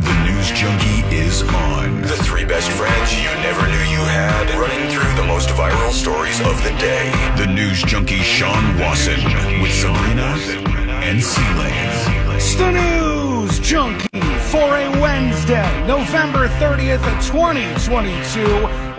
Sports Junkie is on. The three best friends you never knew you had, running through the most viral stories of the day. The News Junkie Sean Wasson with Sabrina and Seeley. It's the News Junkie for a Wednesday, November 30th, 2022.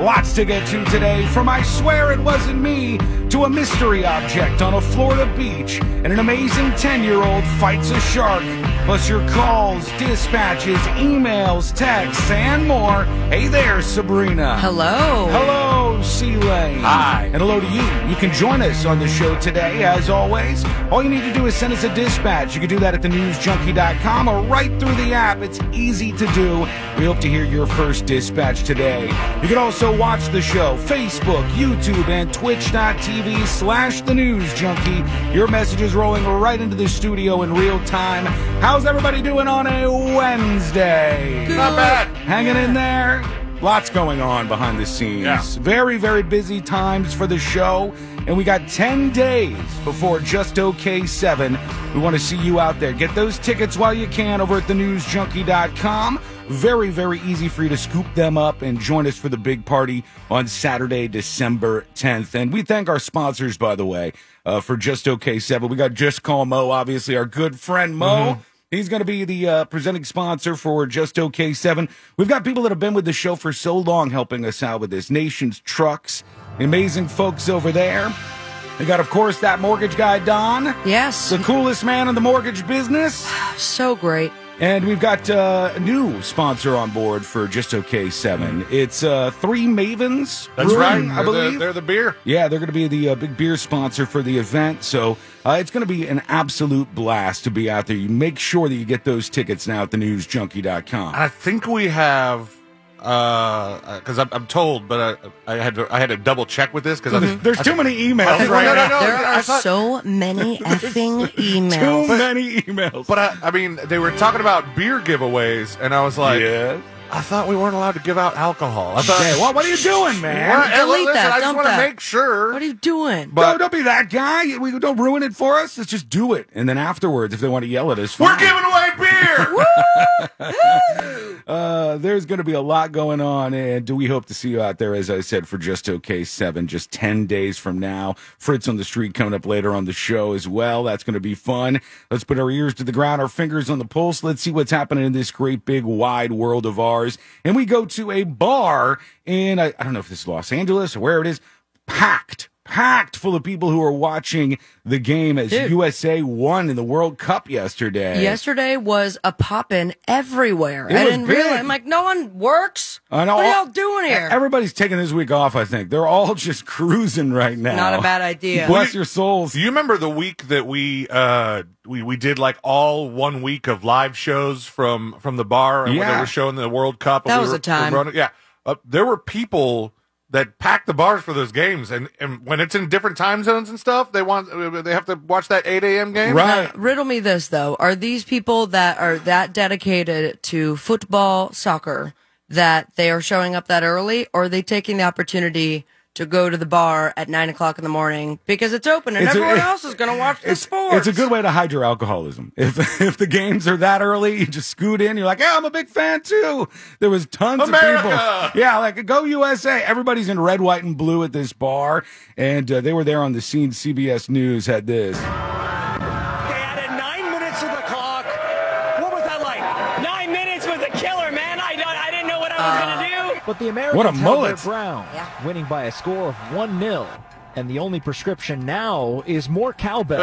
Lots to get to today, from I swear it wasn't me to a mystery object on a Florida beach, and an amazing 10 year old fights a shark. Plus your calls, dispatches, emails, texts, and more. Hey there, Sabrina. Hello. Hello, Sea Lane. Hi. And hello to you. You can join us on the show today, as always. All you need to do is send us a dispatch. You can do that at thenewsjunkie.com or right through the app. It's easy to do. We hope to hear your first dispatch today. You can also watch the show Facebook, YouTube, and twitch.tv slash the news junkie. Your message is rolling right into the studio in real time. How's everybody doing on a Wednesday? Not bad. Hanging in there. Lots going on behind the scenes. Yeah. Very, very busy times for the show. And we got 10 days before Just OK 7. We want to see you out there. Get those tickets while you can over at thenewsjunkie.com. Very, very easy for you to scoop them up and join us for the big party on Saturday, December 10th. And we thank our sponsors, by the way, uh, for Just OK 7. We got Just Call Mo, obviously, our good friend Mo. Mm-hmm. He's going to be the uh, presenting sponsor for Just OK 7. We've got people that have been with the show for so long helping us out with this. Nation's Trucks, the amazing folks over there. We got, of course, that mortgage guy, Don, Yes. the coolest man in the mortgage business. So great. And we've got uh, a new sponsor on board for Just OK 7. It's uh, Three Mavens. That's right. Brewing, I They're the- believe. they're the beer. Yeah, they're going to be the uh, big beer sponsor for the event. So uh, it's going to be an absolute blast to be out there. You make sure that you get those tickets now at thenewsjunkie.com. I think we have because I'm, I'm told, but I, I had to, I had to double check with this because There's too many emails Well, right no, no, now. no. there I are thought- so many effing Too emails. many emails. But I, I mean, they were talking about beer giveaways, and I was like, yeah. I thought we weren't allowed to give out alcohol. I thought, Hey, well, what are you doing, man? Well, hey, Delete listen, that. I just Dump want to that. make sure. What are you doing? No, but don't be that guy. We don't ruin it for us. Let's just do it. And then afterwards, if they want to yell at us, we're fine. giving away beer. Uh, there's going to be a lot going on, and do we hope to see you out there? As I said, for just okay seven, just ten days from now. Fritz on the street coming up later on the show as well. That's going to be fun. Let's put our ears to the ground, our fingers on the pulse. Let's see what's happening in this great big wide world of ours. And we go to a bar in I, I don't know if this is Los Angeles or where it is, packed. Packed full of people who are watching the game as Dude. USA won in the World Cup yesterday. Yesterday was a poppin' everywhere. It I was didn't big. realize. I'm like, no one works. I know E-, What are all- y'all doing here? Everybody's taking this week off, I think. They're all just cruising right now. Not a bad idea. Bless your souls. Do you remember the week that we uh we we did like all one week of live shows from from the bar and when Yeah. they were showing the World Cup? and That we was were- a time. we were on- yeah, uh, there were people that packed the bars for those games, and and when it's in different time zones and stuff, they want uh, they have to watch that eight a.m. e-, game. Right. Riddle me this though: Are these people that are that dedicated to football, soccer, that they are showing up that early, or are they taking the opportunity to go to the bar at nine o'clock in the morning because it's open and It's a- eh, everyone else is going to watch the It's, sports? it's a good way to hide your alcoholism. If if the games are that early, you just scoot in. You're like, yeah, I'm a big fan too. There was tons of America! people. Yeah, like go USA. Everybody's in red, white, and blue at this bar, and uh, they were there on the scene. CBS News had this. They added nine minutes to the clock. What was that like? Nine minutes was a killer, man. I, I didn't know what I was Uh, going to do. But the Americans What a held mullet. their ground, Yeah. winning by a score of 1-0. And the only prescription now is more cowbell.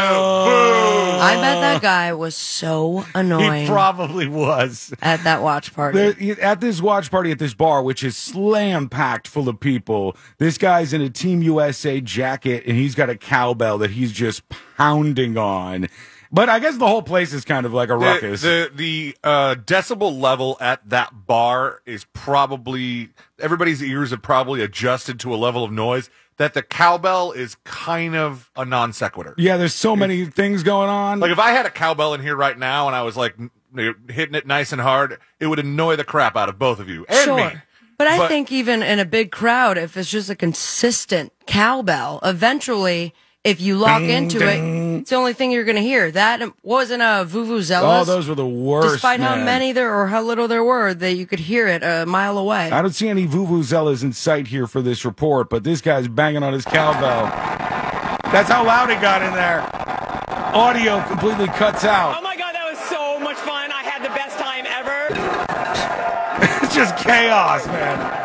Oh. I bet that guy was so annoying He probably was. at that watch party. There, at this watch party at this bar, which is slam packed full of people, this guy's in a Team USA jacket and he's got a cowbell that he's just pounding on. But I guess the whole place is kind of like a ruckus. The the, the uh, decibel level at that bar is probably everybody's ears have probably adjusted to a level of noise that the cowbell is kind of a non sequitur. yeah, there's so many things going on. Like if I had a cowbell in here right now and I was like n- hitting it nice and hard, it would annoy the crap out of both of you and sure. me. But I But- think even in a big crowd, if it's just a consistent cowbell, eventually If you lock Ding, into ding. it, it's the only thing you're going to hear. That wasn't a vuvuzela. Oh, those were the worst. Despite how man. many there or how little there were, that you could hear it a mile away. I don't see any vuvuzelas in sight here for this report, but this guy's banging on his cowbell. That's how loud it got in there. Audio completely cuts Oh out. my god, that was so much fun. I had the best time ever. It's just chaos, man.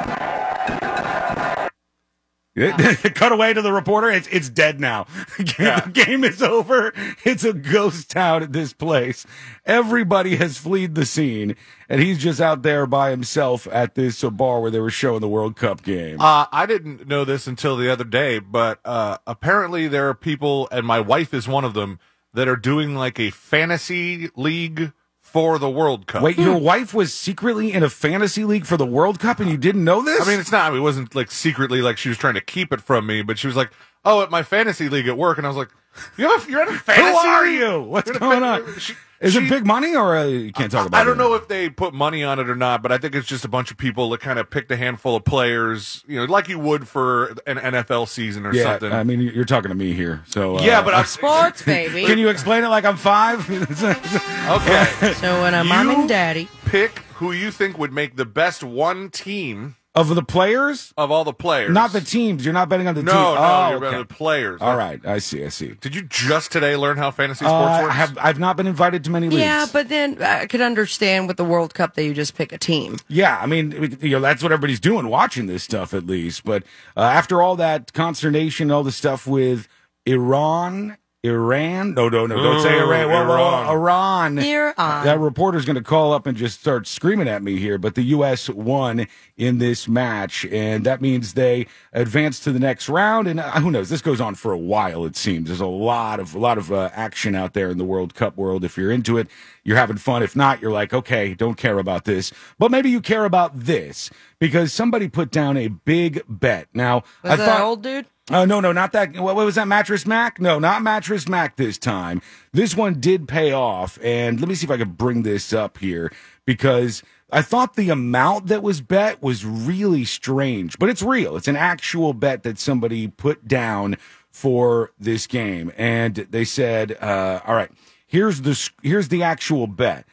Cut away to the reporter. It's it's dead now. the game is over. It's a ghost town at this place. Everybody has fled the scene, and he's just out there by himself at this uh, bar where they were showing the World Cup game. Uh, I didn't know this until the other day, but uh, apparently there are people, and my wife is one of them, that are doing like a fantasy league for the World Cup. Wait, your wife was secretly in a fantasy league for the World Cup and you didn't know this? I mean, it's not. It wasn't like secretly like she was trying to keep it from me, but she was like, "Oh, at my fantasy league at work," and I was like, "You have a, you're in a who fantasy? are league?" you? What's You're in a going fan- on? she- Is she- it big money or uh, you can't talk about it? I don't know if they put money on it or not, but I think it's just a bunch of people that kind of picked a handful of players, you know, like you would for an NFL season or yeah, something. I mean, you're talking to me here. So uh, yeah, but I'm Sports, baby. can you explain it like I'm five? okay. so when I'm mom You- and daddy, Pick who you think would make the best one team of the players, of all the players. not the teams. You're not betting on the No, team. no, Oh, you're okay. better the players. All right, I see. I see. Did you just today learn how fantasy Uh, sports I works? have I've not been invited to many leagues. yeah, but then I could understand with the World Cup that you just pick a team. Yeah, I mean, you know, that's what everybody's doing, watching this stuff at least. But uh, after all that consternation, all the stuff with Iran, Iran, no, no, no, don't say Ooh, Iran, Whoa, whoa, whoa, Iran. Here Um, on. That reporter's going to call up and just start screaming at me here. But the U.S. won in this match, and that means they advance to the next round. And uh, who knows? This goes on for a while. It seems there's a lot of a lot of uh, action out there in the World Cup world. If you're into it, you're having fun. If not, you're like, okay, don't care about this. But maybe you care about this because somebody put down a big bet. Now, Was I that thought. old dude? Oh no, no, not that. What, what was that? Mattress Mac? No, not Mattress Mac this time. This one did pay off, and let me see if I could bring this up here because I thought the amount that was bet was really strange, but it's real. It's an actual bet that somebody put down for this game, and they said, uh, "All right, here's the s- here's the actual bet."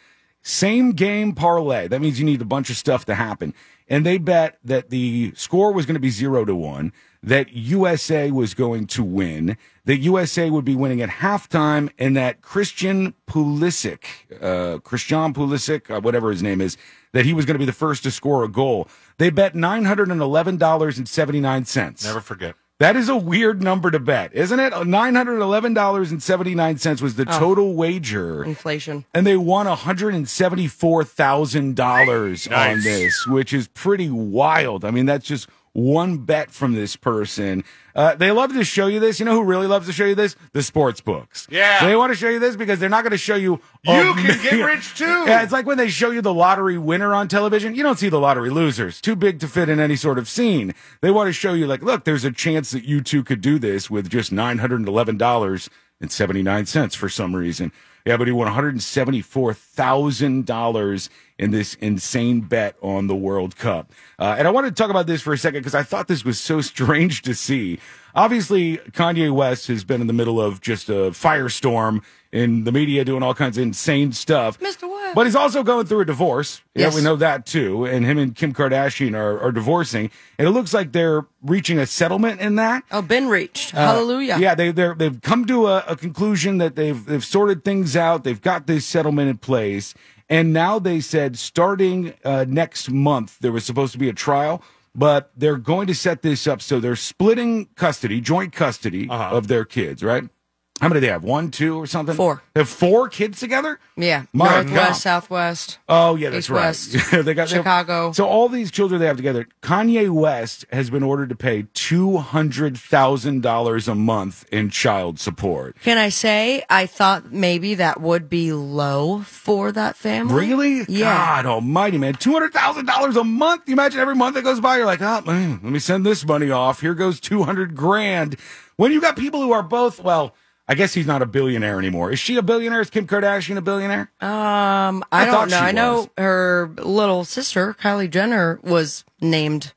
Same game parlay. That means you need a bunch of stuff to happen. And they bet that the score was going to be zero to one, that USA was going to win, that USA would be winning at halftime, and that Christian Pulisic, uh, Christian Pulisic, uh, whatever his name is, that he was going to be the first to score a goal. They bet $911.79. Never forget. That is a weird number to bet, isn't it? $911.79 was the total wager Inflation. and they won $174,000 on Nice. this, which is pretty wild. I mean, that's just one bet from this person. Uh, they love to show you this. You know who really loves to show you this? The sports books. Yeah. They want to show you this because they're not going to show you. a You can get million- rich too. Yeah, it's like when they show you the lottery winner on television. You don't see the lottery losers. Too big to fit in any sort of scene. They want to show you, like, look, there's a chance that you two could do this with just nine hundred and eleven dollars and seventy nine cents for some reason. Yeah, but he won one hundred and seventy four thousand dollars in this insane bet on the World Cup. Uh, and I wanted to talk about this for a second because I thought this was so strange to see. Obviously, Kanye West has been in the middle of just a firestorm in the media doing all kinds of insane stuff. Mr. West. But he's also going through a divorce. Yes. Yeah, we know that too. And him and Kim Kardashian are, are divorcing. And it looks like they're reaching a settlement in that. Oh, been reached. Hallelujah. Uh, Yeah, they they're, they've come to a, a conclusion that they've they've sorted things out. They've got this settlement in place, and now they said starting uh, next month there was supposed to be a trial, but they're going to set this up so they're splitting custody, joint custody of their kids. Right? How many do they have? One, two, or something? Four. They have four kids together. Yeah. My God. Northwest, Southwest. Oh yeah, that's East right. West, they got they- Chicago. so all these children they have together. Kanye West has been ordered to pay two hundred thousand dollars a month in child support. Can I say I thought maybe that would be low for that family? Really? Yeah. God Almighty, man! Two hundred thousand dollars a month. You imagine every month that goes by, you're like, oh man, let me send this money off. Here goes two hundred grand. When you got people who are both, well, I guess he's not a billionaire anymore. Is she a billionaire? Is Kim Kardashian a billionaire? Um, I, I don't thought know. she I know was. her little sister Kylie Jenner was named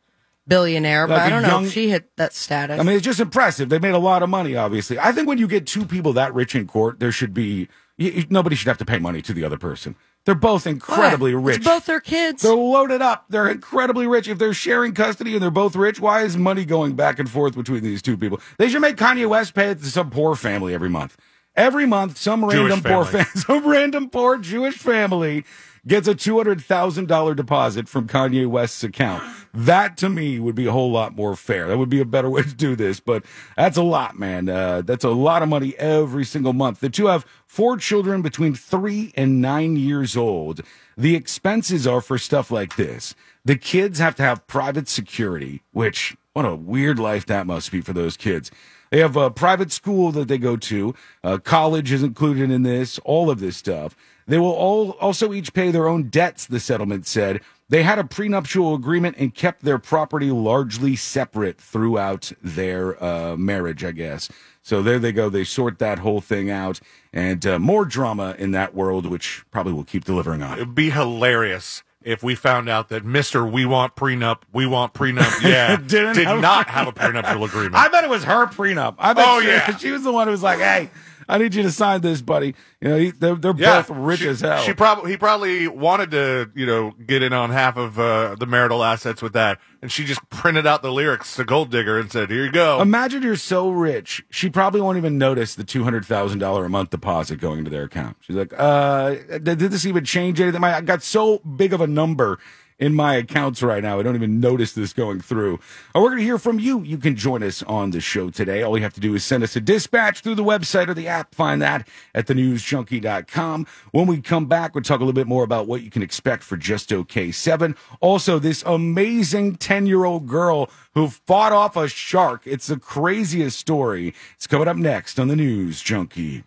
billionaire, but Like a I don't know young- if she hit that status. I mean, it's just impressive. They made a lot of money, obviously. I think when you get two people that rich in court, there should be y y- nobody should have to pay money to the other person. They're both Why? incredibly rich. It's both their kids. they're loaded up. They're incredibly rich. If they're sharing custody and they're both rich, why is money going back and forth between these two people? They should make Kanye West pay it to some poor family every month. Every month, some Jewish random poor family. fa- some random poor Jewish family gets a two hundred thousand dollar deposit from Kanye West's account. That to me would be a whole lot more fair. That would be a better way to do this, but that's a lot, man. Uh, that's a lot of money every single month. The two have four children between three and nine years old. The expenses are for stuff like this. The kids have to have private security, which what a weird life that must be for those kids. They have a private school that they go to. Uh, college is included in this, all of this stuff. They will all also each pay their own debts, the settlement said. They had a prenuptial agreement and kept their property largely separate throughout their uh, marriage, I guess. So there they go. They sort that whole thing out and uh, more drama in that world, which probably will keep delivering on. It'd be hilarious if we found out that Mister We Want Prenup, We Want Prenup, yeah, Didn't did have- not have a prenuptial agreement. I bet it was her prenup. I bet Oh, she, yeah. she was the one who was like, "Hey, I need you to sign this, buddy." You know, he- they're, they're both rich she, as hell. She probably he probably wanted to you know get in on half of uh, the marital assets with that, and she just printed out the lyrics to Gold Digger and said, "Here you go." Imagine you're so rich, she probably won't even notice the two hundred thousand dollar a month deposit going into their account. She's like, "Uh, did, did this even change anything? My, I got so big of a number." In my accounts right now, I don't even notice this going through. Uh, We're going to hear from you. You can join us on the show today. All you have to do is send us a dispatch through the website or the app. Find that at thenewsjunkie.com. When we come back, we'll talk a little bit more about what you can expect for Just OK 7. Also, this amazing 10 year old girl who fought off a shark. It's the craziest story. It's coming up next on the News Junkie.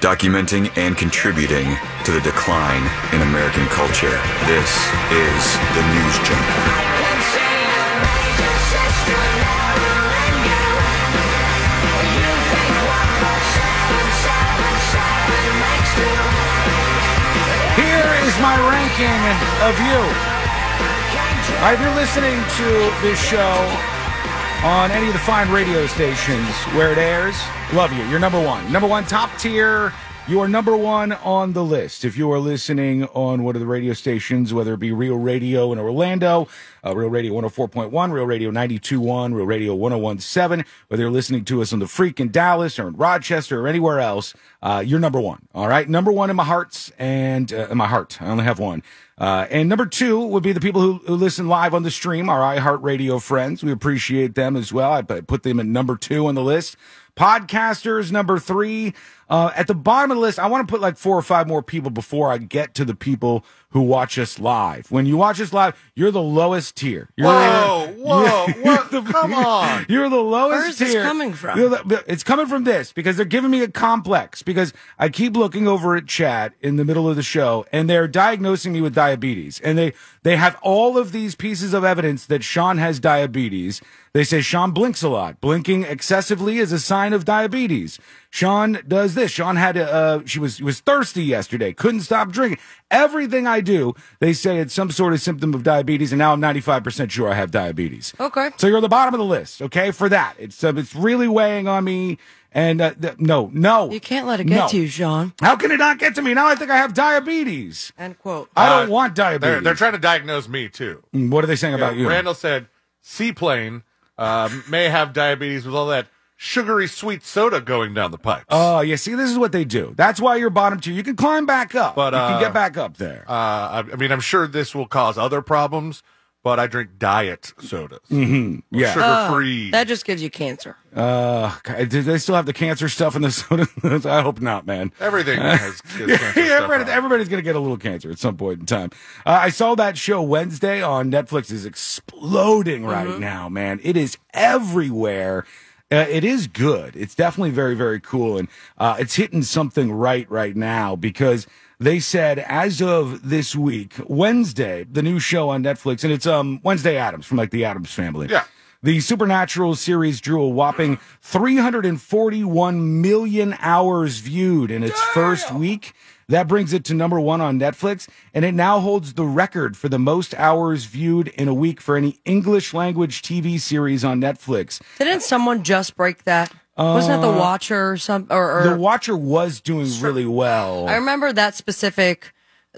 Documenting and contributing to the decline in American culture. This is the News Junkie. Here is my ranking of you. All right, If you're listening to this show on any of the fine radio stations where it airs, love you. You're number one. Number one, top tier. You are number one on the list. If you are listening on one of the radio stations, whether it be Real Radio in Orlando, uh, Real Radio 104.1, Real Radio 92.1, Real Radio 101.7, whether you're listening to us on the Freak in Dallas or in Rochester or anywhere else, uh, you're number one. All right. Number one in my hearts and uh, in my heart. I only have one. Uh, and number two would be the people who, who listen live on the stream, our iHeartRadio friends. We appreciate them as well. I put put them at number two on the list. Podcasters, number three. Uh, at the bottom of the list, I want to put like four or five more people before I get to the people who watch us live. When you watch us live, you're the lowest tier. You're Whoa, whoa, what? Come on. You're the lowest Where is this tier. coming from? You're the- it's coming from this because they're giving me a complex because I keep looking over at chat in the middle of the show and they're diagnosing me with diabetes. And they, they have all of these pieces of evidence that Sean has diabetes. They say Sean blinks a lot. Blinking excessively is a sign of diabetes. Sean does this. Sean had a, uh, she was, was thirsty yesterday. Couldn't stop drinking. Everything I do, they say it's some sort of symptom of diabetes. And now I'm 95% sure I have diabetes. Okay. So you're at the bottom of the list, okay? For that, it's uh, it's really weighing on me. And uh, th- no, no, you can't let it get no. to you, Sean. How can it not get to me? Now I think I have diabetes. End quote. I don't Uh, want diabetes. Mm, They're, they're trying to diagnose me too. what are they saying about Yeah, you? Randall said seaplane uh, may have diabetes with all that sugary sweet soda going down the pipes. Oh, you see, this is what they do. That's why you're bottom tier. You can climb back up. But, you can uh, get back up there. uh, I, I mean, I'm sure this will cause other problems, but I drink diet sodas, Mm-hmm. yeah. sugar free. That just gives you cancer. Uh, God, do they still have the cancer stuff in the soda? I hope not, man. Everything has. has cancer yeah, stuff everybody- on it. everybody's going to get a little cancer at some point in time. Uh, I saw that show Wednesday on Netflix is exploding right Mm-hmm. now, man. It is everywhere. Uh, it is good. It's definitely very, very cool. And uh, it's hitting something right right now because they said as of this week, Wednesday, the new show on Netflix, and it's um Wednesday Adams from like the Adams family. Yeah. The Supernatural series drew a whopping 341 million hours viewed in its first week. That brings it to number one on Netflix, and it now holds the record for the most hours viewed in a week for any English language TV series on Netflix. Didn't someone just break that? Wasn't that Uh, the Watcher or some or, or The Watcher was doing really well. Er, I remember that specific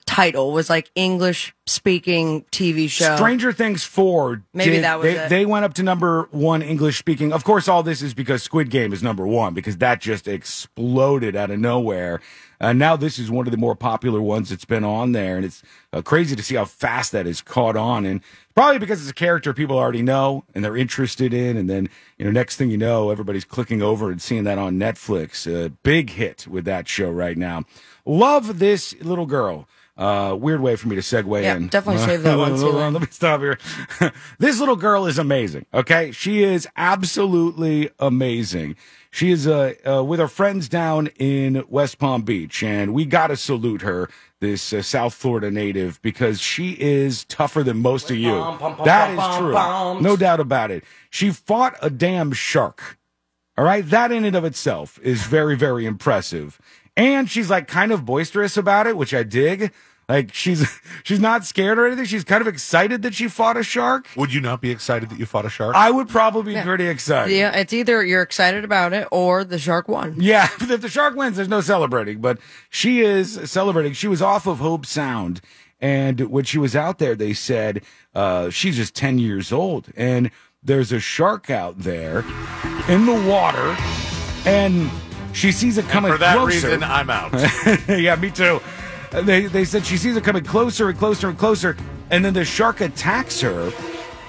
title was like English speaking TV show. Stranger Things 4. Maybe did- that was they, it. they went up to number one English speaking. Of course, all this is because Squid Game is number one because that just exploded out of nowhere. Uh, now this is one of the more popular ones that's been on there, and it's uh, crazy to see how fast that has caught on. And probably because it's a character people already know and they're interested in, and then you know next thing you know, everybody's clicking over and seeing that on Netflix. A big hit with that show right now. Love this little girl. Uh, weird way for me to segue Yeah, in. definitely save that one, eh? T-Lane. Let me stop here. this little girl is amazing. Okay, she is absolutely amazing. She is uh, uh, with her friends down in West Palm Beach, and we gotta salute her, this uh, South Florida native, because she is tougher than most of you. That is true, no doubt about it. She fought a damn shark. All right. That in and of itself is very, very impressive. And she's like kind of boisterous about it, which I dig. Like she's she's not scared or anything. She's kind of excited that she fought a shark. Would you not be excited that you fought a shark? I would probably be pretty excited. Yeah, it's either you're excited about it or the shark won. Yeah, if the shark wins, there's no celebrating. But she is celebrating. She was off of Hope Sound, and when she was out there, they said uh, she's just ten years old, and there's a shark out there in the water, and she sees it coming For that closer. reason, I'm out. yeah, me too. Uh, They they said she sees it coming closer and closer and closer, and then the shark attacks her.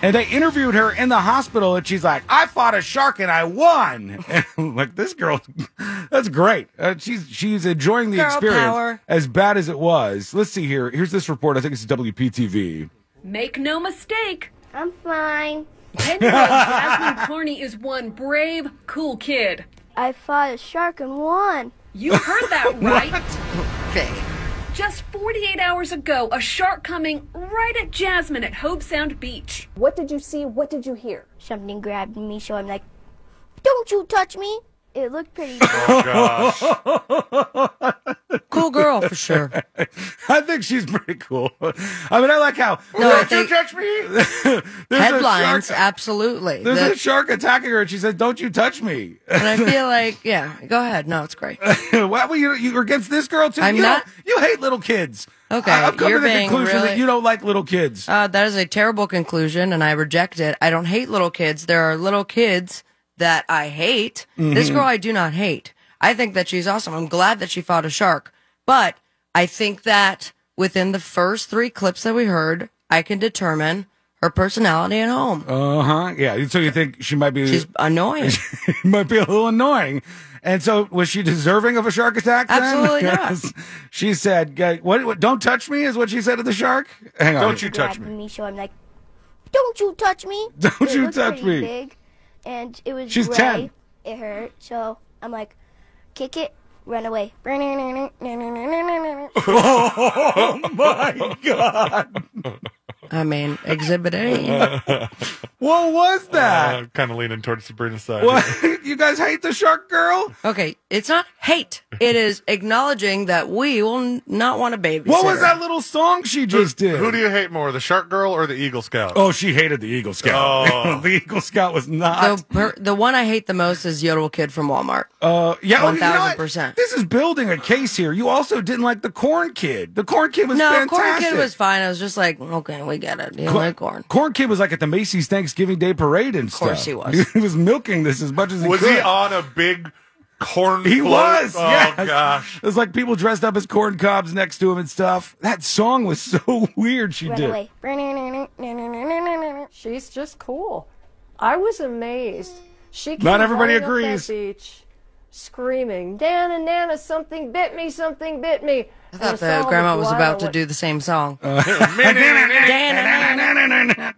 And they interviewed her in the hospital, and she's like, "I fought a shark and I won." And I'm like this girl, that's great. Uh, she's she's enjoying the Girl experience power. as bad as it was. Let's see here. Here's this report. I think it's WPTV. Make no mistake, I'm fine. ten-year-old Jasmine Carney is one brave, cool kid. I fought a shark and won. You heard that right. Okay. Just 48 hours ago, a shark coming right at Jasmine at Hope Sound Beach. What did you see? What did you hear? Something grabbed me, so I'm like, "Don't you touch me!" It looked pretty. good. Gosh. Cool girl for sure. Oh, I think she's pretty cool. I mean, I like how No, I Don't you think- touch me. There's a Headlines, shark- absolutely. There's The- a shark attacking her, and she said, "Don't you touch me." and I feel like, yeah, go ahead. No, it's great. Why were you you're against this girl too? I'm you not- don't- You hate little kids. Okay, I- I've come you're to the being conclusion that really- you don't like little kids. Uh, that is a terrible conclusion, and I reject it. I don't hate little kids. There are little kids that I hate. This Mm-hmm. girl I do not hate. I think that she's awesome. I'm glad that she fought a shark. But I think that within the first three clips that we heard, I can determine her personality at home. Uh huh. Yeah. So you think she might be She's annoying. might be a little annoying. And so, was she deserving of a shark attack? Then? Absolutely not. Because She said, "G- what, what- Don't touch me," is what she said to the shark. Hang on. Don't you touch grabbed me. me, so I'm like, "Don't you touch me!" Don't it you looked touch pretty me. Big, and it was She's gray. 10. It hurt, so I'm like, "Kick it, run away." Oh, My God. I mean, exhibit A. What was that? Uh, kind of leaning towards Sabrina's side. Ah. what? You guys hate the shark girl? Okay, it's not hate. It is acknowledging that we will n- not want a baby. What was that little song she just did? Who do you hate more, the shark girl or the Eagle Scout? Oh, she hated the Eagle Scout. Oh. the Eagle Scout was not. The, per- the one I hate the most is Yodel Kid from Walmart. Uh, yeah, well, you know what? 1000%. This is building a case here. You also didn't like the corn kid. The corn kid was No, fantastic. corn kid was fine. I was just like, okay, we get it. You like corn. Corn kid was like at the Macy's Thanksgiving Day parade and stuff. course he was. he was milking this as much as he was could. he on a big corn? He float? was. Oh yes. gosh. It was like people dressed up as corn cobs next to him and stuff. That song was so weird. She Run did. away. She's just cool. I was amazed. She came Not everybody running up that agrees. beach, screaming, "Nana, Nana! Something bit me! Something bit me!" I thought the Uh, grandma was about to do the same song. Na, na, na, na, na, na, na, na.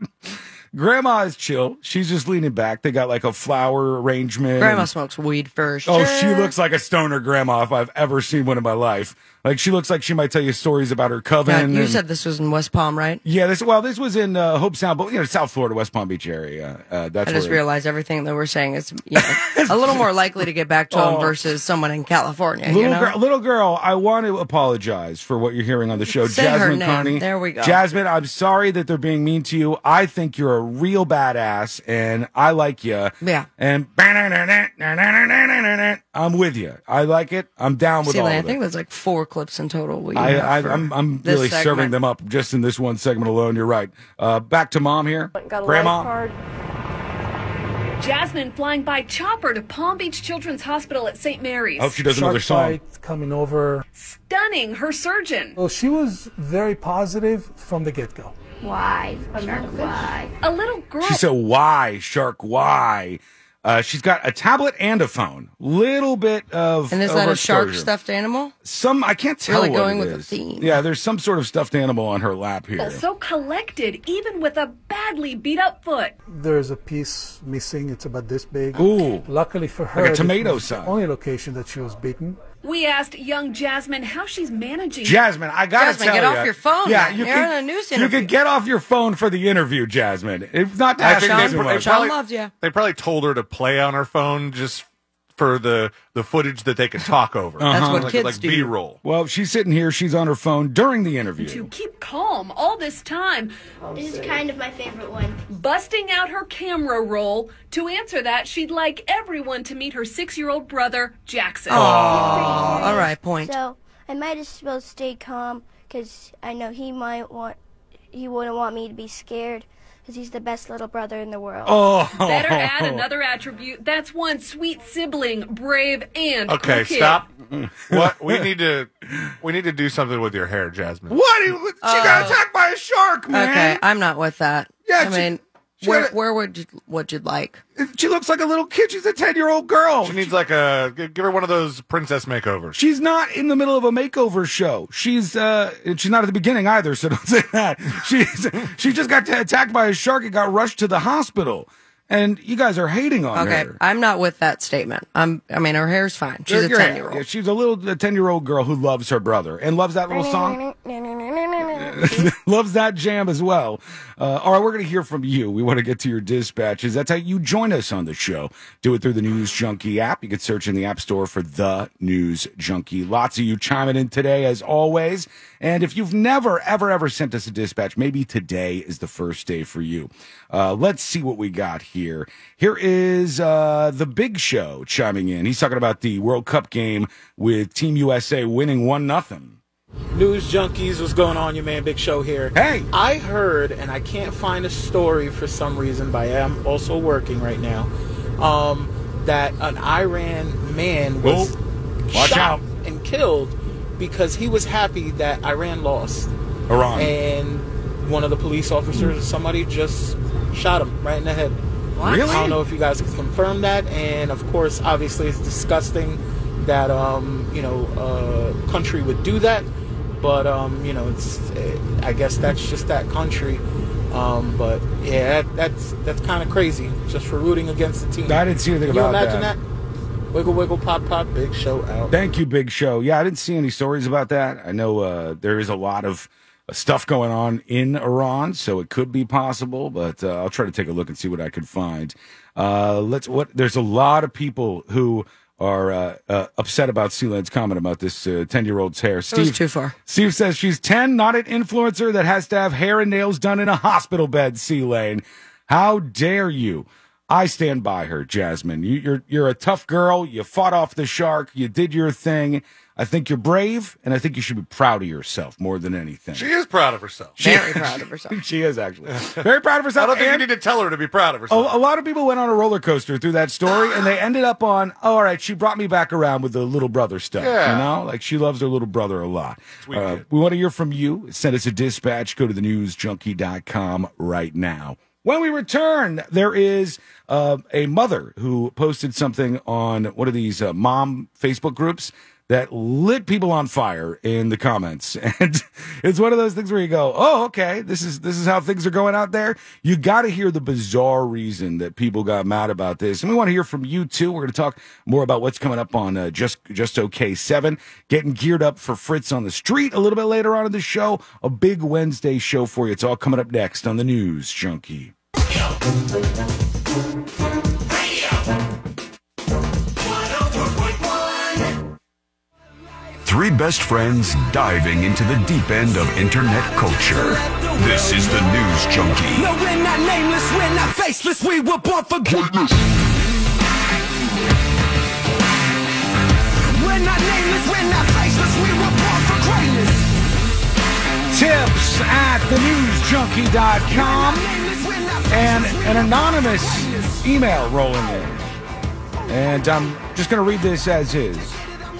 Grandma is chill. She's just leaning back. They got like a flower arrangement. Grandma and- smokes weed for sure. Oh, she looks like a stoner grandma if I've ever seen one in my life. Like she looks like she might tell you stories about her coven. God, you and- said this was in West Palm, right? yeah, this well, this was in uh, Hope Sound, but you know, South Florida, West Palm Beach area. Uh, that's I just where realized everything that we're saying is you know, a little more likely to get back to him Oh. versus someone in California. Little you know? girl, little girl, I want to apologize for what you're hearing on the show, Say her Jasmine name. Carney. There we go. Jasmine. I'm sorry that they're being mean to you. I think you're a real badass, and I like you. Yeah. And I'm with you. I like it. I'm down with See, all Lynn, I of it. think that's like four clips in total. We I, have I, for I'm, I'm this really serving segment. them up just in this one segment alone. You're right. Uh, back to mom here. Got a life Grandma. card. Jasmine flying by chopper to Palm Beach Children's Hospital at St. Mary's. I hope she does another song. coming over. Stunning her surgeon. Well, she was very positive from the get go. Why? Shark, why? A little girl She said, why, shark, why? Uh, she's got a tablet and a phone. Little bit of. And is that a shark stuffed animal? Some, I can't tell Really what going it with the is. theme. Yeah, there's some sort of stuffed animal on her lap here. so collected, even with a badly beat up foot. There's a piece missing. It's about this big. Ooh. Luckily for her, a this tomato was sign. The only location that she was beaten. We asked young Jasmine how she's managing. Jasmine, I gotta Jasmine, tell get off ya. your phone, Yeah, man. you You're can, in a news you interview. can get off your phone for the interview, Jasmine. It's not to I ask think you they, pr- too they much. Sean probably, loves ya. they probably told her to play on her phone just for the the footage that they could talk over. Uh-huh. That's what like, kids like do. B-roll. Well, she's sitting here. She's on her phone during the interview. to keep calm all this time, This is kind of my favorite one. busting out her camera roll. To answer that, she'd like everyone to meet her six year old brother, Jackson. all right, point. So I might as well stay calm because I know he might want, he wouldn't want me to be scared because he's the best little brother in the world. Oh, Better add another attribute. That's one sweet sibling, brave and Okay, cool kid. stop. what we need to we need to do something with your hair, Jasmine. What? She Uh, got attacked by a shark, man. Okay, I'm not with that. Yeah, I she- mean, she where, gotta- where would you, what you'd like? She looks like a little kid. She's a 10 year old girl. She needs like a g- give her one of those princess makeovers. She's not in the middle of a makeover show. She's uh, and she's not at the beginning either. So don't say that. She's she just got attacked by a shark and got rushed to the hospital. And you guys are hating on Okay, her. I'm not with that statement. I'm. I mean, her hair's fine. She's You're- a you're- ten year yeah, old. She's a little a ten year old girl who loves her brother and loves that little song. loves that jam as well. Uh, all right, we're going to hear from you. We want to get to your dispatches. That's how you join us on the show. Do it through the News Junkie app. You can search in the App Store for the News Junkie. Lots of you chiming in today, as always. And if you've never, ever, ever sent us a dispatch, maybe today is the first day for you. Uh, let's see what we got here. Here is uh, the Big Show chiming in. He's talking about the World Cup game with Team USA winning one nothing. News junkies, what's going on? Your man Big Show here. Hey. I heard, and I can't find a story for some reason, but I am also working right now, um, that an Iran man was watch shot out. and killed because he was happy that Iran lost. Iran. And one of the police officers or somebody just shot him right in the head. Really? I don't know if you guys can confirm that. And of course, obviously, it's disgusting that um, you know a country would do that. But um, you know, it's eh, I guess that's just that country. Um, but yeah, that, that's that's kind of crazy just for rooting against the team. I didn't see anything Can you about imagine that. that. Wiggle, wiggle, pop, pop, big show out. Thank you, Big Show. Yeah, I didn't see any stories about that. I know uh, there is a lot of uh, stuff going on in Iran, so it could be possible, but uh, I'll try to take a look and see what I can find. Uh, let's. What? There's a lot of people who are uh, uh, upset about Sealand's comment about this ten year old's hair. It was too far. Steve says she's 10, not an influencer that has to have hair and nails done in a hospital bed, C Lane. How dare you? I stand by her, Jasmine. You, you're, you're a tough girl. You fought off the shark. You did your thing. I think you're brave, and I think you should be proud of yourself more than anything. She is proud of herself. Very proud of herself. She is actually very proud of herself. I don't think and- Oh, you need to tell her to be proud of a, herself. a lot of people went on a roller coaster through that story, and they ended up on, oh, all right, she brought me back around with the little brother stuff. You Yeah. know, like she loves her little brother a lot. Sweet Uh, kid. we want to hear from you. Send us a dispatch. Go to the newsjunkie.com right now. When we return, there is uh, a mother who posted something on one of these uh, mom Facebook groups that lit people on fire in the comments. And it's one of those things where you go, "Oh, okay, this is this is how things are going out there." You got to hear the bizarre reason that people got mad about this. And we want to hear from you too. We're going to talk more about what's coming up on uh, just just okay 7, getting geared up for Fritz on the street a little bit later on in the show. A big Wednesday show for you. It's all coming up next on the news junkie. Three best friends diving into the deep end of internet culture. This is the News Junkie. No, we're not nameless, we're not faceless, we were born for greatness. We're not nameless, we're not faceless, we were born for greatness. tips at thenewsjunkie.com and an anonymous email rolling in. And I'm just going to read this as is.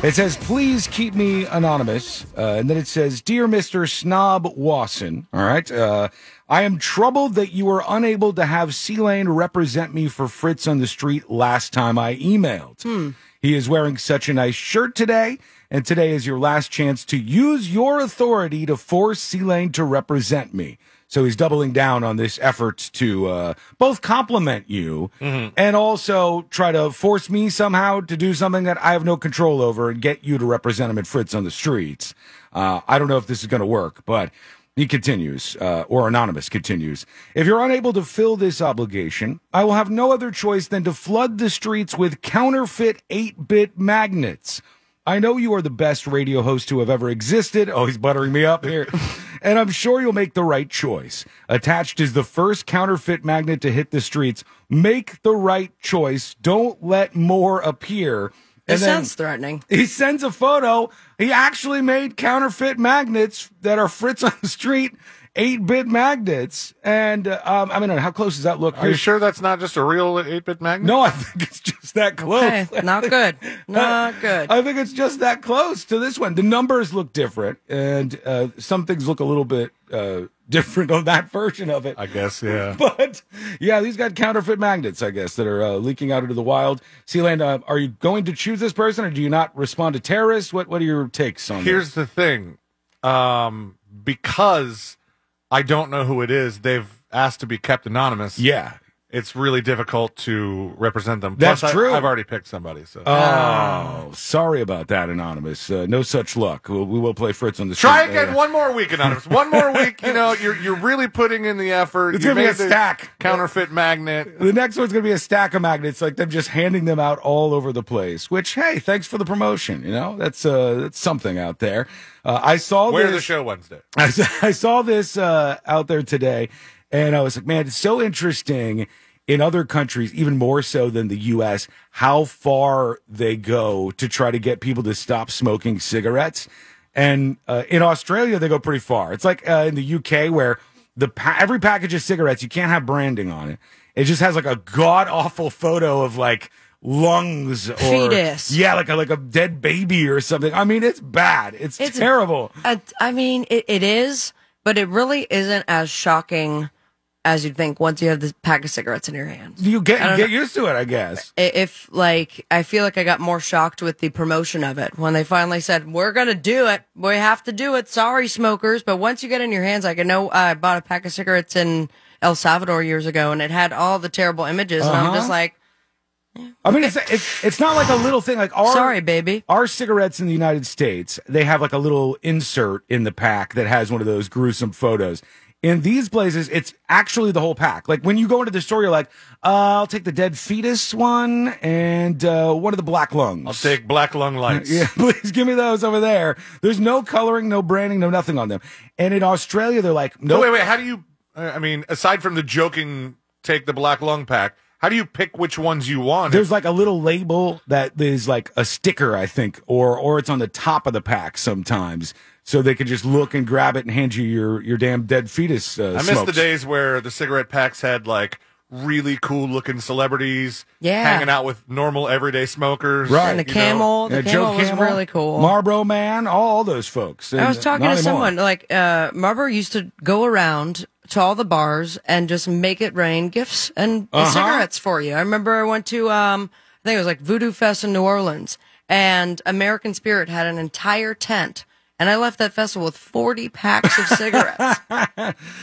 It says, please keep me anonymous. Uh, and then it says, Dear Mr. Snob Wasson, all right, uh, I am troubled that you were unable to have C Lane represent me for Fritz on the street last time I emailed. He is wearing such a nice shirt today, and today is your last chance to use your authority to force C Lane to represent me. So he's doubling down on this effort to uh, both compliment you and also try to force me somehow to do something that I have no control over and get you to represent him at Fritz on the streets. Uh, I don't know if this is going to work, but he continues, uh, or Anonymous continues. If you're unable to fill this obligation, I will have no other choice than to flood the streets with counterfeit 8 bit magnets. I know you are the best radio host to have ever existed. Oh, he's buttering me up here. and I'm sure you'll make the right choice. Attached is the first counterfeit magnet to hit the streets. Make the right choice. Don't let more appear. It And then- sounds threatening. he sends a photo. He actually made counterfeit magnets that are Fritz on the street, eight bit magnets. And uh, um, I mean, how close does that look? Are you sure that's not just a real 8 bit magnet? No, I think it's just that close. Hey, not good. Not good. I think it's just that close to this one. The numbers look different, and uh, some things look a little bit uh, different on that version of it. I guess, yeah. But yeah, these got counterfeit magnets, I guess, that are uh, leaking out into the wild. Sealand, uh, are you going to choose this person, or do you not respond to terrorists? What What are your takes on this? Here's the thing. Um, because I don't know who it is, they've asked to be kept anonymous. Yeah. It's really difficult to represent them. That's Plus, I- true. I've already picked somebody. So Oh, sorry about that, Anonymous. Uh, no such luck. We'll, we will play Fritz on the Try street again later. one more week, Anonymous. One more week. You know, you're you're really putting in the effort. It's You gonna be made a the stack. counterfeit magnet. The next one's going to be a stack of magnets, like them just handing them out all over the place. Which, hey, thanks for the promotion. You know, that's uh, that's something out there. Uh, I saw Where this. the show Wednesday. I saw, I saw this uh, out there today, and I was like, man, it's so interesting in other countries, even more so than the U.S., how far they go to try to get people to stop smoking cigarettes. And uh, in Australia, they go pretty far. It's like uh, in the U.K. where the pa- every package of cigarettes you can't have branding on it. It just has like a god awful photo of like lungs or Fetus. yeah, like a like a dead baby or something. I mean, it's bad. It's, terrible. I, I mean, it, it is, but it really isn't as shocking as you'd think once you have the pack of cigarettes in your hand. You I get don't get know. used to it, I guess. I- If like I feel like I got more shocked with the promotion of it when they finally said we're gonna do it, we have to do it. Sorry, smokers, but once you get in your hands, like I know I bought a pack of cigarettes in El Salvador years ago, and it had all the terrible images, and I'm Uh-huh. just like, I mean, it's, it's it's not like a little thing. Like our sorry, baby. our cigarettes in the United States, they have like a little insert in the pack that has one of those gruesome photos. In these places, it's actually the whole pack. Like when you go into the store, you're like, uh, "I'll take the dead fetus one and uh, one of the black lungs." I'll take black lung lights. Yeah, please give me those over there. There's no coloring, no branding, no nothing on them. And in Australia, they're like, No, "No, wait, wait. How do you? I I mean, aside from the joking, take the black lung pack. How do you pick which ones you want? There's like a little label that is like a sticker, I think, or or it's on the top of the pack sometimes, so they can just look and grab it and hand you your your damn dead fetus. Uh, I miss the smokes. days where the cigarette packs had like really cool looking celebrities Yeah. hanging out with normal everyday smokers. Right. And the you know? camel, the Yeah, camel Joe was Camel, really cool. Marlboro Man, all those folks. I was And talking not to anymore. someone like uh, Marlboro used to go around to all the bars and just make it rain gifts and Uh-huh. cigarettes for you. I remember I went to um, I think it was like Voodoo Fest in New Orleans, and American Spirit had an entire tent. And I left that festival with 40 packs of cigarettes.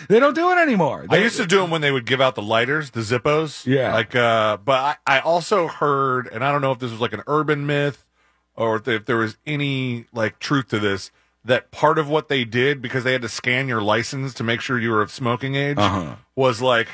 They don't do it anymore. I used to do them when they would give out the lighters, the Zippos. Yeah. Like, uh, but I, I also heard, and I don't know if this was like an urban myth or if, if there was any like truth to this, that part of what they did because they had to scan your license to make sure you were of smoking age Uh-huh. was like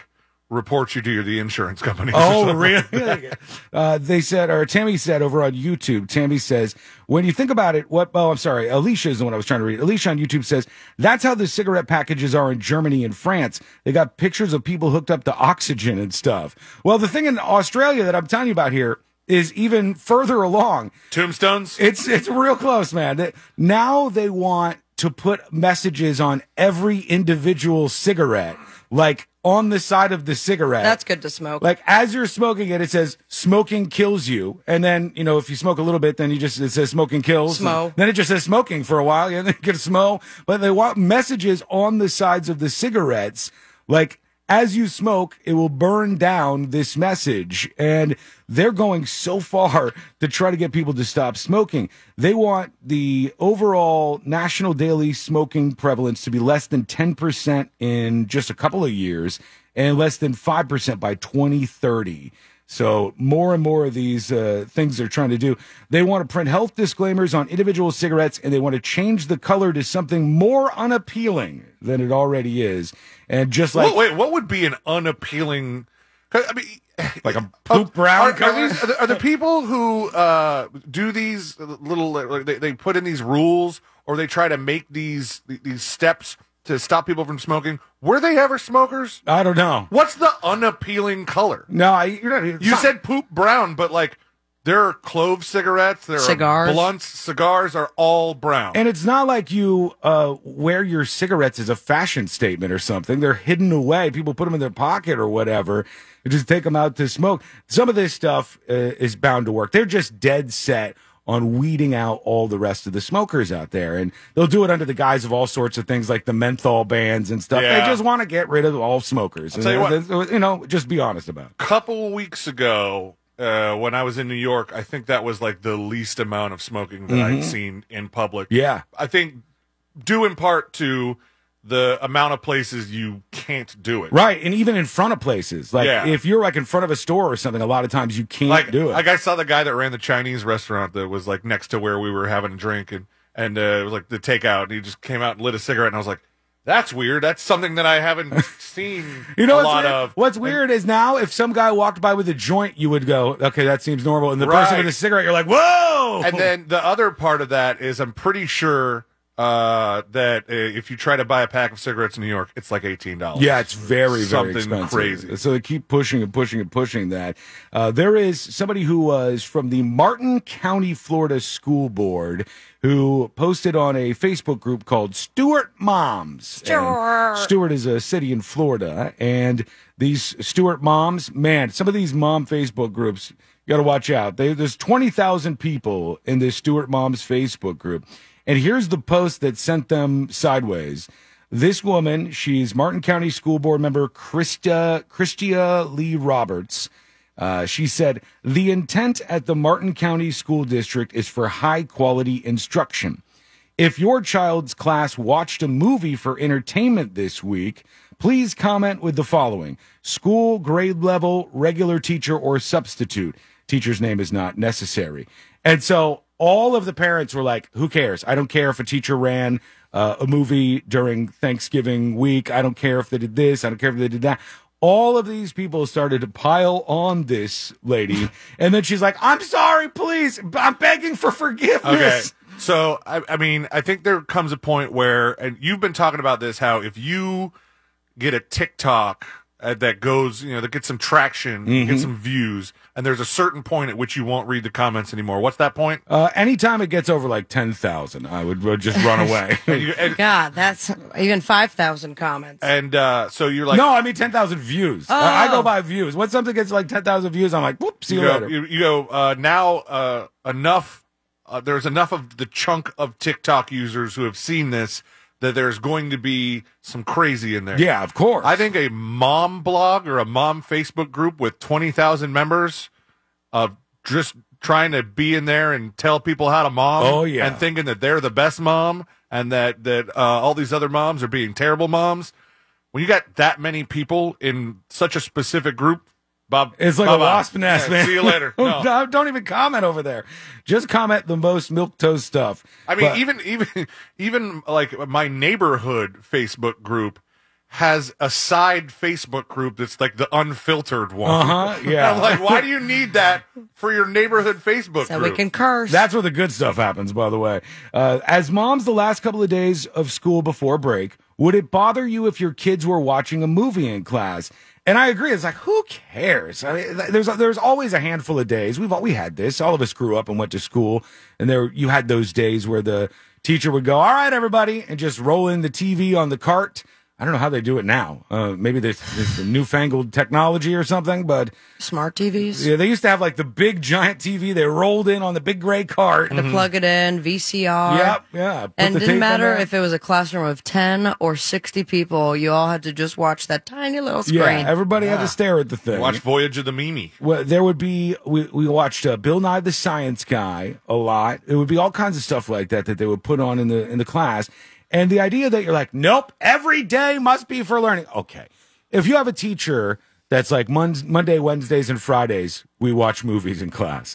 report you to your, the insurance company. or Oh, something really? like that. Uh, they said, or Tammy said over on YouTube, Tammy says, when you think about it, what, oh, I'm sorry, Alicia is the one I was trying to read. Alicia on YouTube says, that's how the cigarette packages are in Germany and France. They got pictures of people hooked up to oxygen and stuff. Well, the thing in Australia that I'm telling you about here is even further along. Tombstones? It's, it's real close, man. That- Now they want to put messages on every individual cigarette, like on the side of the cigarette. That's good to smoke. Like as you're smoking it, it says smoking kills you, and then you know if you smoke a little bit, then you just it says smoking kills. Smo. Then it just says smoking for a while. Yeah, then you get a smo. But they want messages on the sides of the cigarettes, like as you smoke, it will burn down this message. And they're going so far to try to get people to stop smoking. They want the overall national daily smoking prevalence to be less than 10% in just a couple of years and less than 5% by 2030. So more and more of these uh, things they're trying to do. They want to print health disclaimers on individual cigarettes, and they want to change the color to something more unappealing than it already is. And just like What- wait, what would be an unappealing? 'cause, I mean, like a poop brown are, are, color. these, are, the, are the people who uh, do these little like, they, they put in these rules or they try to make these these steps to stop people from smoking? Were they ever smokers? I don't know. What's the unappealing color? No, I, you're not. You said poop brown, but like there are clove cigarettes, there Cigars. are blunts, cigars are all brown. And it's not like you uh, wear your cigarettes as a fashion statement or something. They're hidden away. People put them in their pocket or whatever. And just take them out to smoke. Some of this stuff uh, is bound to work. They're just dead set on weeding out all the rest of the smokers out there. And they'll do it under the guise of all sorts of things like the menthol bans and stuff. They Yeah. just want to get rid of all smokers. I'll tell you And they- you know, just be honest about it. couple weeks ago uh, when I was in New York, I think that was like the least amount of smoking that Mhm. I'd seen in public. Yeah. I think due in part to the amount of places you can't do it. Right. And even in front of places. Like Yeah. if you're like in front of a store or something, a lot of times you can't Like, do it. like I saw the guy that ran the Chinese restaurant that was like next to where we were having a drink and and uh, it was like the takeout and he just came out and lit a cigarette and I was like, that's weird. That's something that I haven't seen You know a what's lot weird? of. What's weird is now if some guy walked by with a joint, you would go, okay, that seems normal. And the person Right. with a cigarette, you're like, whoa! And then the other part of that is I'm pretty sure uh, that uh, if you try to buy a pack of cigarettes in New York, it's like eighteen dollars. yeah, it's very, very something expensive. crazy. So they keep pushing and pushing and pushing that. Uh, there is somebody who was from the Martin County, Florida School Board who posted on a Facebook group called Stewart Moms. And Stewart. Stewart is a city in Florida. And these Stewart moms, man, some of these mom Facebook groups, you got to watch out. They, there's 20,000 people in this Stewart moms Facebook group. And here's the post that sent them sideways. This woman, she's Martin County School Board member Krista, Christia Lee Roberts. Uh, she said, the intent at the Martin County School District is for high quality instruction. If your child's class watched a movie for entertainment this week, please comment with the following school, grade level, regular teacher, or substitute. Teacher's name is not necessary. And so all of the parents were like, who cares? I don't care if a teacher ran uh, a movie during Thanksgiving week. I don't care if they did this. I don't care if they did that. All of these people started to pile on this lady. and then she's like, I'm sorry, please. I'm begging for Okay. forgiveness. So I, I mean, I think there comes a point where, and you've been talking about this, how if you get a TikTok uh, that goes, you know, that gets some traction, Mhm. gets some views, and there's a certain point at which you won't read the comments anymore. What's that point? Uh, anytime it gets over like 10,000, I would, would just run away. And, you, and, God, that's even 5,000 comments. and uh, so you're like, no, I mean 10,000 views. I, I Oh. go by views. Once something gets like 10,000 views, I'm like, whoop, see you, go, later. You, you go uh, now. Uh, enough. Uh, there's enough of the chunk of TikTok users who have seen this that there's going to be some crazy in there. Yeah, of course. I think a mom blog or a mom Facebook group with twenty thousand members of just trying to be in there and tell people how to mom. Oh, yeah. and thinking that they're the best mom and that that uh, all these other moms are being terrible moms. When you got that many people in such a specific group, Bob, It's like a bye-bye. wasp nest, Yeah, man. See you later. No. Don't- Don't even comment over there. Just comment the most milk toast stuff. I mean, But- even even even like my neighborhood Facebook group has a side Facebook group that's like the unfiltered one. Uh-huh, yeah. I'm like, why do you need that for your neighborhood Facebook group? curse. That's where the good stuff happens, by the way. Uh, as moms, the last couple of days of school before break, would it bother you if your kids were watching a movie in class? And I agree. It's like, who cares? I mean, th- there's there's always a handful of days. We've all, we had this. All of us grew up and went to school, and there you had those days where the teacher would go, "All right, everybody," and just roll in the TV on the cart. I don't know how they do it now. Uh, maybe there's, there's some newfangled technology or something, but smart TVs. Yeah, they used to have like the big giant TV. They rolled in on the big gray cart. Mm-hmm. Had to Mm-hmm. plug it in, VCR. Yep, yeah. Put and the tape didn't on matter there. if it was a classroom of 10 or 60 people, you all had to just watch that tiny little screen. Yeah, everybody had to stare at the thing. Watch Voyage of the Mimi. Well, there would be we we watched uh, Bill Nye the Science Guy a lot. It would be all kinds of stuff like that that they would put on in the in the class, and the idea that you're like, nope, every day must be for learning. Okay, if you have a teacher that's like Mon- Monday, Wednesdays, and Fridays, we watch movies in class.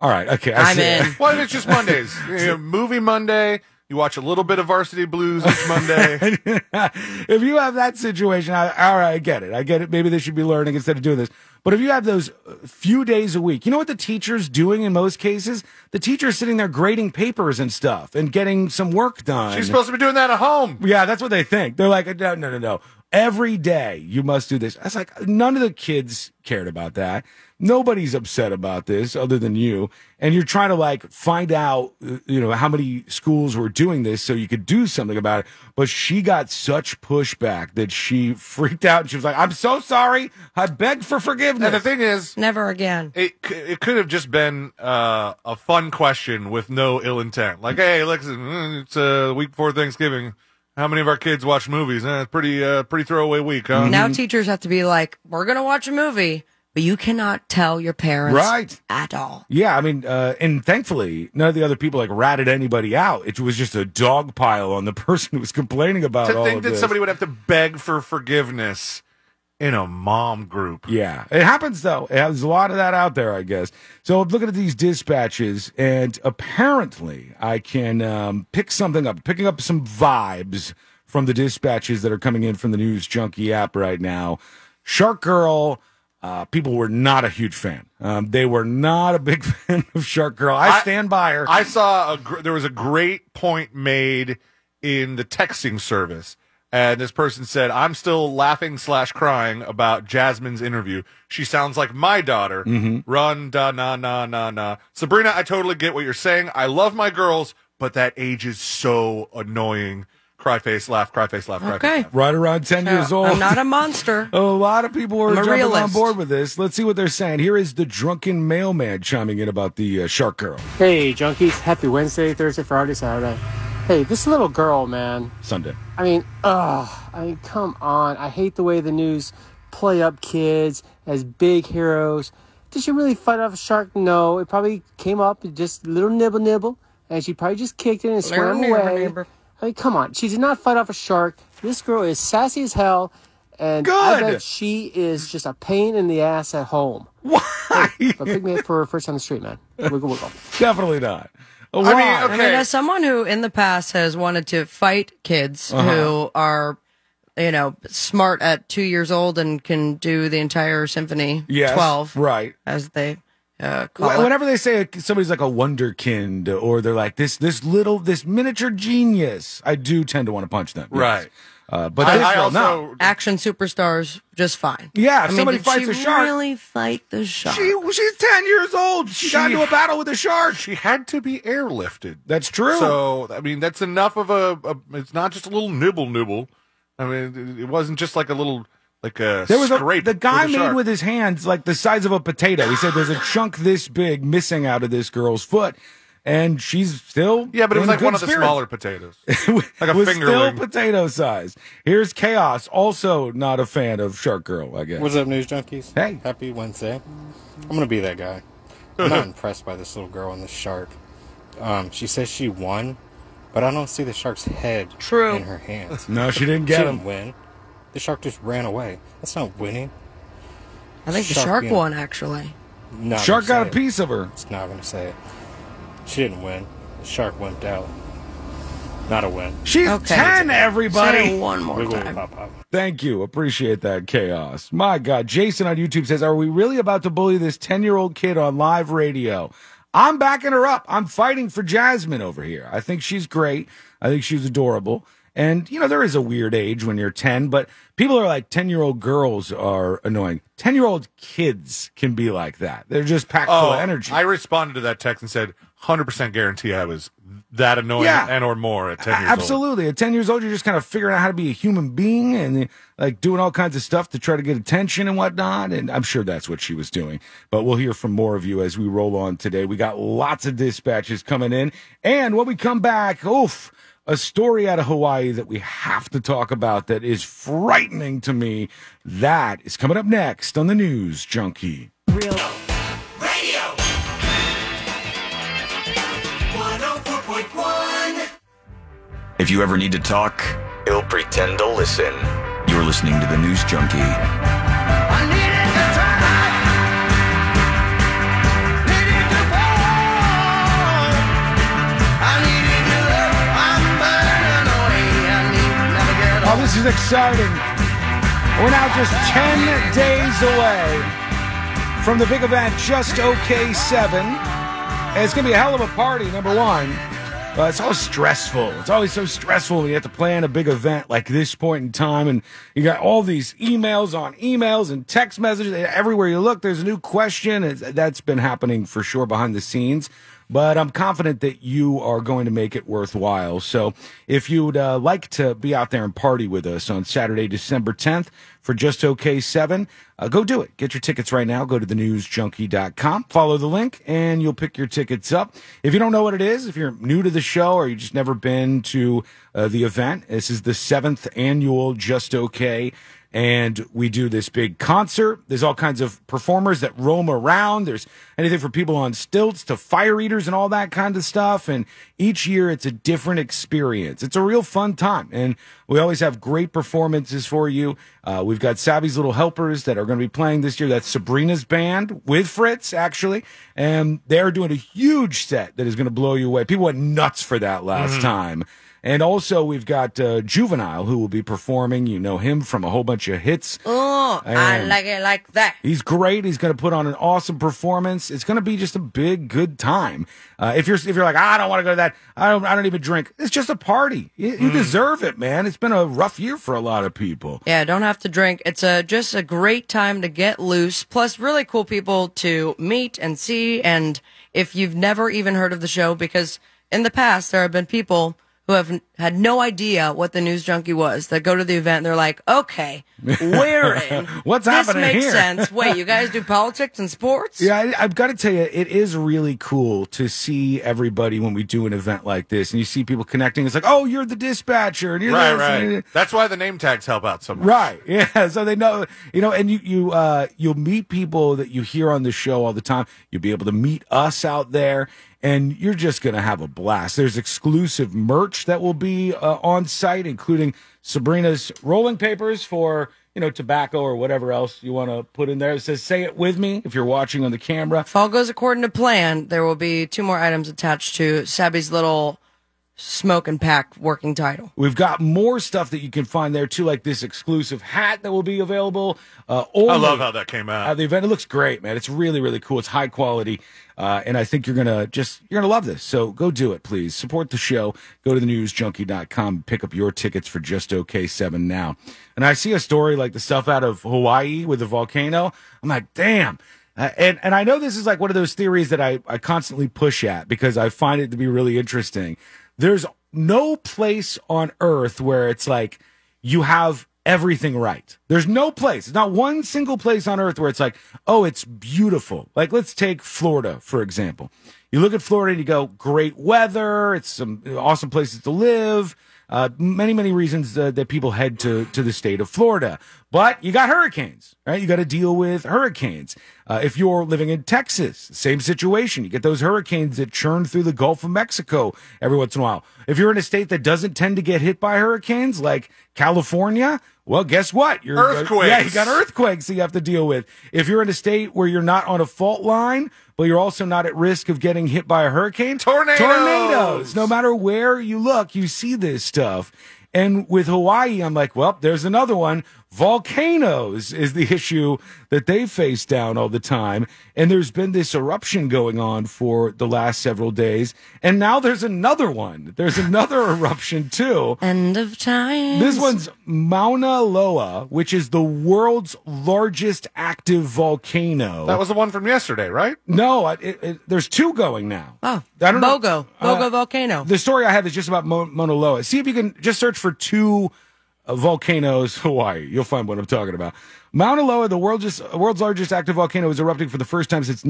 All right, okay, I see it. Why well, it's just Mondays? You know, movie Monday. You watch a little bit of Varsity Blues each Monday. if you have that situation, I, all right, I get it. I get it. Maybe they should be learning instead of doing this. But if you have those uh, few days a week, you know what the teacher's doing in most cases? The teacher's sitting there grading papers and stuff and getting some work done. She's supposed to be doing that at home. Yeah, that's what they think. They're like, no, no, no, no. Every day you must do this. That's like none of the kids cared about that. Nobody's upset about this other than you. And you're trying to like find out, uh, you know, how many schools were doing this so you could do something about it. But she got such pushback that she freaked out and she was like, I'm so sorry. I beg for forgiveness. And the thing is, Never again. It c- it could have just been uh, a fun question with no ill intent. Like, hey, listen, mm, it's uh, week before Thanksgiving. How many of our kids watch movies? Eh, it's pretty uh, pretty throwaway week, huh? Mm-hmm. Now teachers have to be like, we're going to watch a movie, but you cannot tell your parents Right. at all. Yeah, I mean, uh, and thankfully, none of the other people like ratted anybody out. It was just a dog pile on the person who was complaining about to all think of that this. somebody would have to beg for forgiveness in a mom group. Yeah, it happens though. It has a lot of that out there, I guess. So I'm looking at these dispatches, and apparently I can um, pick something up, picking up some vibes from the dispatches that are coming in from the News Junkie app right now. Shark Girl, uh, people were not a huge fan. Um, they were not a big fan of Shark Girl. I, stand by her. I saw a gr- there was a great point made in the texting service, and this person said, "I'm still laughing slash crying about Jasmine's interview. She sounds like my daughter. Mhm. Run da na na na na. Sabrina, I totally get what you're saying. I love my girls, but that age is so annoying. Cry face, laugh, cry face, laugh, cry face. Okay. right around 10 years old. Uh, I'm not a monster. A lot of people were I'm a jumping on realist. board with this. Let's see what they're saying. Here is the drunken mailman chiming in about the uh, Shark Girl. Hey, junkies. Happy Wednesday, Thursday, Friday, Saturday. Hey, this little girl, man. Sunday. I mean, ugh. I mean, come on. I hate the way the news play up kids as big heroes. Did she really fight off a shark? No. It probably came up and just little nibble nibble, and she probably just kicked it and swam Little nibble away. nibble. I mean, come on. She did not fight off a shark. This girl is sassy as hell, and I Good. bet she is just a pain in the ass at home. Why? Hey, but pick me up for first on the street, man. Wiggle wiggle. Definitely not. I mean, I mean, as someone who in the past has wanted to fight kids Uh-huh. who are, you know, smart at two years old and can do the entire symphony, Yes, 12, right? As they uh, call Wh- it. Whenever they say a- somebody's like a wonderkind, or they're like this this little this miniature genius, I do tend to want to punch them. yes. Right. Uh, but I- this I girl, no. also- action superstars just fine. Yeah, if I mean, somebody did fights she a shark- really fight the shark. She, she's ten years old. She, got into a battle with a shark. She had to be airlifted. That's true. So I mean, that's enough of a. a it's not just a little nibble nibble. I mean, it- it wasn't just like a little like a there was a, scrape. the guy a made shark. with his hands like the size of a potato. He said there's a chunk this big missing out of this girl's foot, and she's still Yeah, but it was in like good one of the spirits. smaller potatoes. like a was still fingerling. potato size. Here's chaos, also not a fan of Shark Girl. I guess. What's up, news junkies? Hey. Happy Wednesday. I'm going to be that guy. I'm not impressed by this little girl and this shark. Um, she says she won, but I don't see the shark's head True. in her hands. No, she didn't get she him. Didn't win. The shark just ran away. That's not winning. I think the Shark shark being- won, actually. Not Shark gonna got a say it. piece of her. It's not gonna say it. She didn't win. The shark went out. Not a win. She's 10, everybody. Wiggle, pop, pop. Thank you. Appreciate that chaos. My God. Jason on YouTube says, Are we really about to bully this 10 year old kid on live radio? I'm backing her up. I'm fighting for Jasmine over here. I think she's great. I think she's adorable. And, you know, there is a weird age when you're 10, but people are like 10 year old girls are annoying. 10 year old kids can be like that. They're just packed full Oh, of energy. I responded to that text and said, "100% guarantee I was that annoying Yeah. and or more at 10 years old." Absolutely. At 10 years old, you're just kind of figuring out how to be a human being and like doing all kinds of stuff to try to get attention and whatnot. And I'm sure that's what she was doing. But we'll hear from more of you as we roll on today. We got lots of dispatches coming in. And when we come back, oof, a story out of Hawaii that we have to talk about that is frightening to me. That is coming up next on the News Junkie. Real Radio 104.1 If you ever need to talk, he'll pretend to listen. You're listening to the News Junkie. Oh, this is exciting. We're now just 10 days away from the big event, Just OK 7. And it's going to be a hell of a party, number one. Uh, it's all stressful. It's always so stressful when you have to plan a big event like this point in time. And you got all these emails on emails and text messages. Everywhere you look, there's a new question. It's, that's been happening for sure behind the scenes but I'm confident that you are going to make it worthwhile. So if you would uh, like to be out there and party with us on Saturday, December 10th for Just OK 7, uh, go do it. Get your tickets right now. Go to thenewsjunkie.com, follow the link, and you'll pick your tickets up. If you don't know what it is, if you're new to the show or you've just never been to uh, the event, this is the seventh annual Just OK and we do this big concert. There's all kinds of performers that roam around. There's anything for people on stilts to fire eaters and all that kind of stuff. And each year it's a different experience. It's a real fun time. And we always have great performances for you. Uh, we've got Savvy's Little Helpers that are going to be playing this year. That's Sabrina's band with Fritz, actually. And they're doing a huge set that is going to blow you away. People went nuts for that last Mhm. time time. And also, we've got uh, Juvenile, who will be performing. You know him from a whole bunch of hits. Oh, I Um, like it like that. He's great. He's going to put on an awesome performance. It's going to be just a big good time. Uh, if you're if you're like I don't want to go to that. I don't I don't even drink. It's just a party. You, Mm. you deserve it, man. It's been a rough year for a lot of people. Yeah, don't have to drink. It's a just a great time to get loose. Plus, really cool people to meet and see. And if you've never even heard of the show, because in the past there have been people who have n- had no idea what the news junkie was that go to the event. And they're like, okay, we're in. What's this happening makes here? sense. Wait, you guys do politics and sports? Yeah, I, I've got to tell you, it is really cool to see everybody when we do an event like this, and you see people connecting. It's like, oh, you're the dispatcher, and you're Right, this, and you're- right. That's why the name tags help out so much. Right. Yeah. So they know, you know, and you, you, uh, you'll meet people that you hear on the show all the time. You'll be able to meet us out there and you're just going to have a blast. There's exclusive merch that will be uh, on site, including Sabrina's rolling papers for, you know, tobacco or whatever else you want to put in there. It says, say it with me if you're watching on the camera. If all goes according to plan, there will be two more items attached to Sabby's little smoke and pack working title. We've got more stuff that you can find there too, like this exclusive hat that will be available. Uh, I only- love how that came out. Uh, the event it looks great, man. It's really, really cool. It's high quality, uh, and I think you're gonna just you're gonna love this. So go do it, please. Support the show. Go to the newsjunkie.com. Pick up your tickets for just OK seven now. And I see a story like the stuff out of Hawaii with the volcano. I'm like, damn. Uh, and and I know this is like one of those theories that I I constantly push at because I find it to be really interesting. There's no place on earth where it's like you have everything right. There's no place, there's not one single place on earth where it's like, oh, it's beautiful. Like, let's take Florida, for example. You look at Florida and you go, great weather. It's some awesome places to live. Uh, many, many reasons uh, that people head to, to the state of Florida. But you got hurricanes, right? You got to deal with hurricanes. Uh, if you're living in Texas, same situation. You get those hurricanes that churn through the Gulf of Mexico every once in a while. If you're in a state that doesn't tend to get hit by hurricanes, like California, well, guess what? You're, Earthquakes. Yeah, you got earthquakes that you have to deal with. If you're in a state where you're not on a fault line, but you're also not at risk of getting hit by a hurricane, tornadoes. Tornadoes. No matter where you look, you see this stuff. And with Hawaii, I'm like, well, there's another one. Volcanoes is the issue that they face down all the time. And there's been this eruption going on for the last several days. And now there's another one. There's another eruption too. End of time. This one's Mauna Loa, which is the world's largest active volcano. That was the one from yesterday, right? No, I- it, it, there's two going now. Oh, I don't know- Bogo. Bogo Uh, volcano. The story I have is just about Mo- Mauna Loa. See if you can just search for two uh, volcanoes, Hawaii. You'll find what I'm talking about. Mauna Loa, the world's just, world's largest active volcano, is erupting for the first time since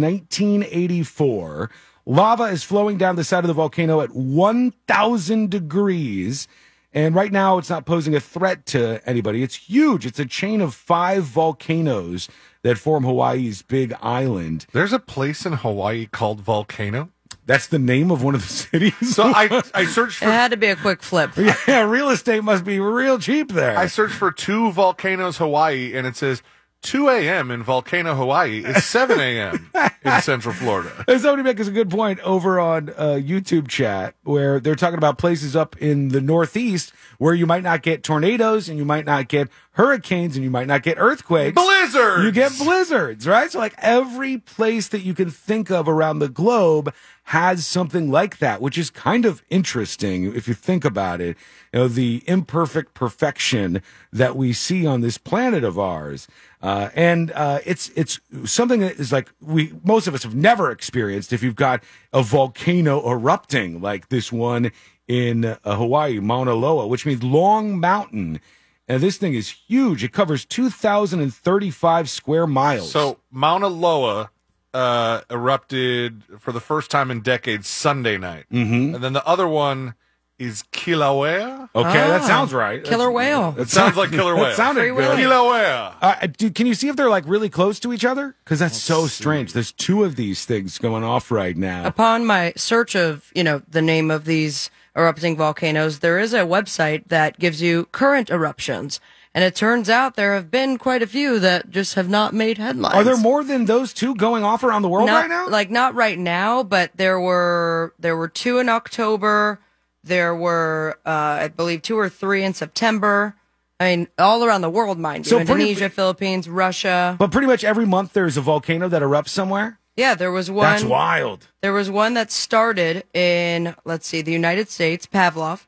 1984. Lava is flowing down the side of the volcano at 1,000 degrees. And right now, it's not posing a threat to anybody. It's huge. It's a chain of five volcanoes that form Hawaii's big island. There's a place in Hawaii called Volcano. That's the name of one of the cities. So I I searched It for had to be a quick flip. yeah, real estate must be real cheap there. I searched for two volcanoes Hawaii and it says 2 a.m. in Volcano Hawaii is 7 a.m. in Central Florida. And somebody makes a good point over on uh, YouTube chat where they're talking about places up in the Northeast where you might not get tornadoes and you might not get hurricanes and you might not get earthquakes. Blizzards! You get blizzards, right? So like every place that you can think of around the globe has something like that, which is kind of interesting if you think about it. You know, the imperfect perfection that we see on this planet of ours. Uh, and uh, it's it's something that is like we most of us have never experienced. If you've got a volcano erupting like this one in uh, Hawaii, Mauna Loa, which means Long Mountain, and this thing is huge. It covers two thousand and thirty-five square miles. So Mauna Loa uh, erupted for the first time in decades Sunday night. Mhm. And then the other one is Kilauea. Okay, that sounds right. Ah, Killer whale. It sounds like Killer Whale. That sounded Free good. Willy. Kilauea. Uh, dude, can you see if they're like really close to each other? Because that's so strange. There's two of these things going off right now. Upon my search of, you know, the name of these erupting volcanoes, there is a website that gives you current eruptions. And it turns out there have been quite a few that just have not made headlines. Are there more than those two going off around the world not, right now? Like not right now, but there were there were two in October. There were uh, I believe two or three in September. I mean, all around the world, mind you. So pretty- Indonesia, Philippines, Russia. But pretty much every month there's a volcano that erupts somewhere. Yeah, there was one. That's wild. There was one that started in, let's see, the United States, Pavlov.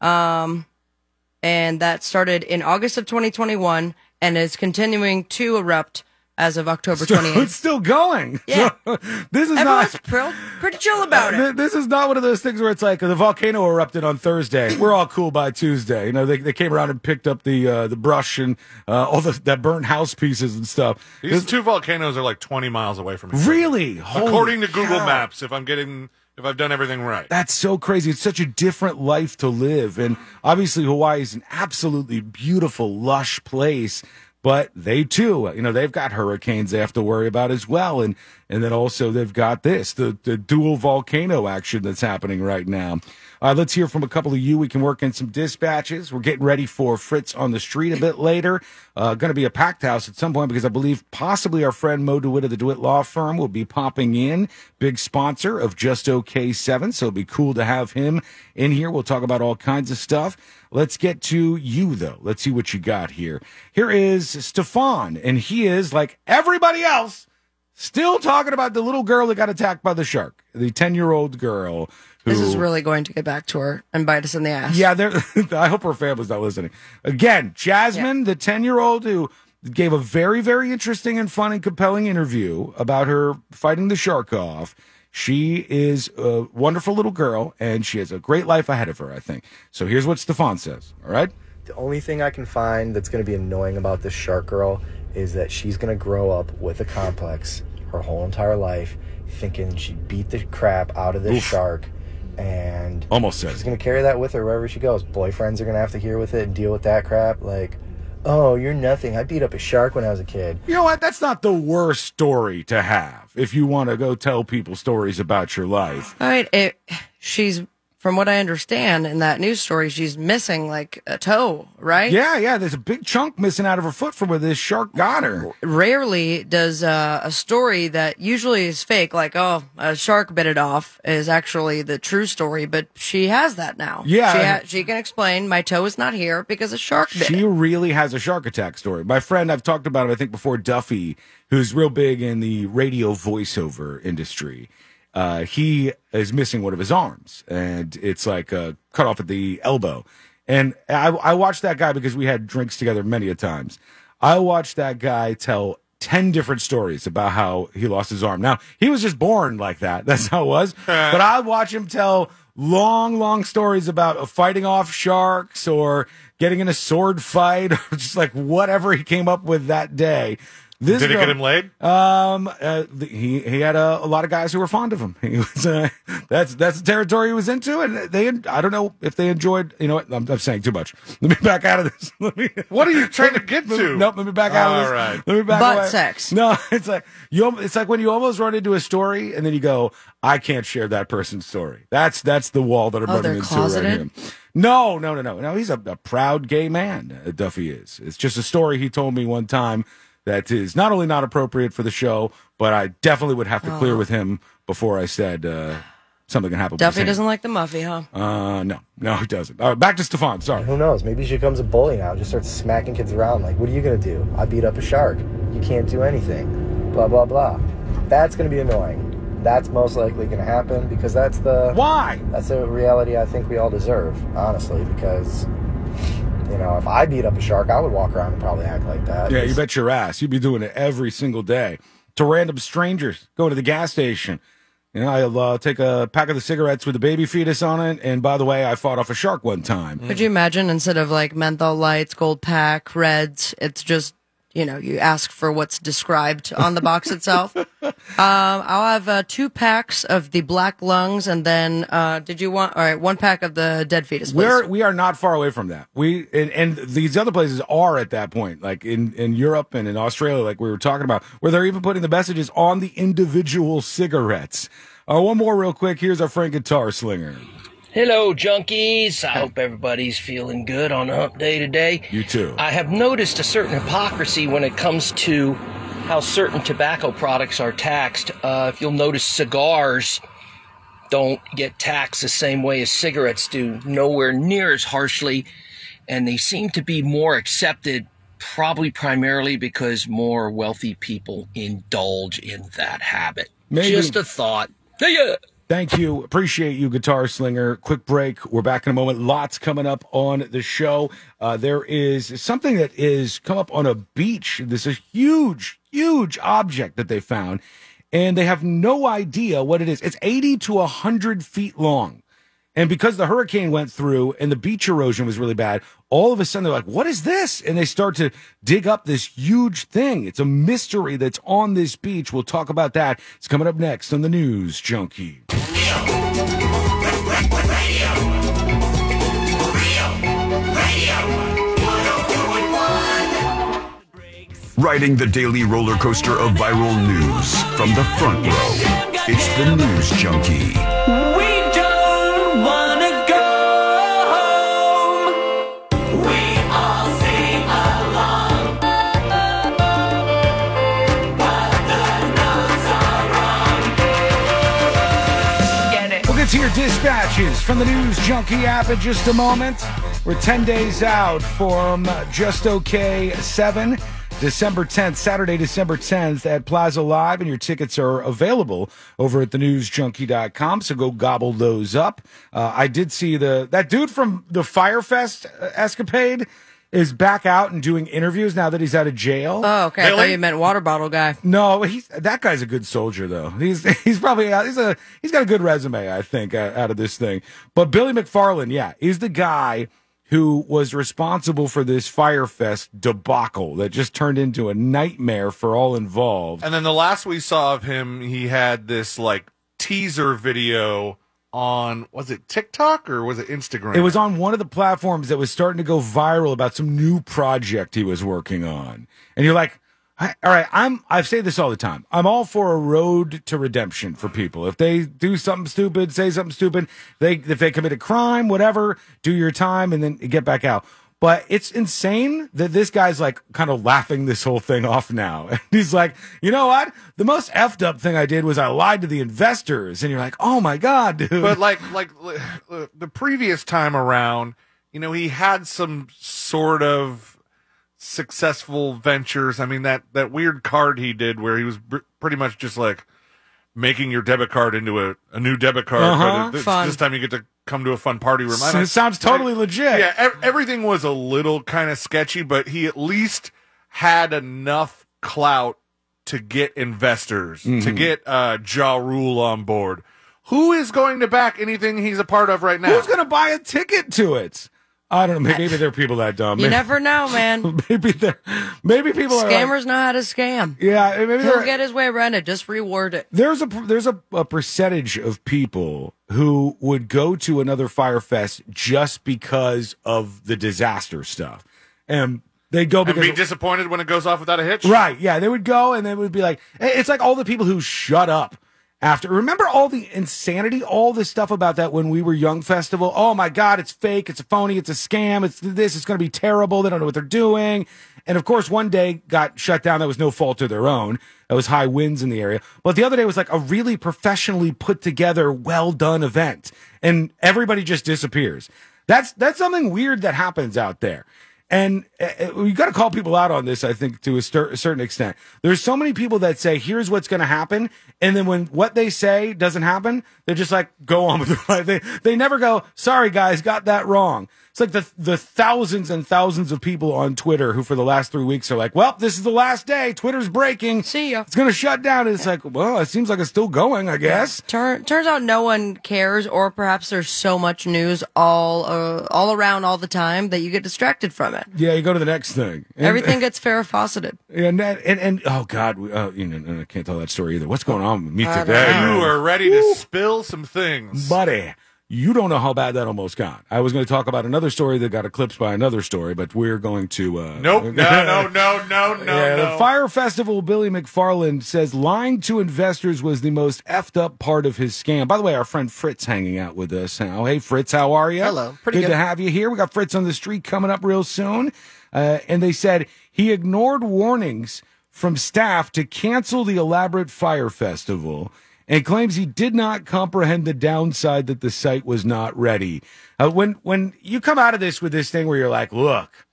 Um, and that started in August of 2021 and is continuing to erupt as of October So 28th. it's still going. Yeah. this is Everyone's not. pr- pretty chill about it. Th- This is not one of those things where it's like the volcano erupted on Thursday. We're all cool by Tuesday. You know, they, they came around and picked up the uh, the brush and uh, all the that burnt house pieces and stuff. These two volcanoes are like 20 miles away from each other. Really? According Holy to Google cow. Maps, if I'm getting if I've done everything right. That's so crazy. It's such a different life to live. And obviously, Hawaii is an absolutely beautiful, lush place. But they too, you know, they've got hurricanes they have to worry about as well. And, and then also they've got this, the, the dual volcano action that's happening right now. All right, let's hear from a couple of you. We can work in some dispatches. We're getting ready for Fritz on the street a bit later. Uh, going to be a packed house at some point because I believe possibly our friend Mo DeWitt of the DeWitt Law Firm will be popping in. Big sponsor of Just OK 7. So it'll be cool to have him in here. We'll talk about all kinds of stuff. Let's get to you, though. Let's see what you got here. Here is Stefan, and he is like everybody else. Still talking about the little girl that got attacked by the shark, the 10 year old girl. Who, This is really going to get back to her and bite us in the ass. yeah, there. I hope her family's not listening. Again, Jasmine, the ten-year-old who gave a very, very interesting and fun and compelling interview about her fighting the shark off. She is a wonderful little girl, and she has a great life ahead of her. I think. So here's what Stefan says. All right. The only thing I can find that's going to be annoying about this shark girl is that she's going to grow up with a complex her whole entire life, thinking she beat the crap out of this Oof. shark and Almost said she's it. gonna carry that with her wherever she goes. Boyfriends are gonna have to hear with it and deal with that crap. Like, oh, you're nothing. I beat up a shark when I was a kid. You know what? That's not the worst story to have if you want to go tell people stories about your life. All right. It, she's, from what I understand in that news story, she's missing like a toe, right? Yeah, yeah. There's a big chunk missing out of her foot from where this shark got her. Rarely does uh, a story that usually is fake, like, oh, a shark bit it off, is actually the true story, but she has that now. Yeah. She, ha- she can explain, my toe is not here because a shark bit. She really has a shark attack story. My friend, I've talked about him, I think, before, Duffy, who's real big in the radio voiceover industry. Uh, he is missing one of his arms, and it's like uh, cut off at the elbow. And I, I watched that guy because we had drinks together many a times. I watched that guy tell 10 different stories about how he lost his arm. Now, he was just born like that. That's how it was. but I watch him tell long, long stories about fighting off sharks or getting in a sword fight or just like whatever he came up with that day. This Did it girl- get him laid? Um, uh, th- he he had a, a lot of guys who were fond of him. He was uh, that's that's the territory he was into, and they I don't know if they enjoyed. You know what? I'm, I'm saying too much. Let me back out of this. Let me. What are you trying to get Let me- to? Nope. Let me back out of this. All right. Let me back Butt away. sex. No, it's like you. al- It's like when you almost run into a story and then you go, "I can't share that person's story." That's that's the wall that I'm Oh, they're running into right closeted? here. No, no, no, no, no. He's a, a proud gay man. uh, Duffy is. It's just a story he told me one time that is not only not appropriate for the show, but I definitely would have to clear Oh. with him before I said uh, something can happen. with his Duffy hand. doesn't like the Muffy, huh? Uh, no, no, he doesn't. All right, back to Stefan. Sorry. Who knows? Maybe she becomes a bully now. Just starts smacking kids around. Like, what are you gonna do? I beat up a shark. You can't do anything. Blah blah blah. That's gonna be annoying. That's most likely gonna happen because that's the why. That's a reality I think we all deserve, honestly. Because you know, if I beat up a shark, I would walk around and probably act like that. Yeah, you bet your ass. You'd be doing it every single day to random strangers, going to the gas station. You know, I'll uh, take a pack of the cigarettes with the baby fetus on it. And by the way, I fought off a shark one time. Could you imagine instead of like menthol lights, gold pack, reds, it's just, you know, you ask for what's described on the box itself. Um, I'll have uh, two packs of the black lungs and then, uh, did you want, all right, one pack of the dead fetus. please. We're we are not far away from that. We and, and these other places are at that point, like in in Europe and in Australia, like we were talking about, where they're even putting the messages on the individual cigarettes. Uh, one more real quick. Here's our friend guitar slinger. Hello, junkies. I hope everybody's feeling good on Hump Day today. You too. I have noticed a certain hypocrisy when it comes to how certain tobacco products are taxed. Uh, if you'll notice, cigars don't get taxed the same way as cigarettes do, nowhere near as harshly, and they seem to be more accepted. Probably primarily because more wealthy people indulge in that habit. Maybe. Just a thought. Hey, yeah. Thank you. Appreciate you, Guitar Slinger. Quick break. We're back in a moment. Lots coming up on the show. Uh, there is something that is come up on a beach. This is a huge, huge object that they found, and they have no idea what it is. It's 80 to 100 feet long. And because the hurricane went through and the beach erosion was really bad, all of a sudden they're like, what is this? And they start to dig up this huge thing. It's a mystery that's on this beach. We'll talk about that. It's coming up next on the News Junkie. Riding the daily roller coaster of viral news from the front row. It's the News Junkie. We don't wanna go home. We all sing along. But the notes are wrong. Get it. We'll get to your dispatches from the News Junkie app in just a moment. We're 10 days out from Just Okay 7, December 10th, Saturday, December 10th at Plaza Live, and your tickets are available over at thenewsjunkie.com, so go gobble those up. Uh, I did see the that dude from the Firefest uh, escapade is back out and doing interviews now that he's out of jail. Oh, okay. I thought you meant water bottle guy. No, he's that guy's a good soldier though. He's he's probably uh, he's a he's got a good resume I think uh, out of this thing. But Billy McFarland, yeah, is the guy who was responsible for this Firefest debacle that just turned into a nightmare for all involved. And then the last we saw of him, he had this like teaser video on was it TikTok or was it Instagram? It was on one of the platforms that was starting to go viral about some new project he was working on. And you're like, I, all right, I'm, I say this all the time. I'm all for a road to redemption for people. If they do something stupid, say something stupid, they, if they commit a crime, whatever, do your time and then get back out. But it's insane that this guy's like kind of laughing this whole thing off now. And he's like, you know what? The most effed up thing I did was I lied to the investors. And you're like, oh my God, dude. But like, like li- li- the previous time around, you know, he had some sort of successful ventures. I mean, that that weird card he did where he was br- pretty much just like making your debit card into a, a new debit card. Uh-huh. but this, Fun. this time you get to come to a fun party room. I So don't- it sounds totally legit. Yeah, ev- everything was a little kind of sketchy, but he at least had enough clout to get investors, to Mhm. get uh, Ja Rule on board. Who is going to back anything he's a part of right now? Who's going to buy a ticket to it? I don't know. Maybe there are people that dumb. You Maybe- never know, man. Maybe they're maybe people are like- Scammers know how to scam. Yeah, maybe he'll they're- get his way around it. Just reward it. there's a there's a, a percentage of people who would go to another firefest just because of the disaster stuff, and they go and because be disappointed when it goes off without a hitch? Right. Yeah. They would go and they would be like, it's like all the people who shut up after. Remember all the insanity, all this stuff about that when we were young festival? Oh my God, it's fake. It's a phony. It's a scam. It's this. It's going to be terrible. They don't know what they're doing. And of course, one day got shut down. That was no fault of their own. That was high winds in the area. But the other day was like a really professionally put together, well done event. And everybody just disappears. That's, that's something weird that happens out there. And uh, uh, you got to call people out on this, I think, to a, cer- a certain extent. There's so many people that say, here's what's going to happen. And then when what they say doesn't happen, they're just like, go on with their life. They, they never go, sorry, guys, got that wrong. It's like the, the thousands and thousands of people on Twitter who for the last three weeks are like, well, this is the last day. Twitter's breaking. See ya. It's going to shut down. And it's like, well, it seems like it's still going, I guess. Turn, turns out no one cares, or perhaps there's so much news all uh, all around all the time that you get distracted from it. Yeah, you go to the next thing. And- Everything gets fair fauceted. And, that, and and oh god, we, oh, you know, I can't tell that story either. What's going on with me I don't today? know. You man? are ready to spill some things. buddy. You don't know how bad that almost got. I was going to talk about another story that got eclipsed by another story, but we're going to. Uh, Nope. No, no, no, no, no, yeah, no. The Fire Festival, Billy McFarland says lying to investors was the most effed up part of his scam. By the way, our friend Fritz hanging out with us now. Hey, Fritz, how are you? Hello. Pretty to good. have you here. We got Fritz on the street coming up real soon. Uh, and they said he ignored warnings from staff to cancel the elaborate fire festival and claims he did not comprehend the downside that the site was not ready. Uh, when, when you come out of this with this thing where you're like, look,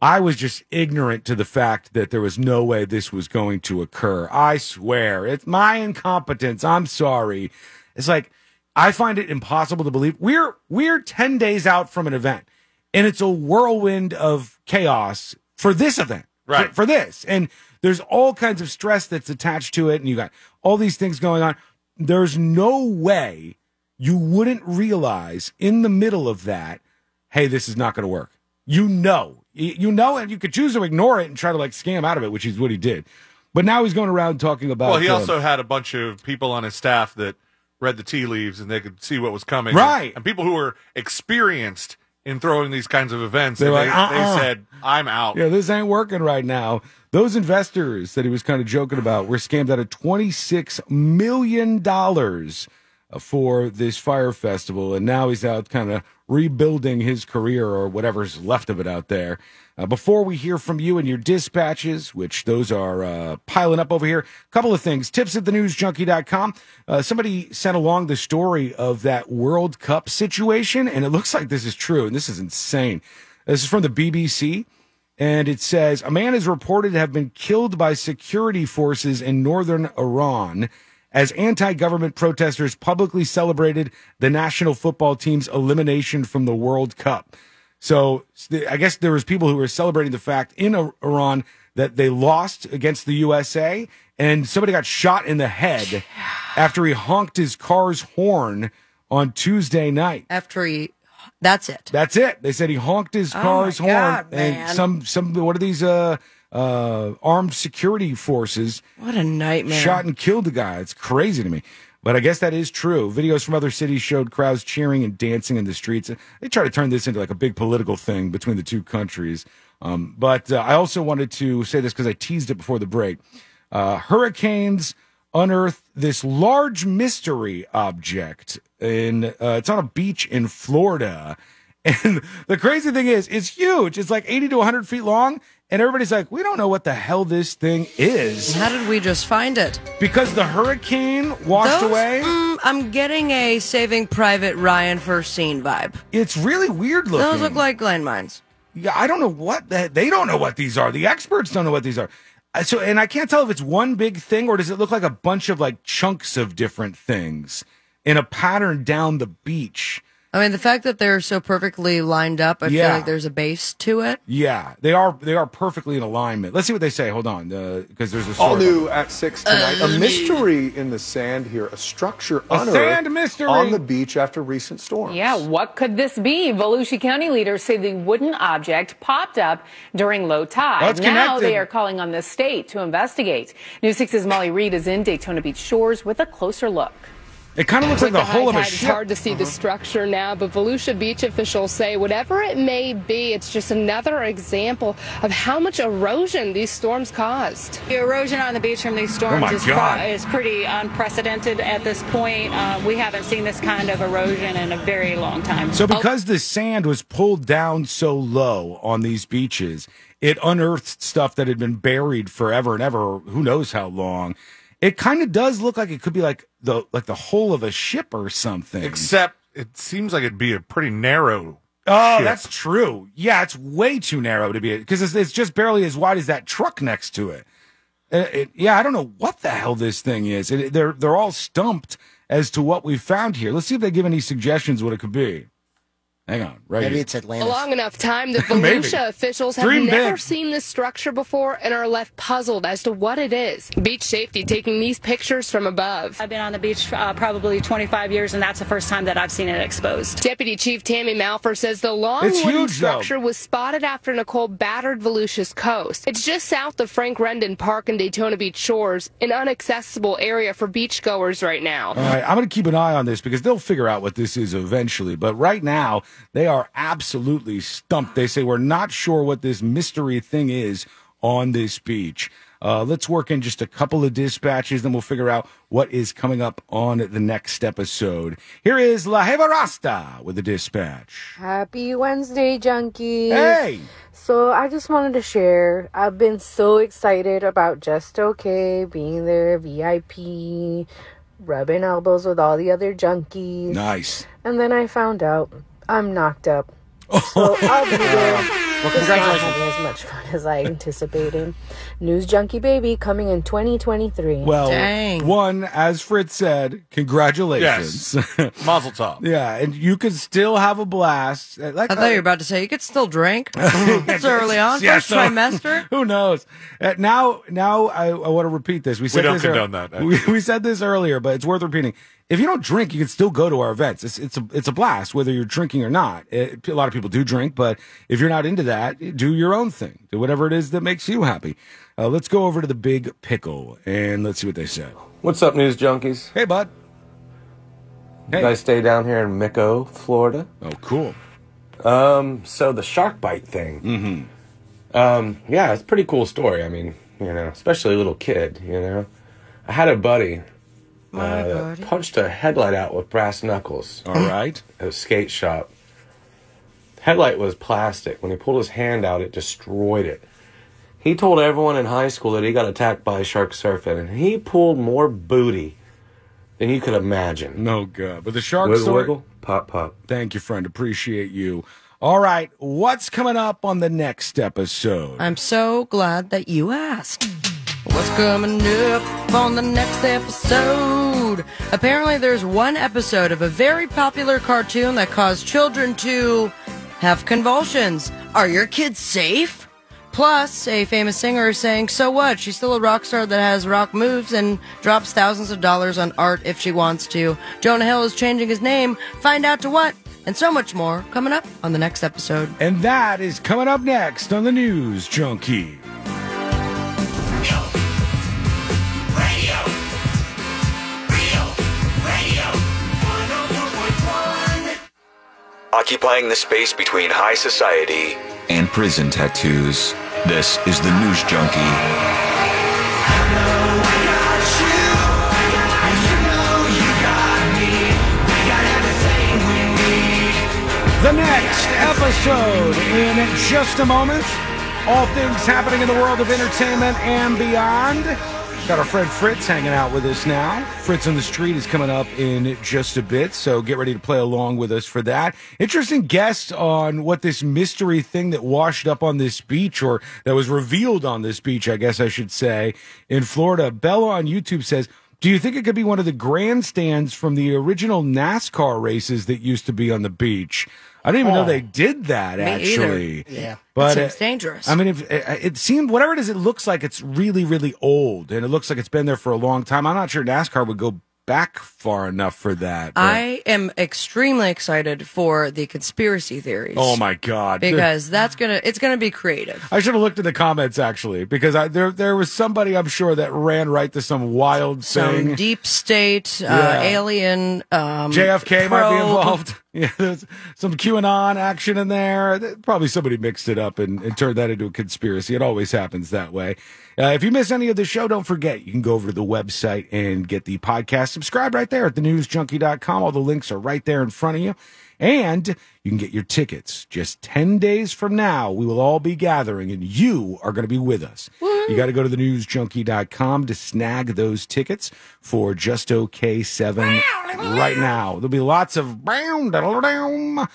I was just ignorant to the fact that there was no way this was going to occur. I swear. It's my incompetence. I'm sorry. It's like, I find it impossible to believe. We're, we're 10 days out from an event and it's a whirlwind of chaos for this event. Right. For, for this. And there's all kinds of stress that's attached to it. And you got all these things going on. There's no way you wouldn't realize in the middle of that hey, this is not going to work. You know, Y- you know, and you could choose to ignore it and try to like scam out of it, which is what he did. But now he's going around talking about. Well, he um, also had a bunch of people on his staff that read the tea leaves and they could see what was coming. Right. And, people who were experienced in throwing these kinds of events, They and were they, like, "Uh-uh." they said, I'm out. Yeah, this ain't working right now. Those investors that he was kind of joking about were scammed out of $26 million uh, for this fire festival. And now he's out kind of rebuilding his career or whatever's left of it out there. Uh, before we hear from you and your dispatches, which those are uh, piling up over here, a couple of things. Tips at thenewsjunkie.com. Uh, somebody sent along the story of that World Cup situation, and it looks like this is true, and this is insane. This is from the BBC. And it says a man is reported to have been killed by security forces in northern Iran as anti government protesters publicly celebrated the national football team's elimination from the World Cup. So s- the- I guess there was people who were celebrating the fact in I- Iran that they lost against the USA and somebody got shot in the head after he honked his car's horn on Tuesday night. After he, that's it. That's it. They said he honked his Oh car's my horn, God, and man. some some what are these uh uh armed security forces? What a nightmare! Shot and killed the guy. It's crazy to me. But I guess that is true. Videos from other cities showed crowds cheering and dancing in the streets. They try to turn this into like a big political thing between the two countries. Um, but uh, I also wanted to say this because I teased it before the break. Uh, hurricanes unearth this large mystery object in uh, it's on a beach in Florida. And the crazy thing is, it's huge. It's like 80 to 100 feet long. And everybody's like, we don't know what the hell this thing is. How did we just find it? Because the hurricane washed Those- away. mm, I'm getting a Saving Private Ryan first scene vibe. It's really weird looking. Those look like landmines. Yeah, I don't know what the, they don't know what these are. The experts don't know what these are. Uh, So, and I can't tell if it's one big thing or does it look like a bunch of like chunks of different things in a pattern down the beach. I mean, the fact that they're so perfectly lined up, I feel Yeah. like there's a base to it. Yeah, they are they are perfectly in alignment. Let's see what they say. Hold on, because there's a All story new about- at six tonight. Uh, a mystery in the sand here. A structure A unearthed sand mystery. on the beach after recent storms. Yeah, what could this be? Volusia County leaders say the wooden object popped up during low Well, tide. it's now connected. they are calling on the state to investigate. News 6's Molly Reed is in Daytona Beach shores with a closer look. It kind of looks like the hull of a It's ship. hard to see the structure now, but Volusia Beach officials say whatever it may be, it's just another example of how much erosion these storms caused. The erosion on the beach from these storms my is, God. pro- is pretty unprecedented at this point. Uh, we haven't seen this kind of erosion in a very long time. Oh. So, because the sand was pulled down so low on these beaches, it unearthed stuff that had been buried forever and ever, who knows how long. It kind of does look like it could be like the like the hull of a ship or something. Except it seems like it'd be a pretty narrow. Oh, ship. that's true. Yeah, it's way too narrow to be because it's, it's just barely as wide as that truck next to it. Uh, it- Yeah, I don't know what the hell this thing is. It, they're they're all stumped as to what we found here. Let's see if they give any suggestions what it could be. Hang on, right? Maybe here. it's A Atlantis. long enough time that Maybe. Volusia officials have Dream never big. seen this structure before and are left puzzled as to what it is. Beach safety taking these pictures from above. I've been on the beach uh, probably 25 years, and that's the first time that I've seen it exposed. Deputy Chief Tammy Malfer says the long It's wooden huge, though. structure was spotted after Nicole battered Volusia's coast. It's just south of Frank Rendon Park and Daytona Beach Shores, an unaccessible area for beachgoers right now. All right, I'm going to keep an eye on this because they'll figure out what this is eventually. But right now, they are absolutely stumped. They say we're not sure what this mystery thing is on this beach. Uh, let's work in just a couple of dispatches, then we'll figure out what is coming up on the next episode. Here is La Jeva Rasta with the dispatch. Happy Wednesday, junkies. Hey! So I just wanted to share. I've been so excited about Just Okay being there, VIP, rubbing elbows with all the other junkies. Nice. And then I found out I'm knocked up. So I'll be there. Well, Just not congratulations. having as much fun as I anticipated. News Junkie Baby coming in 2023. Well, one, as Fritz said, congratulations. Mazel tov. yeah, and you can still have a blast. Uh, Like, I thought you were about to say you could still drink. it's early on, Yeah, first so- trimester. Who knows? Uh, now, now I, I want to repeat this. We We said don't this condone ear- that, We, we said this earlier, but it's worth repeating. If you don't drink, you can still go to our events. It's it's a it's a blast whether you're drinking or not. It- a lot of people do drink, but if you're not into that, do your own thing. Do whatever it is that makes you happy. Uh, let's go over to the big pickle and let's see what they said. What's up, news junkies? Hey, bud. Hey. I stay down here in Mico, Florida. Oh, cool. Um, so the shark bite thing. Mm-hmm. Um, yeah, it's a pretty cool story. I mean, you know, especially a little kid. You know, I had a buddy uh, that punched a headlight out with brass knuckles. All right. At a skate shop. Headlight was plastic. When he pulled his hand out, it destroyed it. He told everyone in high school that he got attacked by a shark surfing, and he pulled more booty than you could imagine. No good. But the shark wiggle, story- wiggle, pop, pop. Thank you, friend. Appreciate you. All right, what's coming up on the next episode? I'm so glad that you asked. What's coming up on the next episode? Apparently, there's one episode of a very popular cartoon that caused children to have convulsions. Are your kids safe? Plus, a famous singer is saying, So what? She's still a rock star that has rock moves and drops thousands of dollars on art if she wants to. Jonah Hill is changing his name. Find out to what? And so much more coming up on the next episode. And that is coming up next on the News Junkie. Radio. Real. occupying the space between high society and prison tattoos. This is the News Junkie. The next episode in just a moment. All things happening in the world of entertainment and beyond. Got our friend Fritz hanging out with us now. Fritz on the Street is coming up in just a bit, so get ready to play along with us for that. Interesting guest on what this mystery thing that washed up on this beach, or that was revealed on this beach, I guess I should say, in Florida. Bella on YouTube says, do you think it could be one of the grandstands from the original NASCAR races that used to be on the beach? I didn't even know Oh. they did that Me actually. either. Yeah. That but seems uh, dangerous. I mean, if it, it seemed whatever it is, it looks like it's really, really old, and it looks like it's been there for a long time. I'm not sure NASCAR would go back far enough for that. but- I am extremely excited for the conspiracy theories. oh my god! Because that's gonna it's gonna be creative. I should have looked in the comments actually, because I, there there was somebody I'm sure that ran right to some wild Some thing. deep state, Yeah. uh, alien, um, JFK might probe. be involved. Yeah, there's some QAnon action in there. Th- Probably somebody mixed it up and, and turned that into a conspiracy. It always happens that way. Uh, if you miss any of the show, don't forget you can go over to the website and get the podcast. Subscribe right there at thenewsjunkie.com. All the links are right there in front of you. And you can get your tickets just 10 days from now. We will all be gathering and you are going to be with us. You got to go to thenewsjunkie.com to snag those tickets for just okay seven right now. There'll be lots of brown, da-da-da-dum,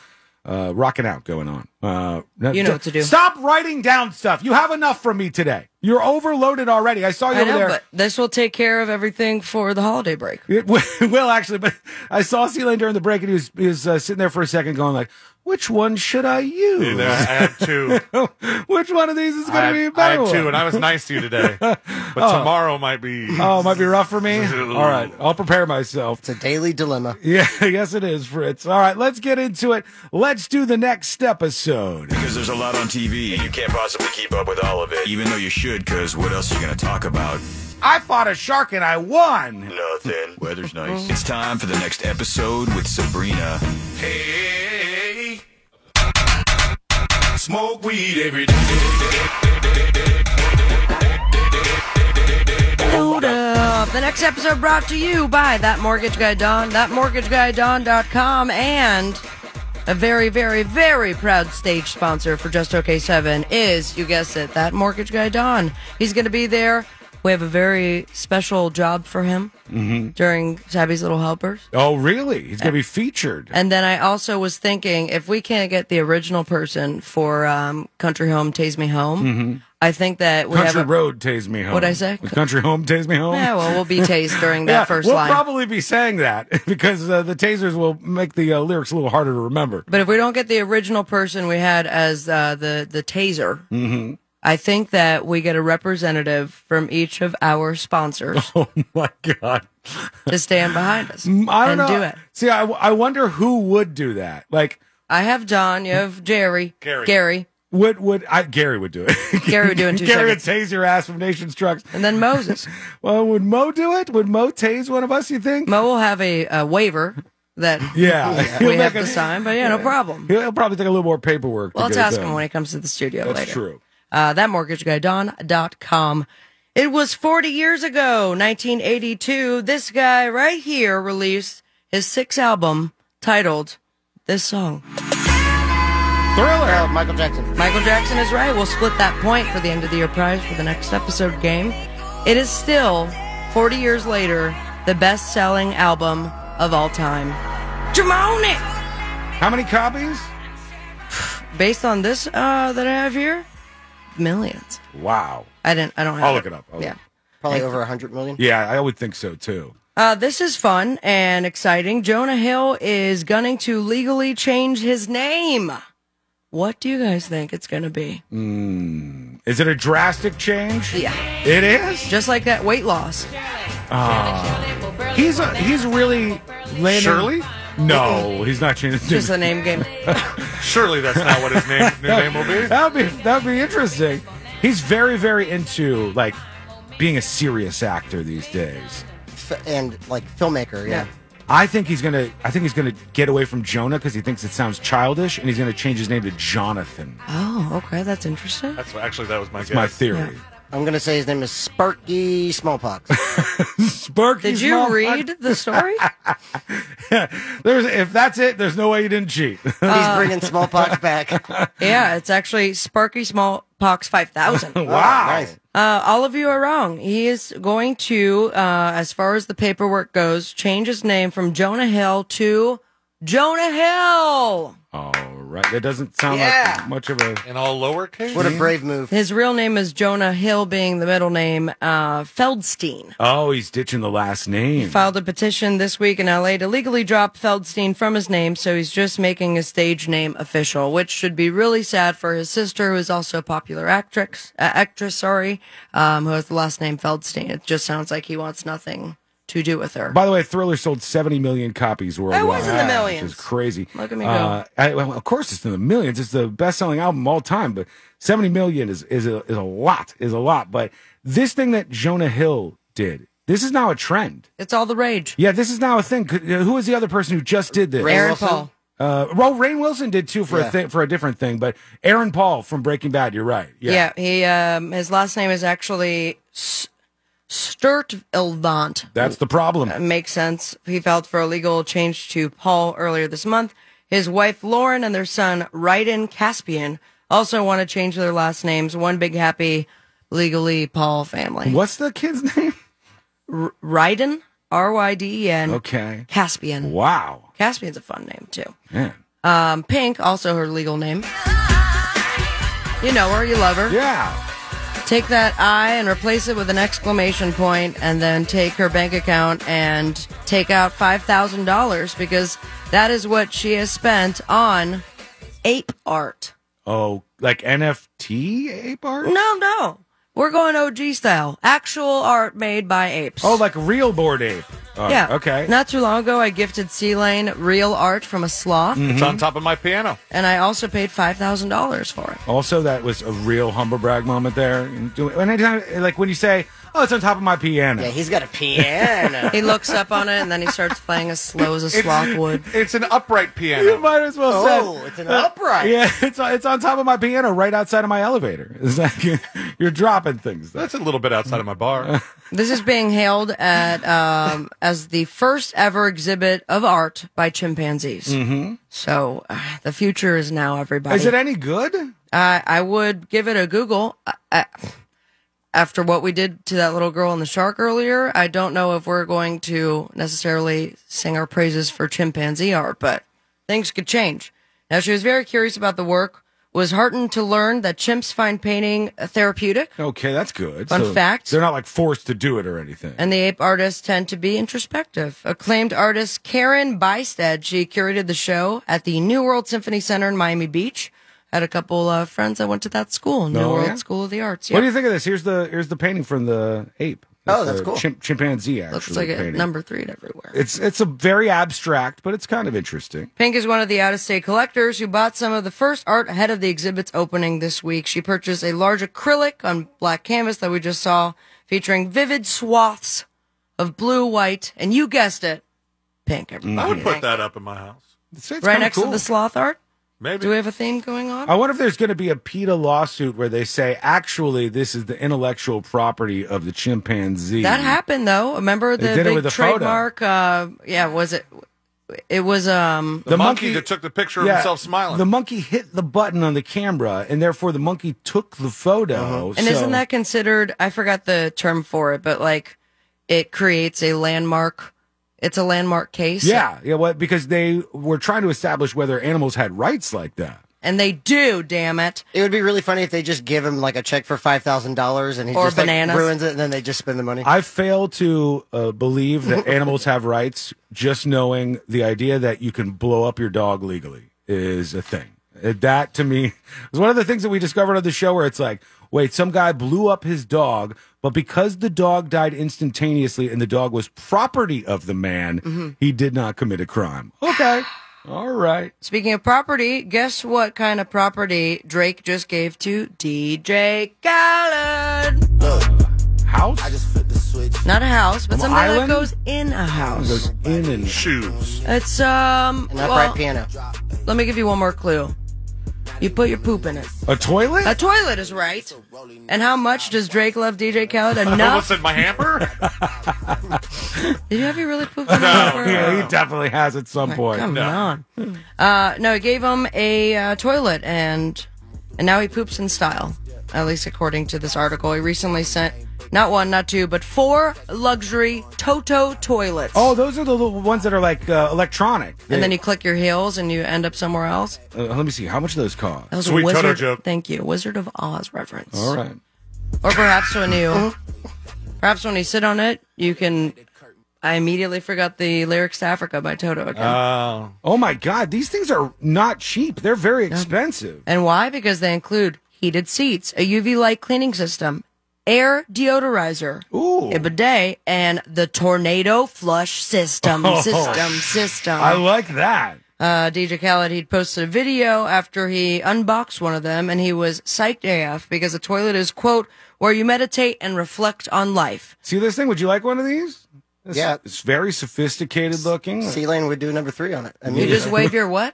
uh, rocking out going on. Uh, no, You know d- what to do. Stop writing down stuff. You have enough from me today. You're overloaded already. I saw you I over know, there. but this will take care of everything for the holiday break. It w- will actually, but I saw Celine during the break, and he was he was uh, sitting there for a second, going like, "Which one should I use? Dude, I had two. Which one of these is I going to had, be a I better had two, one?" and I was nice to you today. But Oh. tomorrow might be. Oh, it might be rough for me. All right, I'll prepare myself. It's a daily dilemma. Yeah, yes, it is, Fritz. All right, let's get into it. Let's do the next episode. Because there's a lot on TV, and you can't possibly keep up with all of it, even though you should, because what else are you going to talk about? I fought a shark and I won. Nothing. Weather's nice. It's time for the next episode with Sabrina. Hey. Smoke weed every day. Load up. The next episode brought to you by That Mortgage Guy Don, thatmortgageguydon.com, and a very, very, very proud stage sponsor for Just OK 7 is, you guessed it, That Mortgage Guy Don. He's going to be there. We have a very special job for him Mm-hmm. Mhm. during Sabby's Little Helpers. Oh, really? He's going to be featured. And then I also was thinking if we can't get the original person for um, Country Home, Tase Me Home, Mhm. I think that we have Country a- Road Tase Me Home. Mm-hmm. What'd I say? Country Home Tase Me Home? Yeah, well, we'll be tased during that Yeah, first we'll line. probably be saying that because uh, the tasers will make the uh, lyrics a little harder to remember. But if we don't get the original person we had as uh, the the taser, Mm-hmm. I think that we get a representative from each of our sponsors Oh, my God. Mm, to stand behind us I don't and know. do it. See, I, I wonder who would do that. Like, I have Don. You have Jerry. Gary. Gary. Would would I? Gary would do it. Gary would do it in two Gary seconds. would tase your ass from Nation's trucks. And then Moses. well, would Mo do it? Would Mo tase one of us? You think? Mo will have a, a waiver that Yeah, we He'll have make to a- sign, but yeah, no problem. He'll, he'll probably take a little more paperwork. Well, to let's get it ask done. him when he comes to the studio That's later. true. Uh, that mortgageguyDon.com. It was 40 years ago, 1982. This guy right here released his sixth album titled This Song. Thriller. Michael Jackson. Michael Jackson is right. We'll split that point for the end of the year prize for the next episode game. It is still, 40 years later, the best selling album of all time. Jamone! How many copies? Based on this uh, that I have here, millions. Wow. I didn't. I don't have. I'll look it up. I'll yeah. look it Probably over 100 million. Yeah, I would think so too. Uh, this is fun and exciting. Jonah Hill is gunning to legally change his name. What do you guys think it's going to be? Mm. Is it a drastic change? Yeah. It is. Just like that weight loss. Ah. he's a, he's really landing. Shirley? No, he's not changing. It's just a name game. Surely that's not what his name, new name will be. That'd be that'd be interesting. He's very very into like being a serious actor these days. F- and like filmmaker, yeah. I think he's gonna. I think he's gonna get away from Jonah because he thinks it sounds childish, and he's gonna change his name to Jonathan. Oh, okay, that's interesting. That's actually that was my That's my theory. I'm gonna say his name is Sparky Smallpox. Sparky. Did you read the story? There's if that's it, there's no way you didn't cheat. Uh, bringing smallpox back. yeah, it's actually Sparky Smallpox 5000. Wow. Nice. Uh, all of you are wrong. He is going to, uh, as far as the paperwork goes, change his name from Jonah Hill to Jonah Hill. All right, that doesn't sound Yeah. like much of a. And all lowercase. What a brave move. His real name is Jonah Hill, being the middle name uh, Feldstein. Oh, he's ditching the last He name. filed a petition this week in LA to legally drop Feldstein from his name, so he's just making his stage name official, which should be really sad for his sister, who is also a popular actress, uh, actress, sorry, um, who has the last name Feldstein. It just sounds like he wants nothing to do with her. By the way, Thriller sold 70 million copies worldwide. I was in the millions. Which is crazy. Look at me Uh, I- well, of course, it's in the millions. It's the best-selling album of all time. But 70 million is is a, is a lot. Is a lot. But this thing that Jonah Hill did, this is now a trend. It's all the rage. Yeah, this is now a thing. Could- Who was the other person who just did this? Ray Aaron Wilson? Paul. Uh, well, Rain Wilson did too for Yeah. a thi- for a different thing, but Aaron Paul from Breaking Bad. You're right. Yeah, he um, his last name is actually S- Sturtevant. That's the problem. That Uh, makes sense. He filed for a legal change to Paul earlier this month. His wife Lauren and their son Ryden Caspian also want to change their last names. One big happy, legally Paul family. What's the kid's name? R- Ryden R Y D E N. Okay. Caspian. Wow. Caspian's a fun name too. Man. Um, Pink, also her legal name. You know her, you love her. Yeah. Take that I and replace it with an exclamation point, and then take her bank account and take out $5,000 because that is what she has spent on ape art. Oh, like NFT ape art? No, no. We're going OG style. Actual art made by apes. Oh, like real board ape. Oh, yeah. Okay. Not too long ago, I gifted C Lane real art from a sloth. Mm-hmm. It's on top of my piano. And I also paid $5,000 for it. Also, that was a real humble brag moment there. And do- and anytime, like when you say, "Oh, it's on top of my piano." Yeah, he's got a piano. he looks up on it and then he starts playing as slow as a sloth would. It's an upright piano. You might as well say, Oh, it's an upright. Yeah, it's on- it's on top of my piano, right outside of my elevator. It's like you're dropping things. There. That's a little bit outside of my bar. This is being hailed at um, as the first ever exhibit of art by chimpanzees. Mm-hmm. Mhm. So uh, the future is now, everybody. Is it any good? Uh, I would give it a Google. Uh, uh, after what we did to that little girl and the shark earlier, I don't know if we're going to necessarily sing our praises for chimpanzee art, but things could change. Now, she was very curious about the work, was heartened to learn that chimps find painting therapeutic. Okay, that's good. Fun fact. They're not like forced to do it or anything. And the ape artists tend to be introspective. Acclaimed artist Karen Bystead, she curated the show at the New World Symphony Center in Miami Beach. Had a couple uh, friends that went to that school, New Oh, World yeah? School of the Arts. What yeah. do you think of this? Here's the here's the painting from the ape. Oh, It's that's a cool. chim- chimpanzee actually. Looks like a painting. number three to everywhere. It's it's a very abstract, but it's kind of interesting. Pink is one of the out of state collectors who bought some of the first art ahead of the exhibit's opening this week. She purchased a large acrylic on black canvas that we just saw featuring vivid swaths of blue, white, and you guessed it, pink. I everybody. would put that up in my house. right next to the sloth art. Maybe. Do we have a theme going on? I wonder if there's going to be a PETA lawsuit where they say, actually, this is the intellectual property of the chimpanzee. That happened though. Remember They the did it big with a photo. trademark? Uh, yeah, was it? It was um The, monkey, that took the picture of himself smiling. The monkey hit the button on the camera, and therefore the monkey took the photo. Uh-huh. And so- isn't that considered? I forgot the term for it, but like it creates a landmark. It's a landmark case. Yeah, yeah. What? Because they were trying to establish whether animals had rights like that. And they do, damn it. It would be really funny if they just give him like a check for five thousand dollars and he Or just like, bananas. ruins it and then they just spend the money. I fail to uh, believe that animals have rights. Just knowing the idea that you can blow up your dog legally is a thing. Uh, That to me is one of the things that we discovered on the show where it's like, wait, some guy blew up his dog, but because the dog died instantaneously and the dog was property of the man, he did not commit a crime. Okay. All right. Speaking of property, guess what kind of property Drake just gave to DJ Khaled? House? I just flipped the Not a house, but Um, something that island? goes in a house. Goes in and shoes. It's um An upright well, piano. Let me give you one more clue. You put your poop in it. A toilet? A toilet is right. And how much does Drake love DJ Khaled? What's Enough? in my hamper? Did you ever really poop? yeah, he definitely has at some point. come on. Uh, no, it gave him a uh, toilet, and and now he poops in style. At least according to this article, he recently sent not one, not two, but four luxury Toto toilets. Oh, those are the little ones that are like uh, electronic. And then you click your heels, and you end up somewhere else. Uh, let me see. How much do those cost? That was a Wizard, Thank you, Wizard of Oz reference. All right. Or perhaps when you, perhaps when you sit on it, you can. I immediately forgot the lyrics to Africa by Toto again. oh my God, these things are not cheap. They're very expensive. And why? Because they include heated seats, a UV light cleaning system, air deodorizer, a bidet, and the tornado flush system. Oh. System, system. I like that. Uh, DJ Khaled, he'd posted a video after he unboxed one of them and he was psyched AF because the toilet is, quote, where you meditate and reflect on life. See this thing? Would you like one of these? It's, Yeah. It's very sophisticated looking. C Lane would do number three on it. You just wave your what?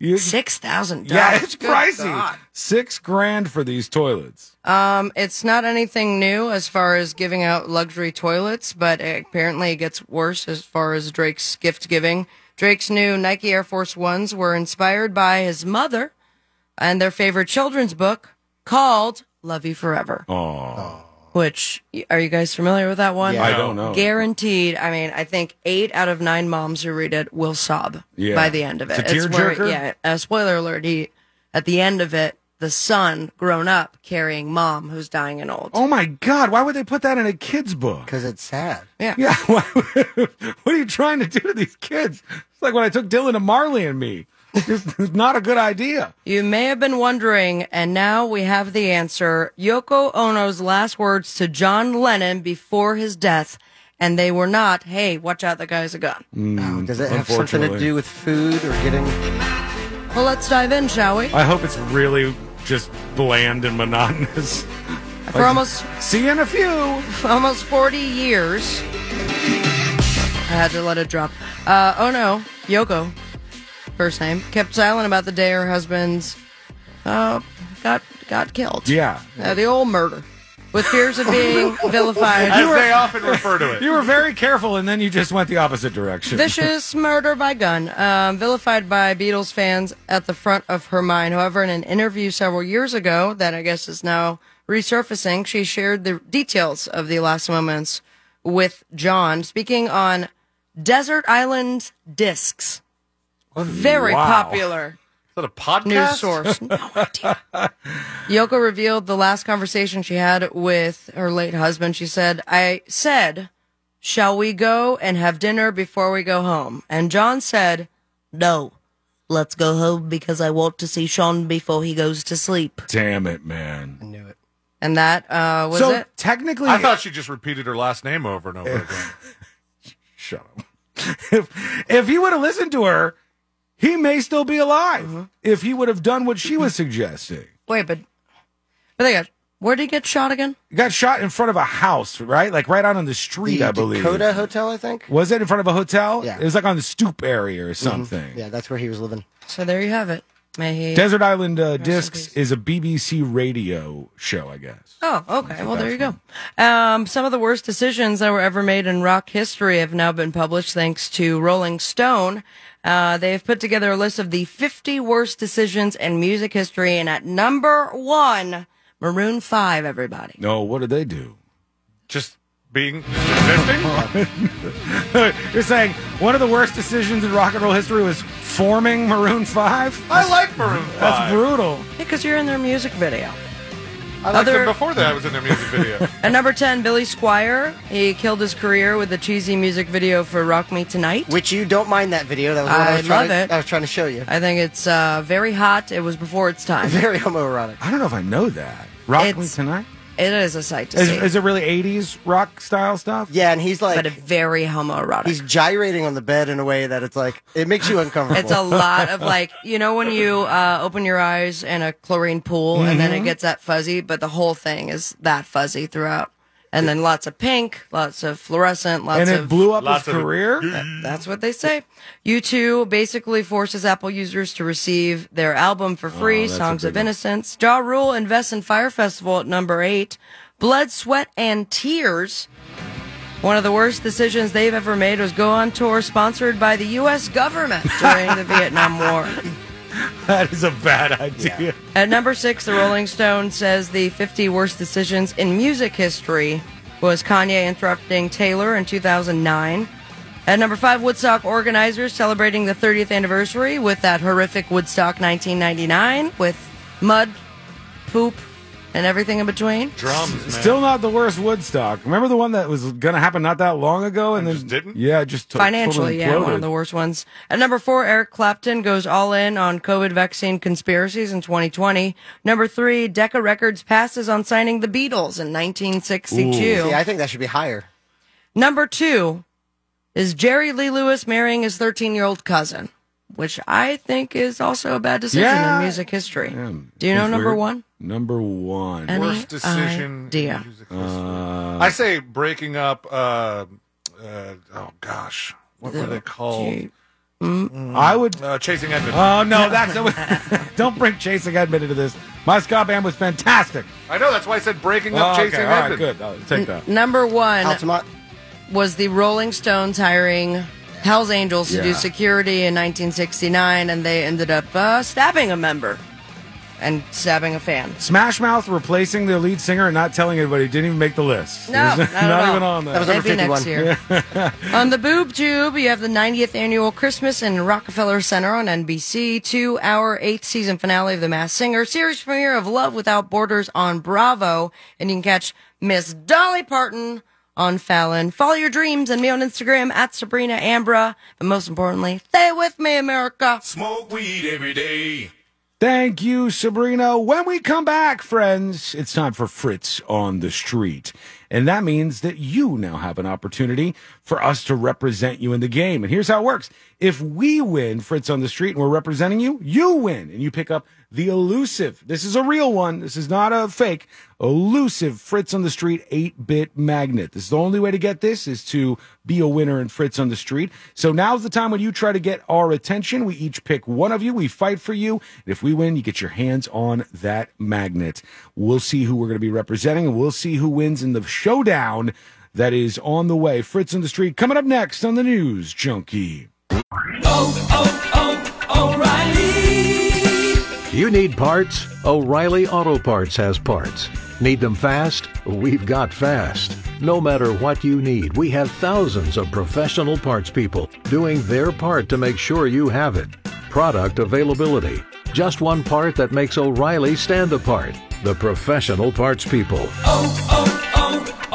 You- Six thousand Yeah, it's Good pricey. God. Six grand for these toilets. Um, it's not anything new as far as giving out luxury toilets, but it, apparently it gets worse as far as Drake's gift giving. Drake's new Nike Air Force Ones were inspired by his mother and their favorite children's book called Love You Forever. Oh. Which are you guys familiar with that one? Yeah. I don't know. Guaranteed. I mean, I think eight out of nine moms who read it will sob Yeah. by the end of it. It's a where- tearjerker? yeah. Uh, spoiler alert. He at the end of it, the son grown up carrying mom who's dying and old. Oh my God, why would they put that in a kid's book? Because it's sad. Yeah. Yeah. why would- what are you trying to do to these kids? It's like when I took Dylan to Marley and me. It's not a good idea. You may have been wondering, and now we have the answer. Yoko Ono's last words to John Lennon before his death, and they were not, "Hey, watch out, the guy's a gun." Oh, Does it have something to do with food or getting? Well, let's dive in, shall we? I hope it's really just bland and monotonous. For almost see you in a few. For almost forty years, I had to let it drop. Uh, oh no, Yoko, first name, kept silent about the day her husband's uh, got got killed. Yeah. Uh, the old murder, with fears of being vilified. As they often refer to it. You were very careful, and then you just went the opposite direction. Vicious murder by gun, um, vilified by Beatles fans at the front of her mind. However, in an interview several years ago that I guess is now resurfacing, she shared the details of the last moments with John, speaking on Desert Island Discs. Very Wow. popular. Is that a podcast? News source. No Yoko revealed the last conversation she had with her late husband. She said, I said, Shall we go and have dinner before we go home? And John said, No, let's go home because I want to see Sean before he goes to sleep. Damn it, man. I knew it. And that uh, was it. technically, I thought she just repeated her last name over and Eh, over again. Shut up. if, if he would have listened to her, he may still be alive. If he would have done what she was suggesting, Mm-hmm. Wait, but, but they got, where did he get shot again? he got shot in front of a house, right? Like right out on the street, The I believe. Dakota Hotel, I think. Was it in front of a hotel? Yeah. Mm-hmm. It was like on the stoop area or something. Yeah, that's where he was living. So there you have it. May he. Desert Island uh, Discs is a BBC radio show, I guess. Oh, okay. Well, there you go. Um, some of the worst decisions that were ever made in rock history have now been published thanks to Rolling Stone. Uh, they have put together a list of the 50 worst decisions in music history, and at number one, Maroon 5, everybody. No, what did they do? Just being just existing? You're saying one of the worst decisions in rock and roll history was forming Maroon 5? I like Maroon 5. That's brutal. Because you're in their music video. I liked them before that I was in their music video. At number 10, Billy Squire. He killed his career with the cheesy music video for Rock Me Tonight. Which you don't mind that video. That was what I, I was trying love to, it. I was trying to show you. I think it's uh, very hot. It was before its time. Very homoerotic. I don't know if I know that. Rock Me Tonight? It is a sight to Is, see. is it really 80s rock style stuff? Yeah, and he's like, but a very homoerotic. he's gyrating on the bed in a way that it's like it makes you uncomfortable. It's a lot of like, you know, when you uh, open your eyes in a chlorine pool and then it Mhm. gets that fuzzy, but the whole thing is that fuzzy throughout. and then lots of pink, lots of fluorescent, lots And it of blew up his Lots of- career? That- That's what they say. U2 basically forces Apple users to receive their album for free, Oh, that's a Songs big of one. Innocence. Ja Rule invests in Fire Festival at number 8. Blood, Sweat and Tears. One of the worst decisions they've ever made was go on tour sponsored by the US government during the Vietnam War. That is a bad idea. At number six, the Rolling Stone says the 50 worst decisions in music history was Kanye interrupting Taylor in 2009. At number five, Woodstock organizers celebrating the 30th anniversary with that horrific Woodstock 1999 with mud, poop, and everything in between. Still not the worst Woodstock. Remember the one that was going to happen not that long ago and, then didn't. Yeah, it just to- Financially, totally yeah, one imploded. of the worst ones. At number four, Eric Clapton goes all in on COVID vaccine conspiracies in 2020. Number three, Decca Records passes on signing the Beatles in 1962. See, I think that should be higher. Number two is Jerry Lee Lewis marrying his 13 year old cousin, which I think is also a bad decision Yeah. in music history. Yeah, Do you know it's number weird. one? Number one. Any Worst decision idea? Uh, I say breaking up. Uh, uh, oh gosh, what were they called? mm. I would. Uh, Chasing Edmond. Oh no, that's don't bring Chasing Edmond into this. My ska band was fantastic. I know that's why I said breaking up. Oh, okay, Chasing all right, Edmond. good. I'll take that. Number one was the Rolling Stones hiring Hell's Angels to do Yeah. security in 1969, and they ended up uh, stabbing a member and stabbing a fan. Smash Mouth replacing their lead singer and not telling anybody didn't even make the list. No, It was not at all. even on there. That was number Maybe next 51. on the boob tube, you have the 90th annual Christmas in Rockefeller Center on NBC, two hour, eighth season finale of The Masked Singer, series premiere of Love Without Borders on Bravo, and you can catch Miss Dolly Parton on Fallon. Follow your dreams and me on Instagram at Sabrina Ambra, and most importantly, stay with me, America. Smoke weed every day. Thank you, Sabrina. When we come back, friends, it's time for Fritz on the Street. And that means that you now have an opportunity for us to represent you in the game. And here's how it works. If we win Fritz on the Street and we're representing you, you win and you pick up the elusive. This is a real one. This is not a fake. Elusive Fritz on the Street 8 bit magnet. This is the only way to get this is to be a winner in Fritz on the Street. So now's the time when you try to get our attention. We each pick one of you. We fight for you. And if we win, you get your hands on that magnet. We'll see who we're going to be representing and we'll see who wins in the showdown that is on the way. Fritz on the Street coming up next on the News Junkie. You need parts? O'Reilly Auto Parts has parts. Need them fast? We've got fast. No matter what you need, we have thousands of professional parts people doing their part to make sure you have it. Product availability. Just one part that makes O'Reilly stand apart. The professional parts people. oh,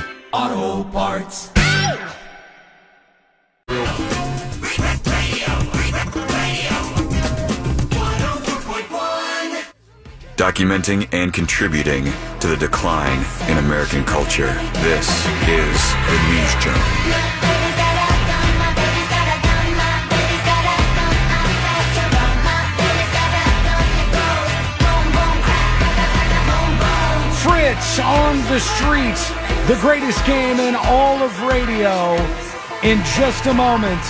O'Reilly Auto Parts. documenting and contributing to the decline in American culture. This is the News Junkie. Fritz on the street, the greatest game in all of radio in just a moment.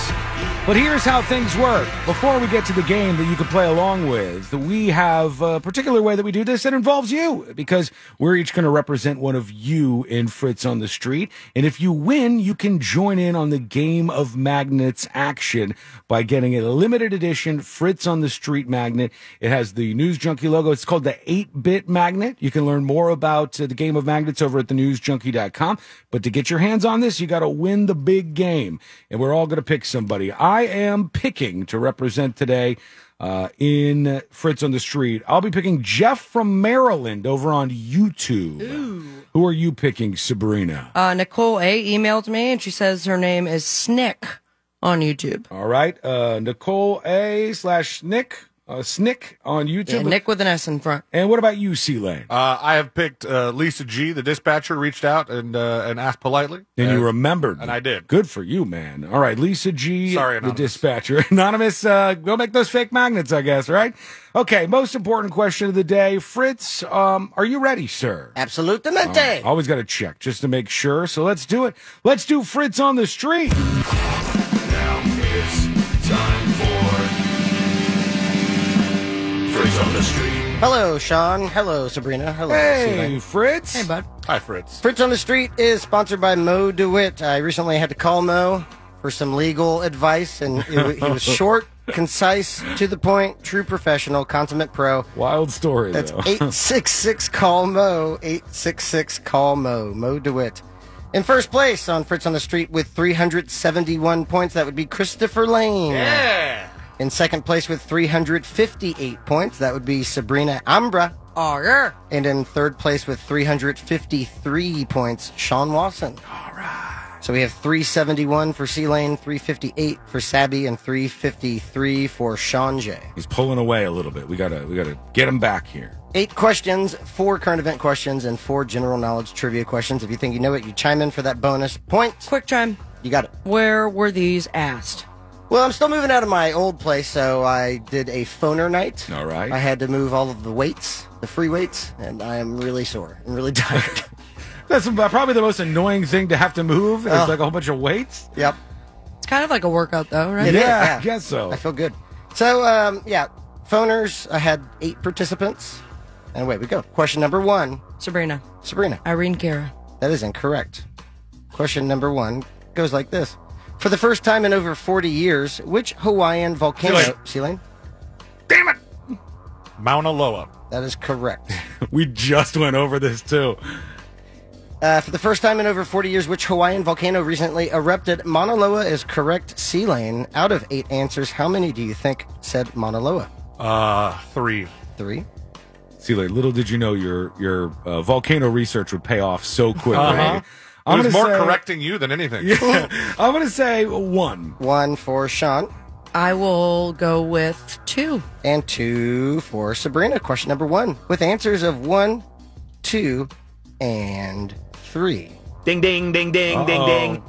But here's how things work. Before we get to the game that you can play along with, we have a particular way that we do this that involves you because we're each going to represent one of you in Fritz on the Street. And if you win, you can join in on the game of magnets action by getting a limited edition Fritz on the Street magnet. It has the News Junkie logo. It's called the 8 bit magnet. You can learn more about uh, the game of magnets over at thenewsjunkie.com. But to get your hands on this, you got to win the big game. And we're all going to pick somebody. I am picking to represent today uh, in Fritz on the Street. I'll be picking Jeff from Maryland over on YouTube. Who are you picking, Sabrina? Uh, Nicole A emailed me and she says her name is Snick on YouTube. All right. Uh, Nicole A slash Nick. Uh, Snick on YouTube. Yeah, Nick with an S in front. And what about you, C Lane? Uh, I have picked uh, Lisa G. The dispatcher reached out and uh, and asked politely. And you remembered. and I did. Good for you, man. All right, Lisa G. Sorry, the Anonymous. dispatcher. Anonymous, uh, go make those fake magnets, I guess, right? Okay, most important question of the day. Fritz, um, are you ready, sir? Absolutamente. All right, Always got to check just to make sure. So let's do it. Let's do Fritz on the street. Now it's time for Fritz on the Street. Hello, Sean. Hello, Sabrina. Hello. Hey, Fritz. Hey, bud. Hi, Fritz. Fritz on the Street is sponsored by Mo DeWitt. I recently had to call Mo for some legal advice, and it, wa- he was short, concise, to the point, true professional, consummate pro. Wild story, That's though. 866 Call Mo. 866 Call Mo. Mo DeWitt. In first place on Fritz on the Street with 371 points, that would be Christopher Lane. Yeah. In second place with 358 points, that would be Sabrina Ambra. Oh, yeah. And in third place with 353 points, Sean Watson. All right. So we have 371 for C Lane, 358 for Sabby, and 353 for Sean J. He's pulling away a little bit. We gotta we gotta get him back here. Eight questions, four current event questions, and four general knowledge trivia questions. If you think you know it, you chime in for that bonus point. Quick chime. You got it. Where were these asked? Well, I'm still moving out of my old place, so I did a phoner night. All right. I had to move all of the weights, the free weights, and I am really sore. I'm really tired. That's about- probably the most annoying thing to have to move. It's Oh. like a whole bunch of weights. yep. It's kind of like a workout, though, right? It is, I guess so. I feel good. So, um, yeah, phoners. I had eight participants. And away we go. Question number one. Sabrina. Sabrina. Irene Cara. That is incorrect. Question number one goes like this. For the first time in over 40 years, which Hawaiian volcano... Celine? Mauna Loa. That is correct. We just went over this too. Uh, for the first time in over 40 years, which Hawaiian volcano recently erupted? Mauna Loa is correct. Celine, out of eight answers, how many do you think said Mauna Loa? Uh, three. Three. See, like, little did you know your your uh, volcano research would pay off so quickly. Uh-huh. I'm it was more gonna say- correcting you than anything. I'm gonna say one. One for Sean. I will go with two. And two for Sabrina. Question number one with answers of one, two, and three. Ding, ding, ding, ding, ding, ding.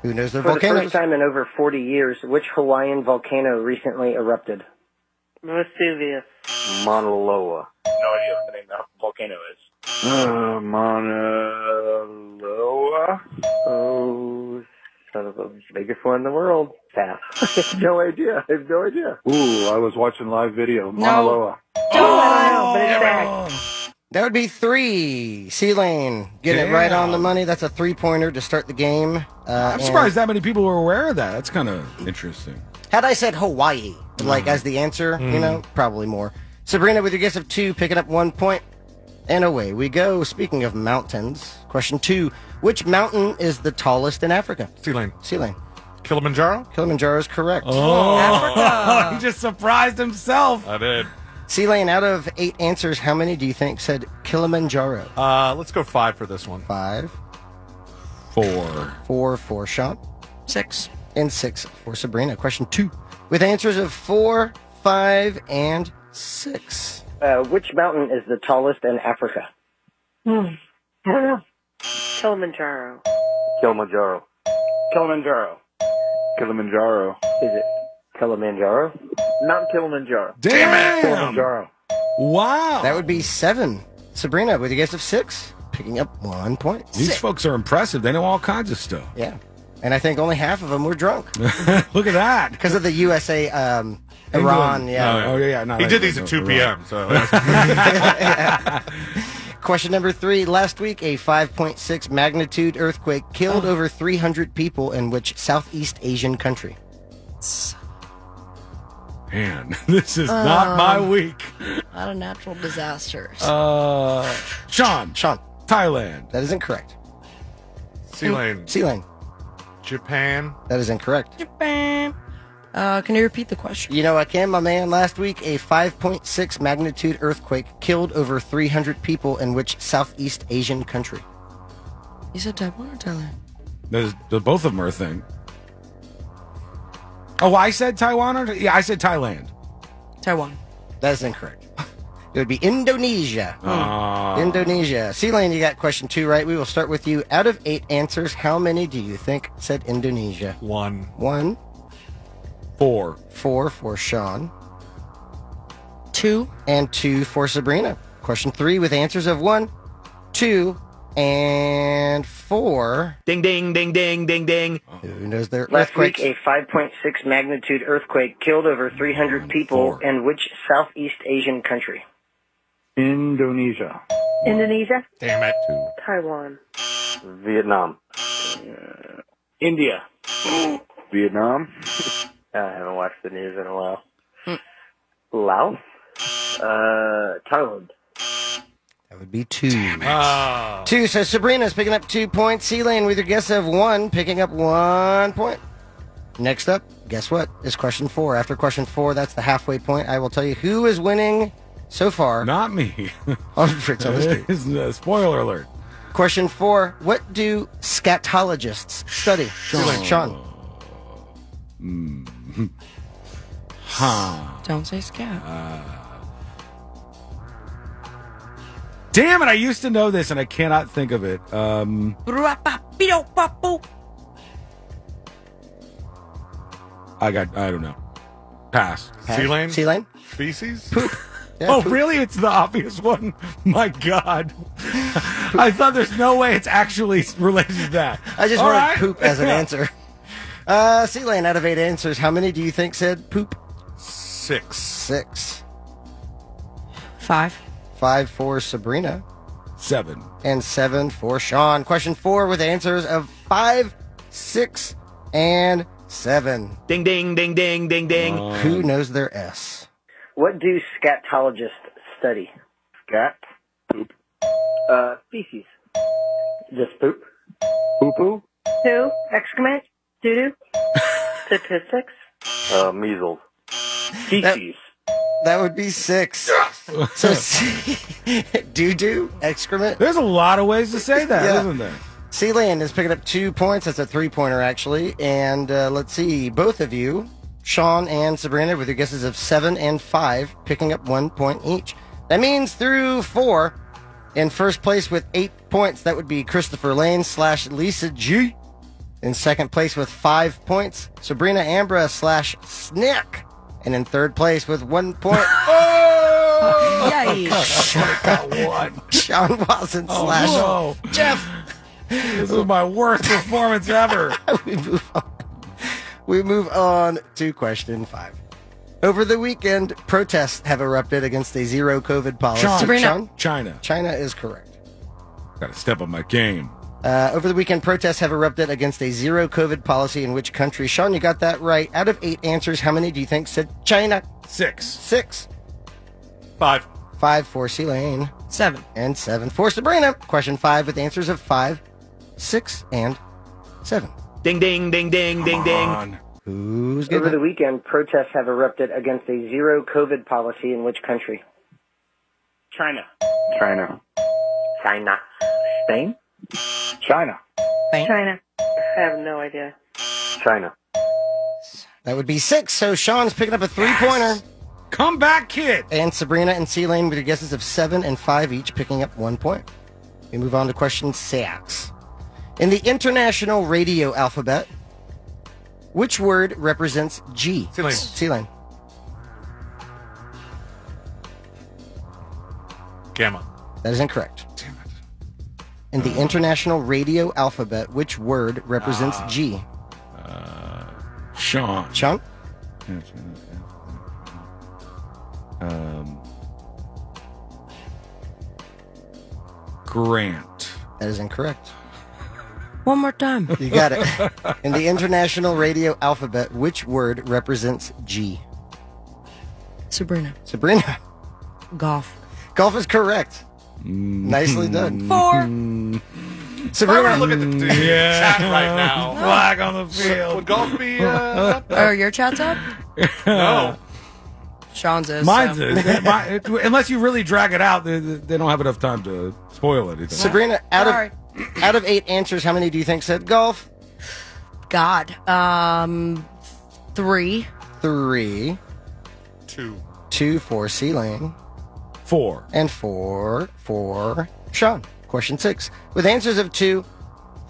Who knows their For the volcanoes? first time in over 40 years, which Hawaiian volcano recently erupted? Vesuvius. Mauna Loa. No idea what the name of that volcano is. Uh, Mauna Loa? Oh, son of a biggest one in the world. Pass. no idea. I have no idea. Ooh, I was watching live video. No. Mauna Loa. That would be three. Sea Lane getting it right on the money. That's a three pointer to start the game. Uh, I'm surprised that many people were aware of that. That's kind of interesting. Had I said Hawaii, like as the answer, you Mm. know, probably more. Sabrina with your guess of two, picking up one point. And away we go. Speaking of mountains, question two Which mountain is the tallest in Africa? Sea Lane. Sea Lane. Kilimanjaro? Oh. Kilimanjaro is correct. Oh. he just surprised himself. I did. Sea Lane, out of eight answers, how many do you think said Kilimanjaro? Uh, let's go five for this one. Five. Four. Four for Sean. Six. And six for Sabrina. Question two. With answers of four, five, and six. Uh, which mountain is the tallest in Africa? Kilimanjaro. Kilimanjaro. Kilimanjaro. Kilimanjaro. Is it Kilimanjaro? Mount Kilimanjaro. Damn it! Kilimanjaro. Wow. That would be seven. Sabrina, with a guess of six, picking up one point. These folks are impressive. They know all kinds of stuff. Yeah. And I think only half of them were drunk. Look at that. Because of the USA, um, Iran, England. yeah. Oh, yeah, yeah, no, he no, did no, these no, at 2 no. p.m., so Question number three. Last week, a 5.6 magnitude earthquake killed over 300 people in which Southeast Asian country? Man, this is not my Um, week. Not a natural disaster. Uh, Sean. Sean. Thailand. That is incorrect. Sea Lane. Sea Lane. Japan. That is incorrect. Uh, can you repeat the question? You know, I can, my man. Last week, a 5.6 magnitude earthquake killed over 300 people in which Southeast Asian country? You said Taiwan or Thailand? There's, the both of them are a thing. Oh, I said Taiwan or yeah, I said Thailand. Taiwan. That is incorrect. It would be Indonesia. Hmm. Ah. Indonesia. Celine, you got question two right. We will start with you. Out of eight answers, how many do you think said Indonesia? One. One. Four. Four for Sean. Two. And two for Sabrina. Question three with answers of one, two, and four. Ding, ding, ding, ding, ding, ding. Who knows their Last earthquake? week, a 5.6 magnitude earthquake killed over 300 Mm, people in which Southeast Asian country? Indonesia. Indonesia? Damn it. Taiwan. Vietnam. India. Vietnam. Uh, I haven't watched the news in a while. Mm. Laos? Uh, Thailand. Uh, That would be two. Oh. Two. So Sabrina's picking up two points. Celine with your guess of one, picking up one point. Next up, guess what? Is question four. After question four, that's the halfway point. I will tell you who is winning so far. Oh, Not me. uh, On Fritz on the Street. Spoiler alert. Question four. What do scatologists study? Sean. Sean. Mm. Huh. Don't say scat. Uh, Damn it! I used to know this, and I cannot think of it. Um, I got. I don't know. Pass. Sea lane? Sea lane? Feces? oh, really? It's the obvious one. My God, I thought there's no way it's actually related to that. I just All wanted right. poop as an Yeah. answer. Uh, Celine, out of eight answers, how many do you think said poop? Six. Six. Five. Five for Sabrina. Seven. And seven for Sean. Question four with answers of five, six, and seven. Ding, ding, ding, ding, ding, ding. Who knows their S? What do scatologists study? Scat? Poop. Uh, feces. Just poop? Poo poo. Poo? Excrement? Doo-doo? Statistics? Uh, measles. Feces. That would be six. so, doo doo, excrement. There's a lot of ways to say that, isn't there? Celine is picking up two points. That's a three pointer, actually. And uh, let's see, both of you, Sean and Sabrina, with your guesses of seven and five, picking up one point each. That means through four, in first place with eight points, that would be Christopher Lane slash Lisa G. In second place with five points, Sabrina Ambra slash Snick. And in third place with one point. Sean Watson Oh, slash whoa. Jeff. This is my worst performance ever. we move on. We move on to question five. Over the weekend, protests have erupted against a zero COVID policy. Sean, Sean? Sean, China. China is correct. Got to step up my game. Uh, over the weekend, protests have erupted against a zero COVID policy in which country? Sean, you got that right. Out of eight answers, how many do you think said China? Six. Six. Five. Five for C Lane. Seven. And seven for Sabrina. Question five with answers of five, six, and seven. Ding, ding, ding, ding, ding, ding. Who's Over good? the weekend, protests have erupted against a zero COVID policy in which country? China. China. China. Spain? China. China. I have no idea. China. That would be six. So Sean's picking up a three pointer. Come back, kid. And Sabrina and C Lane with your guesses of seven and five each, picking up one point. We move on to question six. In the international radio alphabet, which word represents G? C Lane. C Lane. Gamma. That is incorrect. In Uh. the international radio alphabet, which word represents Ah. Uh, G? Sean. Sean? Um, Grant. That is incorrect. One more time. You got it. In the international radio alphabet, which word represents G? Sabrina. Sabrina. Golf. Golf is correct. Nicely done. Four. Sabrina. I wanna look at the dude Yeah. chat right now. Flag on the Would, field. would golf be? Uh, Oh, your chat's up? no. Sean's is. Mine's so. is. My- it- unless you really drag it out, they, they don't have enough time to spoil anything. Sabrina, out of out of eight answers, how many do you think said golf? God. Um, three. Three, Two. two, two for C Lane. Four. And four for Sean. Question six. With answers of two,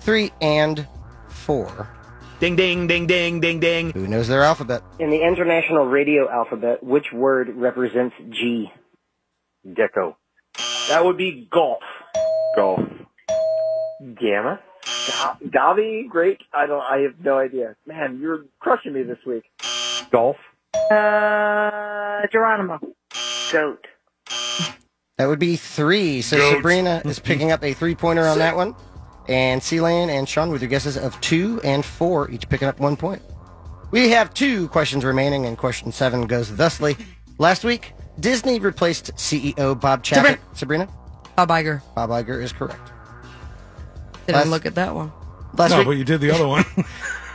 three, and four. Ding, ding, ding, ding, ding, ding. Who knows their alphabet? In the international radio alphabet, which word represents G? Gecko. That would be golf. Golf. Gamma? Da- Davi? Great. I don't, I have no idea. Man, you're crushing me this week. Golf. Uh, Geronimo. Goat. That would be three. So Goat. Sabrina is picking up a three pointer on that one. And C Lane and Sean with your guesses of two and four, each picking up one point. We have two questions remaining, and question seven goes thusly. Last week, Disney replaced CEO Bob Chapek. Sabrina? Bob Iger. Bob Iger is correct. Didn't Last- look at that one. Last no, week- but you did the other one.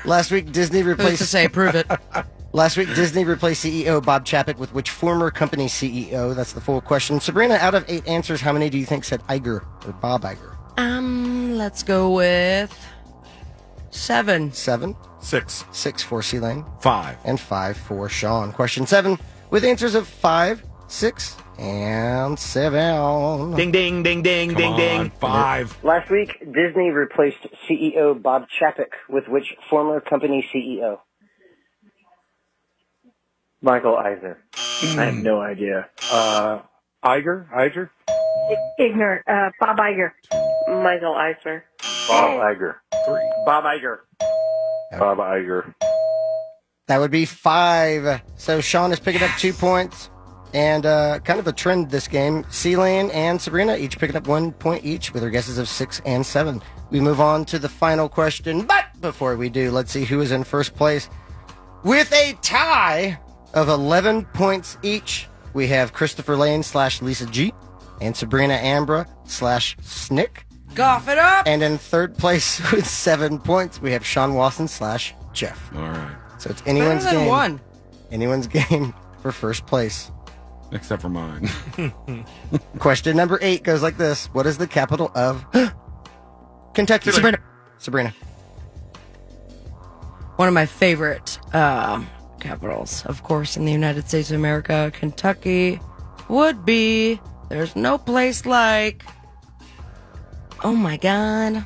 Last week, Disney replaced. to say? Prove it. Last week, Disney replaced CEO Bob Chapek with which former company CEO? That's the full question. Sabrina, out of eight answers, how many do you think said Iger or Bob Iger? Um, let's go with seven. Seven. Six. Six for C Lane. Five. And five for Sean. Question seven with answers of five, six, and seven. Ding, ding, ding, ding, Come ding, on, ding. five. Last week, Disney replaced CEO Bob Chapek with which former company E CEO? Michael Eisner. I have no idea. Uh, Iger? Iger? Ignorant. Uh, Bob Iger. Michael Eisner. Bob Iger. Three. Bob Iger. Bob Iger. That would be five. So Sean is picking up two points. And uh, kind of a trend this game. Celine and Sabrina each picking up one point each with their guesses of six and seven. We move on to the final question. But before we do, let's see who is in first place. With a tie of 11 points each, we have Christopher Lane slash Lisa G and Sabrina Ambra slash Snick. Golf it up! And in third place with seven points, we have Sean Watson slash Jeff. All right. So it's anyone's Better than game. one. Anyone's game for first place. Except for mine. Question number eight goes like this: What is the capital of Kentucky? Sabrina. Sabrina. One of my favorite um, capitals, of course, in the United States of America, Kentucky, would be. There's no place like. Oh my God.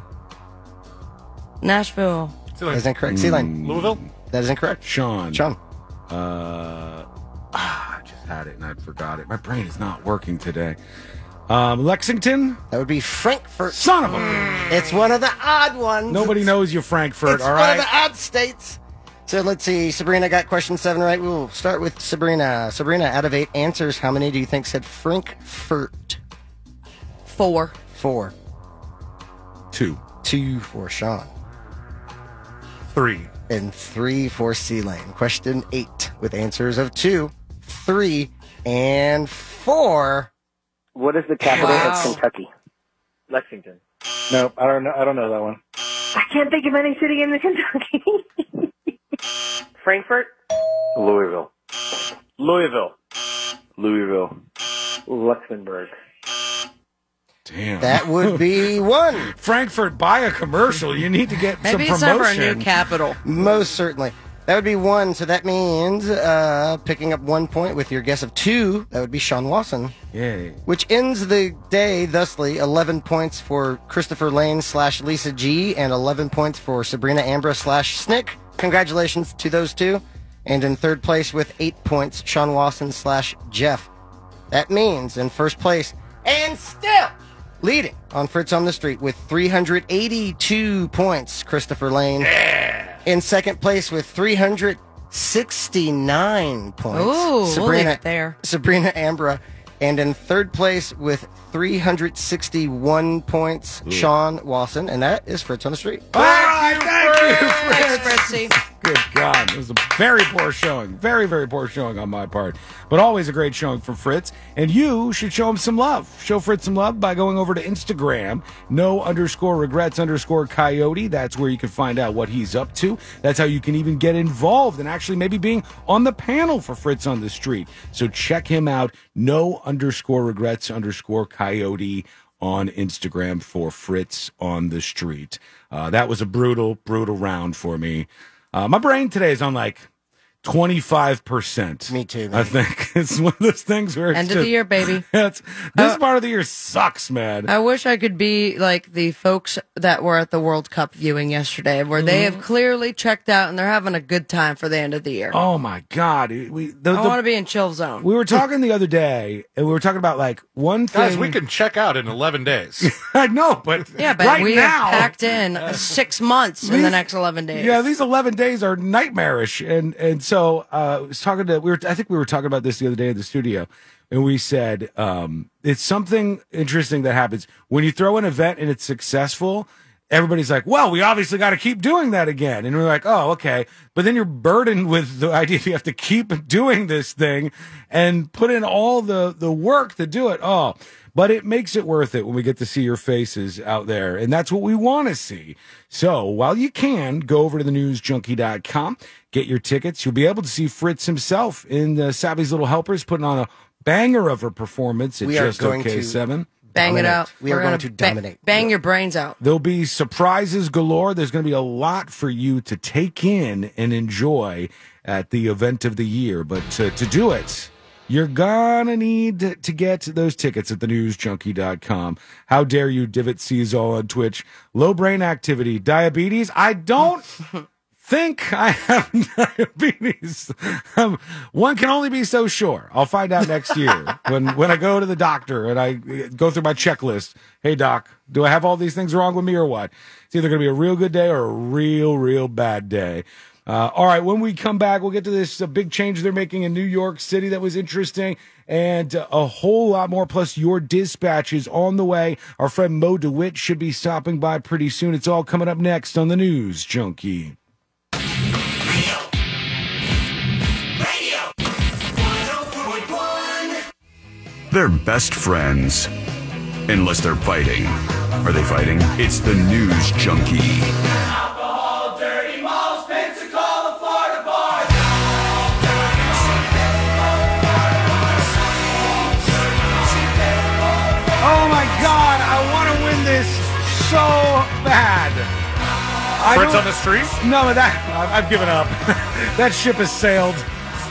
Nashville. That is incorrect. Sea Mm. line. Louisville? That is incorrect. Sean. Sean. Uh, ah, I just had it and I forgot it. My brain is not working today. Um, Lexington. That would be Frankfurt. Mm. Son of a. It's one of the odd ones. Nobody knows you, Frankfurt. It's all one of right. the odd states. So let's see. Sabrina got question seven right. We'll start with Sabrina. Sabrina, out of eight answers, how many do you think said Frankfurt? Four. Four. Two. Two for Sean. Three. And three for C Lane. Question eight with answers of two, three, and four. What is the capital Wow. of Kentucky? Lexington. No, I don't know. I don't know that one. I can't think of any city in the Kentucky. Frankfurt. Louisville. Louisville. Louisville. Luxembourg. Damn. That would be one. Frankfurt, buy a commercial. You need to get Maybe some it's time for a promotion. new capital. Most certainly. That would be one. So that means uh, picking up one point with your guess of two. That would be Sean Lawson, Yay. which ends the day thusly 11 points for Christopher Lane slash Lisa G and 11 points for Sabrina Ambra slash Snick. Congratulations to those two. And in third place with eight points, Sean Lawson slash Jeff. That means in first place and still leading on Fritz on the Street with 382 points, Christopher Lane. In second place with 369 points, Ooh, we'll leave it there. Sabrina Ambra. And in third place with 361 points, Sean Wasson. And that is Fritz on the Street. Thanks, Fritzy. Good God. It was a very poor showing. Very, very poor showing on my part. But always a great showing from Fritz. And you should show him some love. Show Fritz some love by going over to Instagram, no underscore regrets underscore coyote. That's where you can find out what he's up to. That's how you can even get involved and actually maybe being on the panel for Fritz on the Street. So check him out, no underscore regrets underscore coyote on Instagram for Fritz on the Street. Uh, that was a brutal, brutal round for me. Uh, my brain today is on like 25%. Me too. I think it's one of those things where it's End of just- the year, baby. Oh. It's, this part of the year sucks, man. I wish I could be like the folks that were at the World Cup viewing yesterday, where they Mm-hmm. have clearly checked out and they're having a good time for the end of the year. oh my god, we the- I the- want to be in chill zone. we were talking the other day, and we were talking about like one thing. Guys, we can check out in 11 days. I know, but yeah, but right we now, Uh, have packed in six months in the These- next eleven days. Yeah, these eleven days are nightmarish, and and so uh, I was talking to we were I think we were talking about this the other day at the studio, and we said um, it's something interesting that happens when you throw an event and it's successful. Everybody's like, well, we obviously got to keep doing that again, and we're like, oh, okay. But then you're burdened with the idea that you have to keep doing this thing and put in all the the work to do it. Oh, but it makes it worth it when we get to see your faces out there. And that's what we want to see. So while you can, go over to the newsjunkie.com, get your tickets. You'll be able to see Fritz himself in the Savvy's Little Helpers putting on a banger of a performance at We are Just going OK to 7. bang it Dominate. out. We are We're going gonna to ba- dominate. bang your brains out. There'll be surprises galore. There's going to be a lot for you to take in and enjoy at the event of the year. But to, to do it, you're gonna need to get those tickets at thenewsjunkie.com. How dare you, Divot sees all on Twitch? Low brain activity, diabetes. I don't think I have diabetes. Um, one can only be so sure. I'll find out next year when, when I go to the doctor and I go through my checklist. Hey, doc, do I have all these things wrong with me or what? It's either going to be a real good day or a real, real bad day. Uh, all right, when we come back, we'll get to this uh, big change they're making in New York City that was interesting and uh, a whole lot more. Plus, your dispatches on the way. Our friend Mo DeWitt should be stopping by pretty soon. It's all coming up next on the News Junkie. They're best friends. Unless they're fighting. Are they fighting? It's the News Junkie. Oh my God, I want to win this so bad. I Fritz don't- on the street? No, but that I- I've given up. that ship has sailed.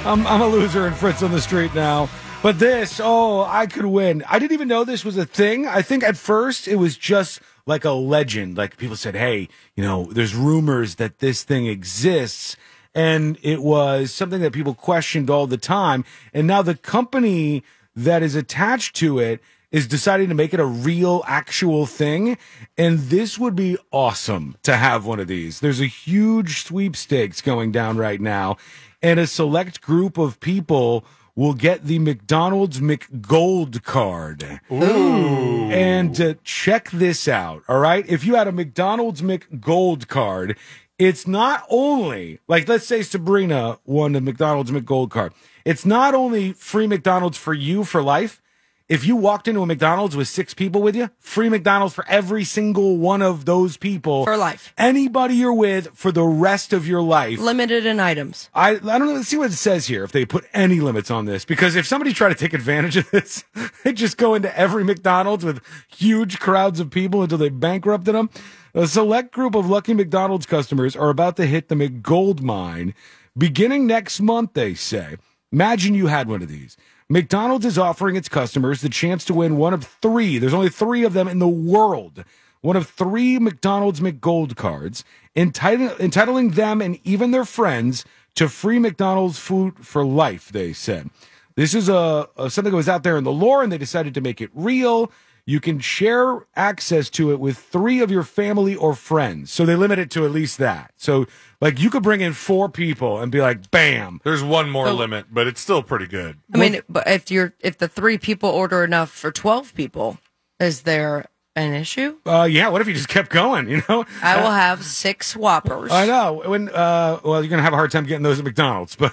I'm, I'm a loser and Fritz on the street now. But this, oh, I could win. I didn't even know this was a thing. I think at first it was just like a legend. Like people said, hey, you know, there's rumors that this thing exists. And it was something that people questioned all the time. And now the company that is attached to it is deciding to make it a real actual thing and this would be awesome to have one of these there's a huge sweepstakes going down right now and a select group of people will get the McDonald's McGold card. Ooh. And uh, check this out, all right? If you had a McDonald's McGold card, it's not only like let's say Sabrina won the McDonald's McGold card. It's not only free McDonald's for you for life. If you walked into a McDonald's with six people with you, free McDonald's for every single one of those people For life. Anybody you're with for the rest of your life. Limited in items. I, I don't know. Let's see what it says here. If they put any limits on this, because if somebody tried to take advantage of this, they just go into every McDonald's with huge crowds of people until they bankrupted them. A select group of lucky McDonald's customers are about to hit the McGold mine beginning next month. They say. Imagine you had one of these. McDonald's is offering its customers the chance to win one of three. There's only three of them in the world one of three McDonald's McGold cards, entitle- entitling them and even their friends to free McDonald's food for life, they said. This is a, a- something that was out there in the lore, and they decided to make it real. You can share access to it with three of your family or friends. So they limit it to at least that. So, like, you could bring in four people and be like, bam. There's one more But- limit, but it's still pretty good. I mean, but if you're if the three people order enough for twelve people, is there an issue? Uh, yeah, what if you just kept going, you know? I will have six Whoppers. I know. When uh, well, you're gonna have a hard time getting those at McDonald's, but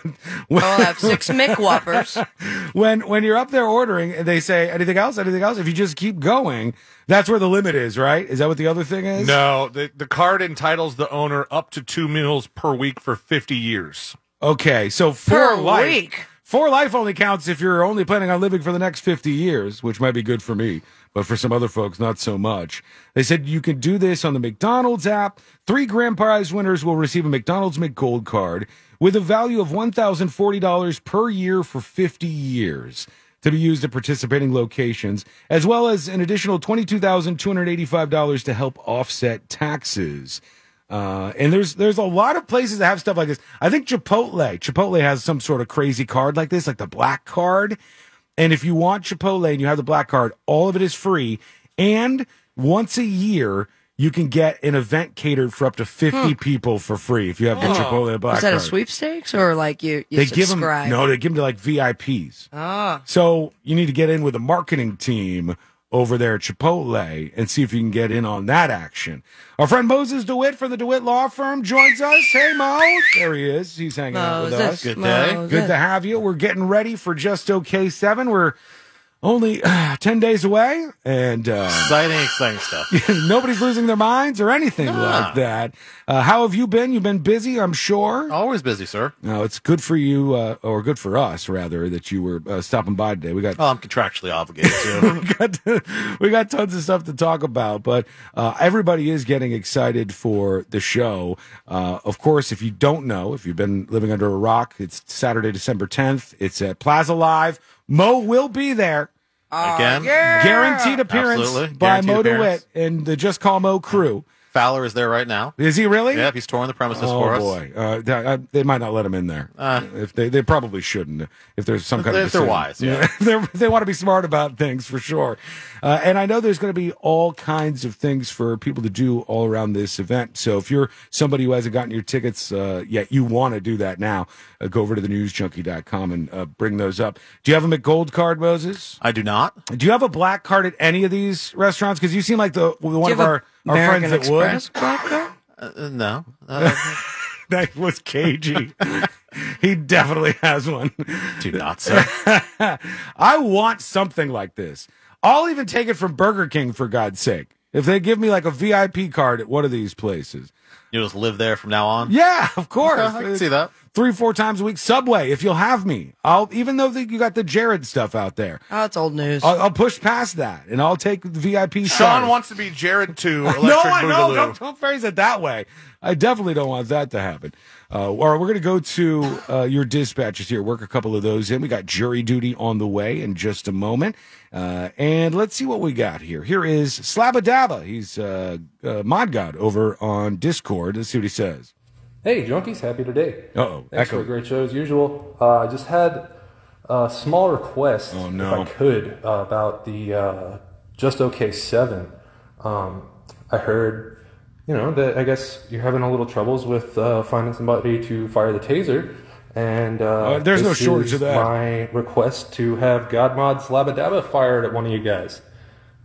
when, I'll have six Mick Whoppers. when when you're up there ordering, and they say anything else, anything else. If you just keep going, that's where the limit is, right? Is that what the other thing is? No, the, the card entitles the owner up to two meals per week for 50 years. Okay, so for Per life, week. for life only counts if you're only planning on living for the next 50 years, which might be good for me, but for some other folks, not so much. They said you can do this on the McDonald's app. Three grand prize winners will receive a McDonald's McGold card, with a value of $1,040 per year for 50 years to be used at participating locations, as well as an additional $22,285 to help offset taxes. Uh, and there's there's a lot of places that have stuff like this. I think Chipotle, Chipotle has some sort of crazy card like this, like the black card. And if you want Chipotle and you have the black card, all of it is free. And once a year, you can get an event catered for up to 50 Hmm. people for free if you have the Chipotle black Oh. Is that card. a sweepstakes or like you, you they give them subscribe? no, they give them to like VIPs. Ah. So you need to get in with a marketing team over there at Chipotle and see if you can get in on that action. Our friend Moses DeWitt from the DeWitt Law Firm joins us. Hey, Mo. There he is. He's hanging out with Moses, us. Good day. Moses. Good to have you. We're getting ready for Just OK 7. We're only 10 days away. And uh, exciting, exciting stuff. nobody's losing their minds or anything like that. Uh, how have you been? You've been busy, I'm sure. Always busy, sir. No, it's good for you, uh, or good for us, rather, that you were uh, stopping by today. We got Well, Oh, I'm contractually obligated to. we got tons of stuff to talk about, but uh, everybody is getting excited for the show. Uh, of course, if you don't know, if you've been living under a rock, it's Saturday, December 10th. It's at Plaza Live. Mo will be there. Again? yeah! Guaranteed appearance Absolutely. by Guaranteed Mo appearance. DeWitt and the Just Call Mo crew. Fowler is there right now. Is he really? Yep, he's touring the premises oh, for us. boy. Uh, th- I- they might not let him in there. Uh. if they, they probably shouldn't. If there's some kind of If they're decision. wise, yeah. They're- they want to be smart about things for sure. Uh, and I know there's going to be all kinds of things for people to do all around this event. So if you're somebody who hasn't gotten your tickets uh, yet, you want to do that now. Uh, go over to thenewsjunkie.com and uh, bring those up. Do you have them at Gold Card, Moses? I do not. Do you have a black card at any of these restaurants? Because you seem like the one of have a our, our American friends Express that would. Uh, no. Uh, that was cagey. he definitely has one. Do not, sir. I want something like this. I'll even take it from Burger King for God's sake. If they give me like a VIP card at one of these places. you just live there from now on? Yeah, of course. Okay, I can see that. Three, four times a week. Subway, if you'll have me. I'll, even though the, you got the Jared stuff out there, Oh, it's old news. I'll, I'll push past that and I'll take the VIP Sean card. wants to be Jared too. no, I know. Don't, don't phrase it that way. I definitely don't want that to happen. Uh, all right, we're going to go to uh, your dispatches here. Work a couple of those in. We got jury duty on the way in just a moment, uh, and let's see what we got here. Here is Slabadaba. He's uh, uh, mod god over on Discord. Let's see what he says. Hey, junkies, happy today. Uh-oh, Thanks Oh, echo. for a great show as usual. Uh, I just had a small request, Oh, if I could, uh, about the uh, Just OK 7. Um, I heard, you know, that I guess you're having a little troubles with uh, finding somebody to fire the taser. And uh, Uh, there's no this shortage is of that. My request to have Godmod Slabadaba fired at one of you guys.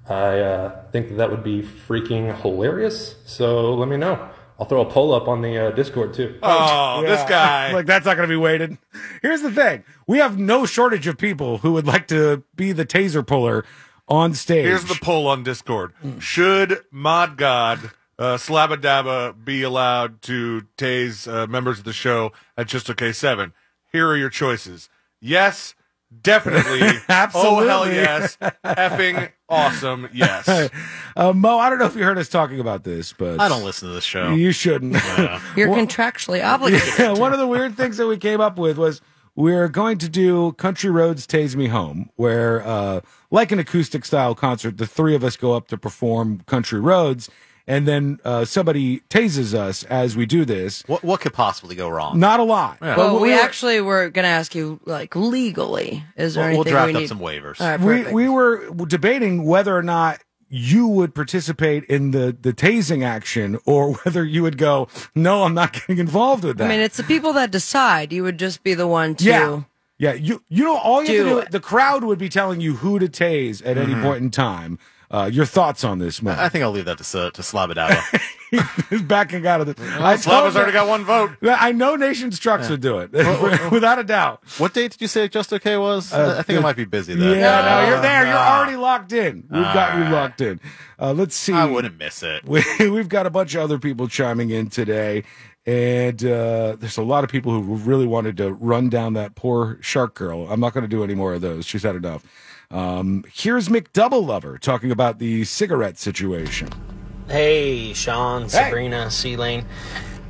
I uh, think that, that would be freaking hilarious. So let me know. I'll throw a poll up on the uh, Discord too. Oh, this guy. Like that's not going to be waited. Here's the thing: we have no shortage of people who would like to be the taser puller on stage. Here's the poll on Discord: Should Mod God uh, Slabadaba be allowed to tase uh, members of the show at Just Okay Seven? Here are your choices: Yes, definitely. Oh hell Absolutely. yes! Effing awesome yes. uh, Mo, I don't know if you heard us talking about this, but I don't listen to this show. You shouldn't. You're contractually obligated. Yeah, one of the weird things that we came up with was we're going to do Country Roads Tase Me Home, where, uh, like an acoustic style concert, the three of us go up to perform Country Roads, and then uh, somebody tases us as we do this. What, what could possibly go wrong? Not a lot. Yeah. Well, Well, we, we were- actually were going to ask you, like, legally, is there We'll- we'll anything draft we up need? some waivers. All right, we, perfect. we were debating whether or not you would participate in the, the tasing action or whether you would go, no, I'm not getting involved with that. I mean, it's the people that decide. You would just be the one to. Yeah. Yeah, you you know all you have to Do do. it. The crowd would be telling you who to tase at any Mhm. point in time. Uh, your thoughts on this, man? I think I'll leave that to, Sa- to Slabadaba. He's backing out of the. I Slava's told already you- got one vote. I know Nation Strucks Yeah. would do it Well, well, without a doubt. what date did you say Just Okay was? Uh, I think I the- might be busy Yeah, then. no, you're there. You're Ah. already locked in. We've got you Ah. locked in. Uh, let's see. I wouldn't miss it. We, we've got a bunch of other people chiming in today, and uh, there's a lot of people who really wanted to run down that poor shark girl. I'm not going to do any more of those. She's had enough. Um, here's McDouble Lover talking about the cigarette situation. Hey, Sean, Sabrina, C Lane.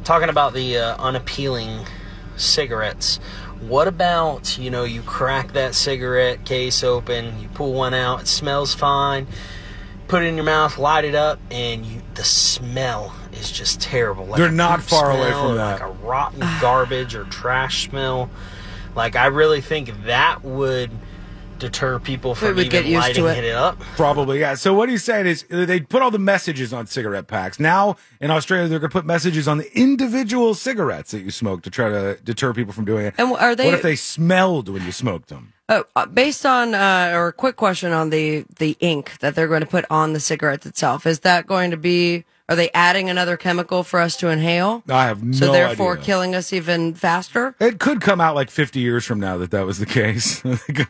Talking about the uh, unappealing cigarettes. What about, you know, you crack that cigarette case open, you pull one out, it smells fine, put it in your mouth, light it up, and you the smell is just terrible. They're a not poop far away smell from or that. Like a rotten garbage or trash smell. Like I really think that would deter people from even lighting it. up. Probably, yeah. So what he's saying is uh, they put all the messages on cigarette packs. Now in Australia, they're going to put messages on the individual cigarettes that you smoke to try to deter people from doing it. And are they- What if they smelled when you smoked them? Oh, uh, based on uh, or a quick question on the the ink that they're going to put on the cigarette itself, is that going to be? Are they adding another chemical for us to inhale? I have no so therefore idea. killing us even faster. It could come out like 50 years from now that that was the case. I think,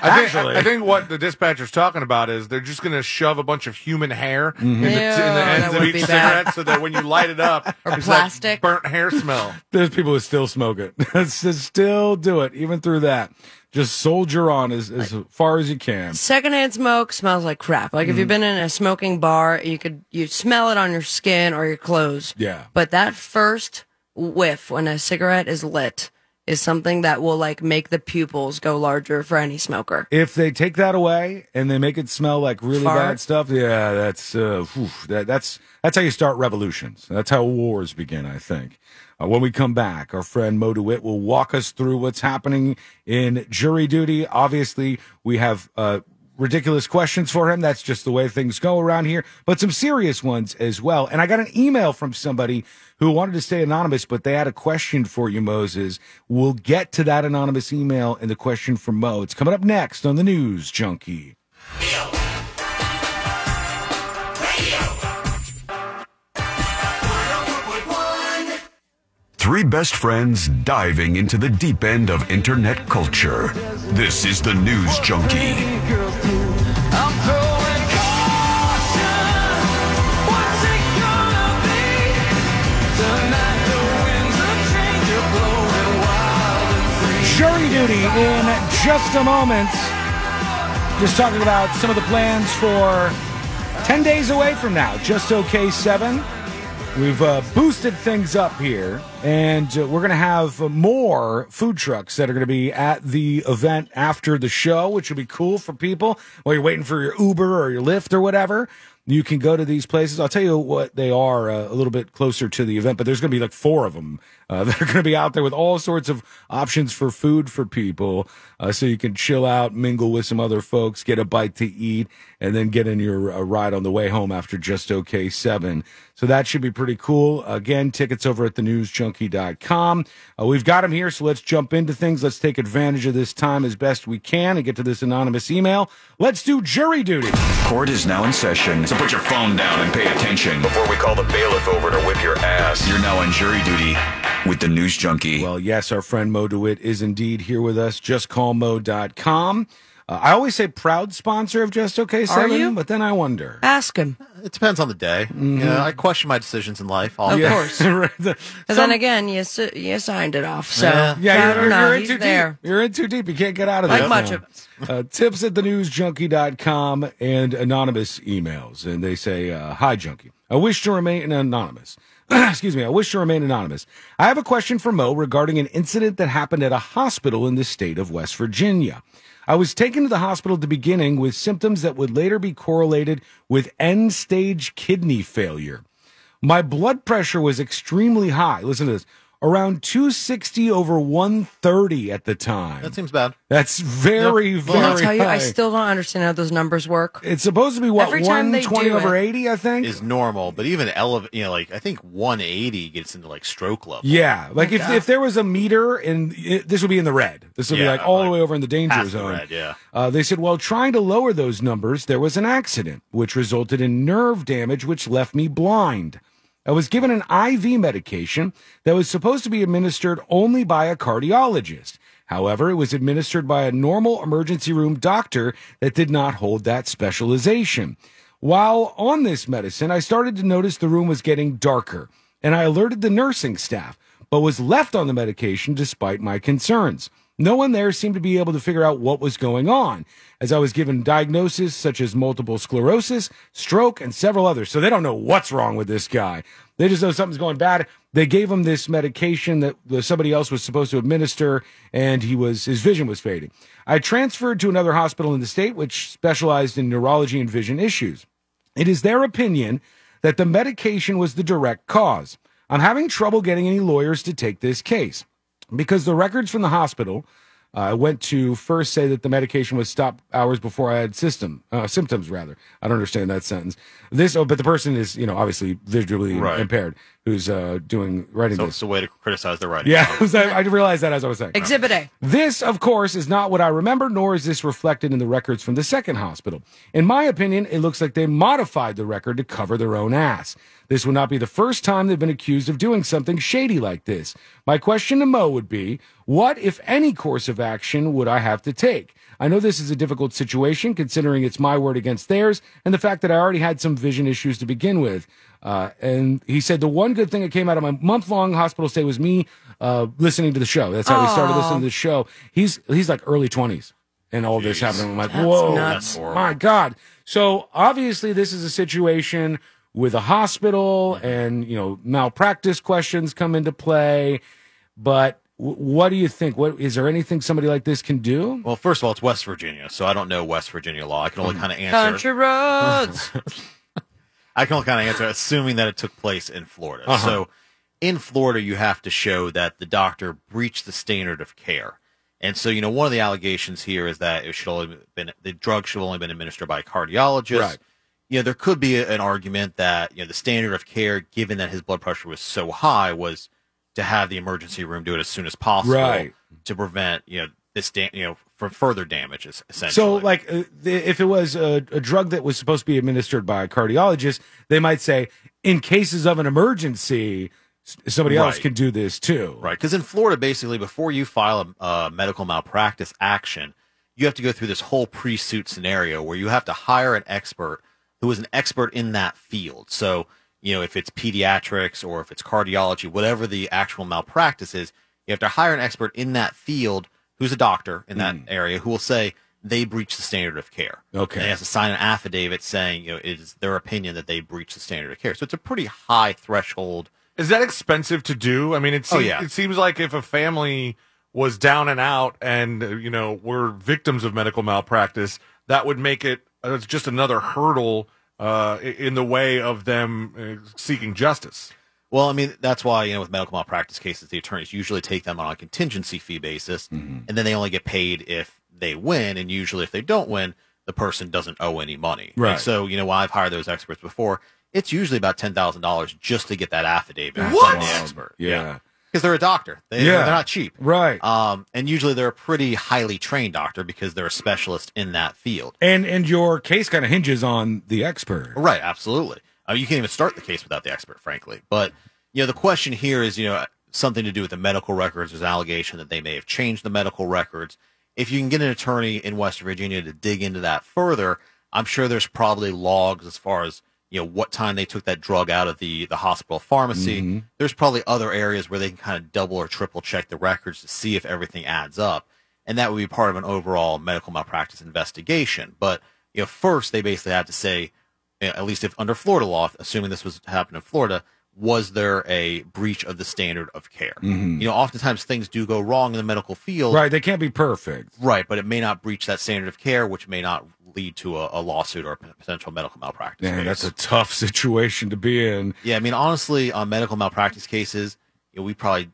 Actually- I think what the dispatcher's talking about is they're just going to shove a bunch of human hair in, the, in the Ew, ends that of would each be bad. cigarette so that when you light it up, or it's like plastic. burnt hair smell. There's people who still smoke it. still do it, even through that. Just soldier on as, as far as you can. Secondhand smoke smells like crap. Like Mm. if you've been in a smoking bar, you could you smell it on your skin or your clothes. Yeah. But that first whiff when a cigarette is lit is something that will like make the pupils go larger for any smoker. If they take that away and they make it smell like really Fart. bad stuff, yeah, that's uh, whew, that, that's that's how you start revolutions. That's how wars begin, I think. Uh, when we come back, our friend Mo DeWitt will walk us through what's happening in jury duty. Obviously, we have uh, ridiculous questions for him. That's just the way things go around here, but some serious ones as well. And I got an email from somebody who wanted to stay anonymous, but they had a question for you, Moses. We'll get to that anonymous email and the question from Mo. It's coming up next on the News Junkie. Three best friends diving into the deep end of internet culture. This is the News Junkie. Jury duty in just a moment. Just talking about some of the plans for 10 days away from now. Just okay, seven. We've uh, boosted things up here, and uh, we're going to have more food trucks that are going to be at the event after the show, which will be cool for people while you're waiting for your Uber or your Lyft or whatever. You can go to these places. I'll tell you what they are uh, a little bit closer to the event, but there's going to be like four of them uh, that are going to be out there with all sorts of options for food for people. Uh, so you can chill out, mingle with some other folks, get a bite to eat, and then get in your uh, ride on the way home after Just OK 7. So that should be pretty cool. Again, tickets over at thenewsjunkie.com. Uh, we've got them here, so let's jump into things. Let's take advantage of this time as best we can and get to this anonymous email. Let's do jury duty. Court is now in session, so put your phone down and pay attention before we call the bailiff over to whip your ass. You're now on jury duty with the news junkie. Well, yes, our friend Mo DeWitt is indeed here with us. JustCallMo.com. Uh, I always say proud sponsor of Just OK 7, you? but then I wonder. Ask him. It depends on the day. Mm-hmm. You know, I question my decisions in life. All Of the time. course. and then again, you s- you signed it off. So Yeah. Yeah, I you're- don't you're, know, in he's too there. deep. You're in too deep. You can't get out of Like there. much of Uh, tips at thenewsjunkie.com and anonymous emails. And they say, uh, Hi, Junkie. I wish to remain anonymous. Excuse me. I wish to remain anonymous. I have a question for Mo regarding an incident that happened at a hospital in the state of West Virginia. I was taken to the hospital at the beginning with symptoms that would later be correlated with end stage kidney failure. My blood pressure was extremely high. Listen to this around 260 over 130 at the time. That seems bad. That's very, very Can I tell you, high. I still don't understand how those numbers work. It's supposed to be what Every time they 120 do over it- 80, I think. Is normal, but even elevate, you know, like I think 180 gets into like stroke level. Yeah, like Oh, if, God. if there was a meter, and it, this would be in the red. This would be Yeah, like all the way over in the danger past the zone. red, yeah. Uh, they said, while trying to lower those numbers, there was an accident, which resulted in nerve damage, which left me blind. I was given an IV medication that was supposed to be administered only by a cardiologist. However, it was administered by a normal emergency room doctor that did not hold that specialization. While on this medicine, I started to notice the room was getting darker, and I alerted the nursing staff, but was left on the medication despite my concerns. No one there seemed to be able to figure out what was going on, as I was given diagnoses such as multiple sclerosis, stroke, and several others. So they don't know what's wrong with this guy. They just know something's going bad. They gave him this medication that that somebody else was supposed to administer, and he was his vision was fading. I transferred to another hospital in the state, which specialized in neurology and vision issues. It is their opinion that the medication was the direct cause. I'm having trouble getting any lawyers to take this case because the records from the hospital uh, went to first say that the medication was stopped hours before I had system uh, symptoms. Rather, I don't understand that sentence. This, oh, but the person is you know obviously visually Right. impaired who's uh, doing writing So this. it's a way to criticize the writing. Yeah, so I realized that as I was saying. Exhibit A. This, of course, is not what I remember, nor is this reflected in the records from the second hospital. In my opinion, it looks like they modified the record to cover their own ass. This would not be the first time they've been accused of doing something shady like this. My question to Mo would be what, if any, course of action would I have to take? I know this is a difficult situation considering it's my word against theirs and the fact that I already had some vision issues to begin with. Uh, and he said the one good thing that came out of my month long hospital stay was me uh, listening to the show. That's how we started Aw. listening to the show. He's he's like early twenties, and all this happened. I'm like, That's whoa, nuts. That's horrible. my god. So obviously, this is a situation with a hospital, Mm-hmm. and you know, malpractice questions come into play. But w- what do you think? What is there anything somebody like this can do? Well, first of all, it's West Virginia, so I don't know West Virginia law. I can only Hmm. kind of answer. Country roads. I can only kind of answer assuming that it took place in Florida. Uh-huh. So in Florida, you have to show that the doctor breached the standard of care. And so, you know, one of the allegations here is that it should only been the drug should have only been administered by a cardiologist. Right. You know, there could be a- an argument that, you know, the standard of care, given that his blood pressure was so high, was to have the emergency room do it as soon as possible Right. to prevent, you know, this, da- you know, from further damages, essentially. So, like, uh, the- if it was a, a drug that was supposed to be administered by a cardiologist, they might say, in cases of an emergency, s- somebody else Right. can do this too. Right. Because in Florida, basically, before you file a uh, medical malpractice action, you have to go through this whole pre suit scenario where you have to hire an expert who is an expert in that field. So, you know, if it's pediatrics or if it's cardiology, whatever the actual malpractice is, you have to hire an expert in that field who's a doctor in that area who will say they breached the standard of care. Mm. Okay. And they have to sign an affidavit saying, you know, it is their opinion that they breached the standard of care. So it's a pretty high threshold. Is that expensive to do? I mean, it Oh, seems, yeah. it seems like if a family was down and out and, uh, you know, were victims of medical malpractice, that would make it uh, it's just another hurdle uh, i- in the way of them uh, seeking justice. Well, I mean, that's why, you know, with medical malpractice cases, the attorneys usually take them on a contingency fee basis, Mm-hmm. and then they only get paid if they win. And usually, if they don't win, the person doesn't owe any money. And Right. so, you know, I've hired those experts before. It's usually about $10,000 just to get that affidavit. from What? The expert. Yeah. Because they're a doctor. They, Yeah. They're not cheap. Right. Um, and usually they're a pretty highly trained doctor because they're a specialist in that field. And and your case kind of hinges on the expert. Right, absolutely. I mean, you can't even start the case without the expert, frankly. But you know, the question here is, you know, something to do with the medical records. There's an allegation that they may have changed the medical records. If you can get an attorney in West Virginia to dig into that further, I'm sure there's probably logs as far as you know what time they took that drug out of the the hospital pharmacy. Mhm. Mm-hmm. There's probably other areas where they can kind of double or triple check the records to see if everything adds up, and that would be part of an overall medical malpractice investigation. But you know, first they basically have to say you know, at least if under Florida law, assuming this was happened in Florida, was there a breach of the standard of care? Mhm. You know, oftentimes things do go wrong in the medical field, Right. They can't be perfect. Right, but it may not breach that standard of care, which may not lead to a, a lawsuit or a p- potential medical malpractice. Man, case. that's a tough situation to be in. Yeah, I mean, honestly, on medical malpractice cases, you know, we probably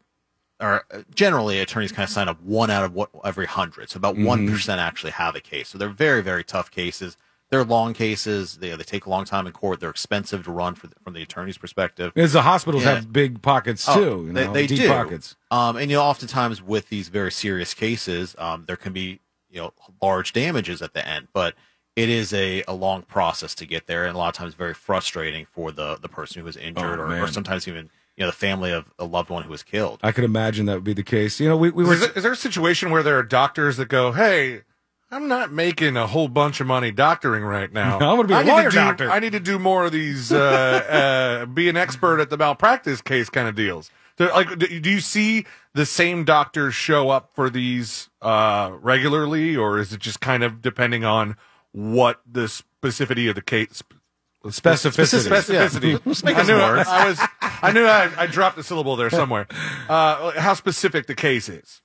or uh, generally attorneys kind of sign up one out of what every hundred, so about Mm-hmm. Mhm. one actually have a case. So they're very, very tough cases. They're long cases. They they take a long time in court. They're expensive to run for the, from the attorney's perspective. Because the hospitals Yeah. have big pockets Oh, too. You they, know, they deep do. pockets. Um, and you know, oftentimes with these very serious cases, um, there can be you know large damages at the end, but it is a, a long process to get there, and a lot of times very frustrating for the the person who was injured, Oh, or, or man. sometimes even you know the family of a loved one who was killed. I could imagine that would be the case. You know, we, we were is, there, is there a situation where there are doctors that go, hey, I'm not making a whole bunch of money doctoring right now. I'm gonna be I a need to lawyer do- doctor." I need to do more of these, uh, uh, be an expert at the malpractice case kind of deals. They're like, do do you see the same doctors show up for these uh, regularly, or is it just kind of depending on what the specificity of the case? Specificity. Specificity. Yeah. Let's make I us knew words. I was. I knew I, I dropped a syllable there somewhere. Uh, how specific the case is.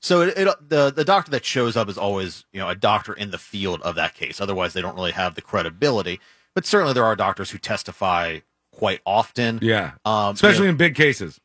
So it, it, the the doctor that shows up is always you know a doctor in the field of that case. Otherwise, they don't really have the credibility. But certainly, there are doctors who testify quite often. Yeah, um, especially you know- in big cases.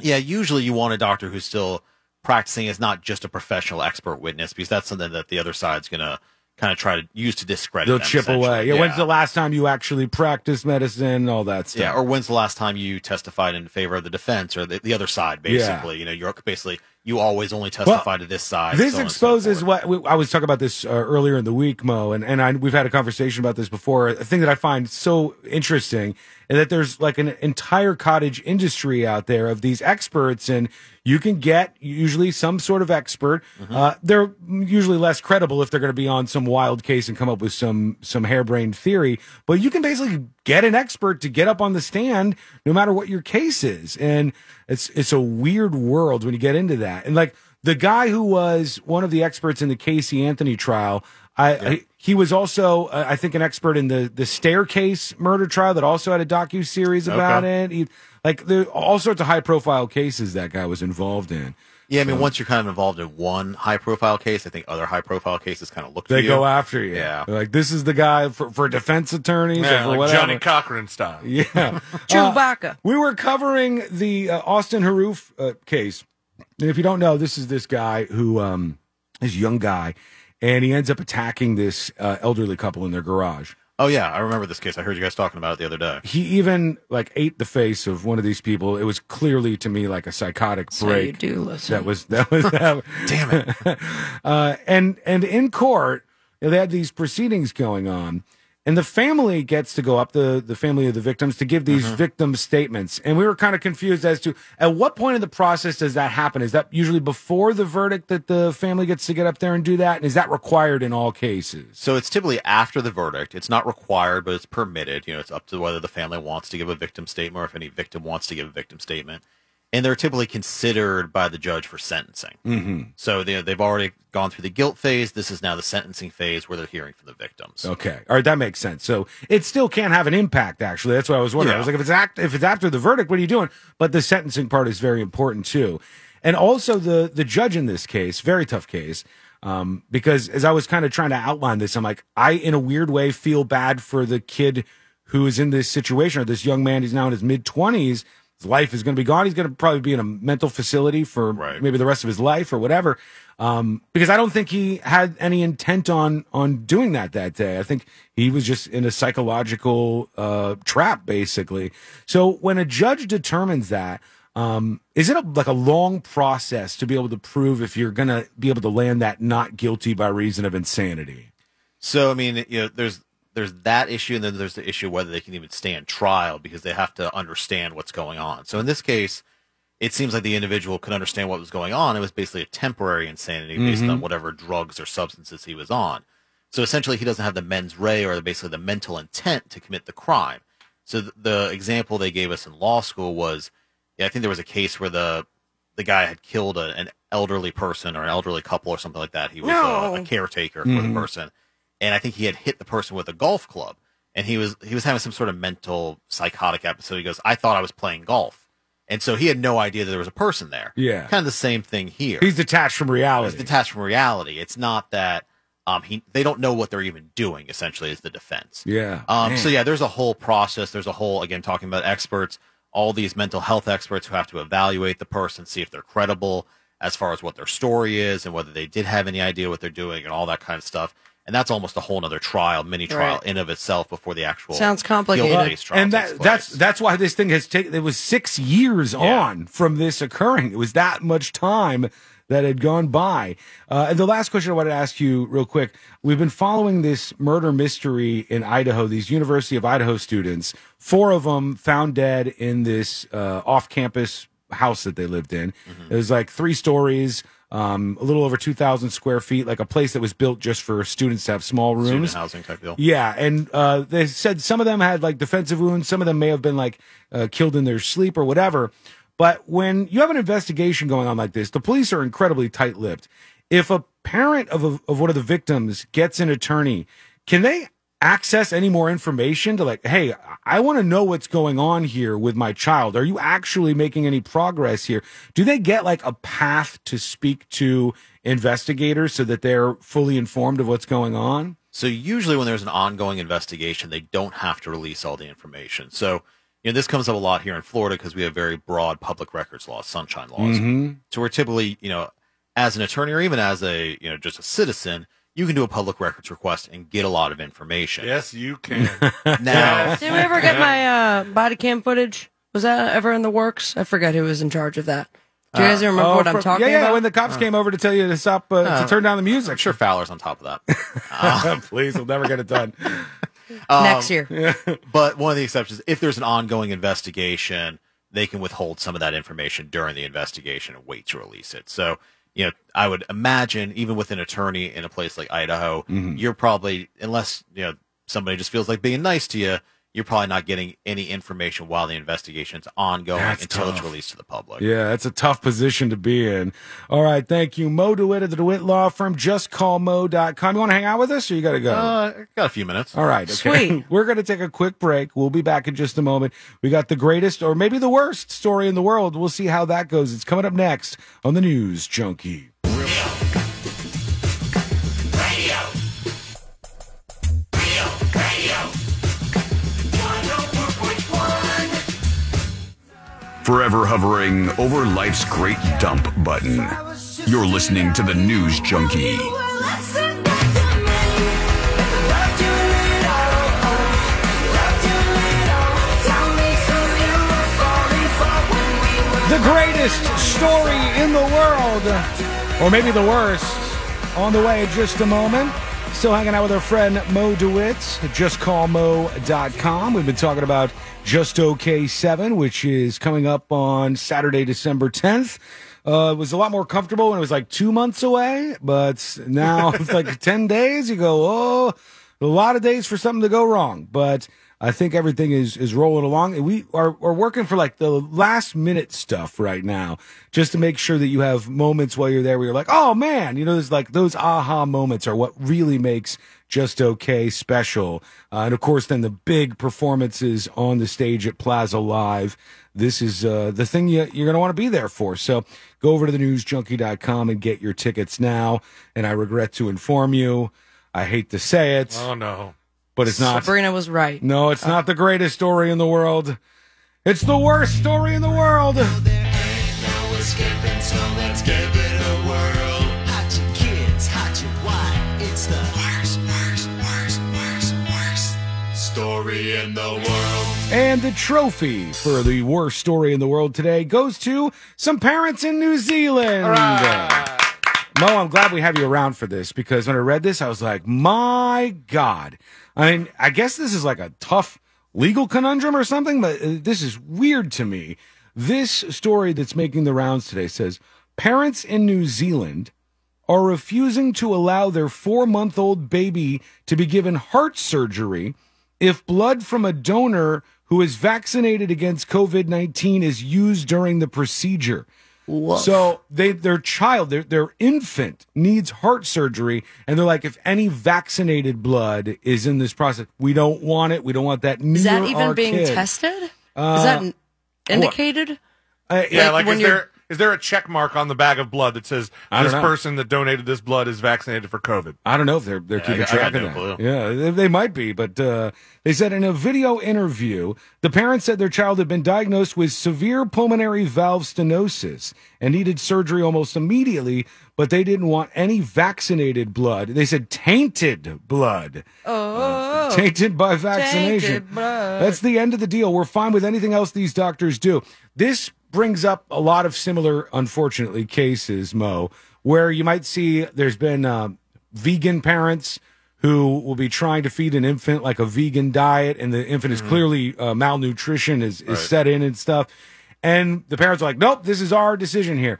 yeah. Usually, you want a doctor who's still practicing as not just a professional expert witness because that's something that the other side's going to kind of try to use to discredit. They'll them, chip away. essentially. Yeah, When's the last time you actually practiced medicine? and All that stuff. Yeah, or when's the last time you testified in favor of the defense or the, the other side? Yeah. Basically, you know, you're basically you always only testify to this side. This so on and so exposes what we, I was talking about this uh, earlier in the week, Mo, and and I, we've had a conversation about this before. A thing that I find so interesting is that there's like an entire cottage industry out there of these experts, and you can get usually some sort of expert. Mm-hmm. Uh, they're usually less credible if they're going to be on some wild case and come up with some some harebrained theory, but you can basically get an expert to get up on the stand no matter what your case is, and it's it's a weird world when you get into that, and like the guy who was one of the experts in the Casey Anthony trial, I, I- he was also uh, I think an expert in the the staircase murder trial that also had a docu series about it. He, like there all sorts of high profile cases that guy was involved in. Yeah, I mean, So- once you're kind of involved in one high profile case, I think other high profile cases kind of look. They for you. go after you. Yeah. They're like this is the guy for, for defense attorneys or Yeah, for like whatever. Johnny Cochran style. Yeah. Chewbacca. we were covering the uh, Austin Haroof uh, case. And if you don't know, this is this guy who, um, this young guy, and he ends up attacking this uh, elderly couple in their garage. Oh yeah, I remember this case. I heard you guys talking about it the other day. He even like ate the face of one of these people. It was clearly to me like a psychotic So you break. do listen. That was that was that. Damn it! uh, and and in court, you know, they had these proceedings going on, and the family gets to go up the the family of the victims to give these Mm-hmm. victim statements. And we were kind of confused as to at what point in the process does that happen? Is that usually before the verdict that the family gets to get up there and do that? And is that required in all cases? So it's typically after the verdict. It's not required, but it's permitted. You know, it's up to whether the family wants to give a victim statement or if any victim wants to give a victim statement. And they're typically considered by the judge for sentencing. Mm-hmm. So they, they've already gone through the guilt phase. This is now the sentencing phase where they're hearing from the victims. Okay. All right, that makes sense. So it still can have an impact. Actually, that's what I was wondering. I Yeah. was like, if it's act, if it's after the verdict, what are you doing? But the sentencing part is very important too, and also the the judge in this case, very tough case, um, because as I was kind of trying to outline this, I'm like, I in a weird way feel bad for the kid who is in this situation or this young man. He's now in his mid twenties. His life is going to be gone. He's going to probably be in a mental facility for maybe the rest of his life or whatever. Um, because I don't think he had any intent on on doing that that day. I think he was just in a psychological uh, trap, basically. So when a judge determines that, um, is it a, like a long process to be able to prove if you're going to be able to land that not guilty by reason of insanity? So I mean, you know, there's there's that issue, and then there's the issue of whether they can even stand trial because they have to understand what's going on. So in this case, it seems like the individual could understand what was going on. It was basically a temporary insanity based Mhm. on whatever drugs or substances he was on. So essentially, he doesn't have the mens rea or basically the mental intent to commit the crime. So th- the example they gave us in law school was, yeah, I think there was a case where the the guy had killed a, an elderly person or an elderly couple or something like that. He was uh a, No. caretaker for Mhm. the Mm-hmm. person, and I think he had hit the person with a golf club, and he was he was having some sort of mental psychotic episode. He goes, "I thought I was playing golf," and so he had no idea that there was a person there. Yeah. kind of the same thing here. He's detached from reality. It's detached from reality. It's not that um, he they don't know what they're even doing. Essentially, is the defense. Yeah. Um, Oh, Man. so yeah, there's a whole process. There's a whole again talking about experts, all these mental health experts who have to evaluate the person, see if they're credible as far as what their story is and whether they did have any idea what they're doing and all that kind of stuff. And that's almost a whole nother trial, mini trial Right. in of itself before the actual Sounds complicated. guilt-based trial and takes that, place. that's that's why this thing has taken. It was six years on from this occurring. It was that much time that had gone by. Uh, and the last question I wanted to ask you, real quick, we've been following this murder mystery in Idaho. These University of Idaho students, four of them found dead in this uh, off-campus house that they lived in. Mm-hmm. It was like three stories. Um, a little over 2,000 square feet, like a place that was built just for students to have small rooms. Student housing type deal. Yeah, and uh, they said some of them had like defensive wounds, some of them may have been like uh, killed in their sleep or whatever. But when you have an investigation going on like this, the police are incredibly tight lipped. If a parent of, a, of one of the victims gets an attorney, can they access any more information to like, hey, I want to know what's going on here with my child. Are you actually making any progress here? Do they get like a path to speak to investigators so that they're fully informed of what's going on? So usually when there's an ongoing investigation, they don't have to release all the information. So you know this comes up a lot here in Florida because we have very broad public records laws, sunshine laws. Mm-hmm. Mhm. So we're typically you know as an attorney or even as a you know just a citizen, you can do a public records request and get a lot of information. Yes, you can. now, Did we ever get my uh, body cam footage? Was that ever in the works? I forget who was in charge of that. Do you guys Uh, remember oh, what I'm for- talking yeah, yeah, about? Oh. when the Oh. cops came over to tell you to stop, uh, Uh, to turn down the music. I'm sure Fowler's on top of that. Uh, Please, we'll never get it done. Um, Next year. but one of the exceptions, if there's an ongoing investigation, they can withhold some of that information during the investigation and wait to release it. So, you know, I would imagine even with an attorney in a place like Idaho, Mm-hmm. Mhm. you're probably, unless, you know, somebody just feels like being nice to you, you're probably not getting any information while the investigation's ongoing That's until it's tough. released to the public. Yeah, that's a tough position to be in. All right, thank you. Mo DeWitt of the DeWitt Law Firm. Just call mo.com. You want to hang out with us or you got to go? Uh, got a few minutes. All right. okay. Sweet. We're going to take a quick break. We'll be back in just a moment. We got the greatest or maybe the worst story in the world. We'll see how that goes. It's coming up next on the News Junkie. forever hovering over life's great dump button. You're listening to the News Junkie. The greatest story in the world, or maybe the worst, on the way in just a moment. Still hanging out with our friend Mo DeWitt, justcallmo.com. We've been talking about Just OK 7, which is coming up on Saturday, December 10th. Uh, it was a lot more comfortable when it was like two months away, but now it's like 10 days. You go, oh, a lot of days for something to go wrong, but I think everything is is rolling along. And we are are working for like the last minute stuff right now, just to make sure that you have moments while you're there where you're like, oh man, you know, there's like those aha moments are what really makes just okay special. Uh, and of course, then the big performances on the stage at Plaza Live. This is uh, the thing you, you're going to want to be there for. So go over to the newsjunkie.com and get your tickets now. And I regret to inform you, I hate to say it. Oh no. But it's not. Sabrina was right. No, it's not the greatest story in the world. It's the worst story in the world. No escaping, so let's give it a whirl. Hot your kids, hot your wife. It's the worst, worst, worst, worst, worst story in the world. And the trophy for the worst story in the world today goes to some parents in New Zealand. Mo, I'm glad we have you around for this because when I read this, I was like, my God. I mean, I guess this is like a tough legal conundrum or something, but uh, this is weird to me. This story that's making the rounds today says parents in New Zealand are refusing to allow their four month old baby to be given heart surgery if blood from a donor who is vaccinated against COVID 19 is used during the procedure. So they their child, their their infant needs heart surgery, and they're like, if any vaccinated blood is in this process, we don't want it. We don't want that. Near Is that our even being kid." tested? Uh, is that n- what? indicated? Uh, Yeah, like, when is you're- there is there a check mark on the bag of blood that says I don't this know. person that donated this blood is vaccinated for COVID? I don't know if they're they're Yeah, I keeping got- I track got of no that. Yeah, they, they might be, but uh, they said in a video interview, the parents said their child had been diagnosed with severe pulmonary valve stenosis and needed surgery almost immediately, but they didn't want any vaccinated blood. They said tainted blood. Oh. tainted by vaccination. Tainted blood. That's the end of the deal. We're fine with anything else these doctors do. This brings up a lot of similar, unfortunately, cases, Mo, where you might see there's been uh, vegan parents who will be trying to feed an infant like a vegan diet, and the infant is clearly uh, malnutrition is, is Right. set in and stuff. And the parents are like, nope, this is our decision here.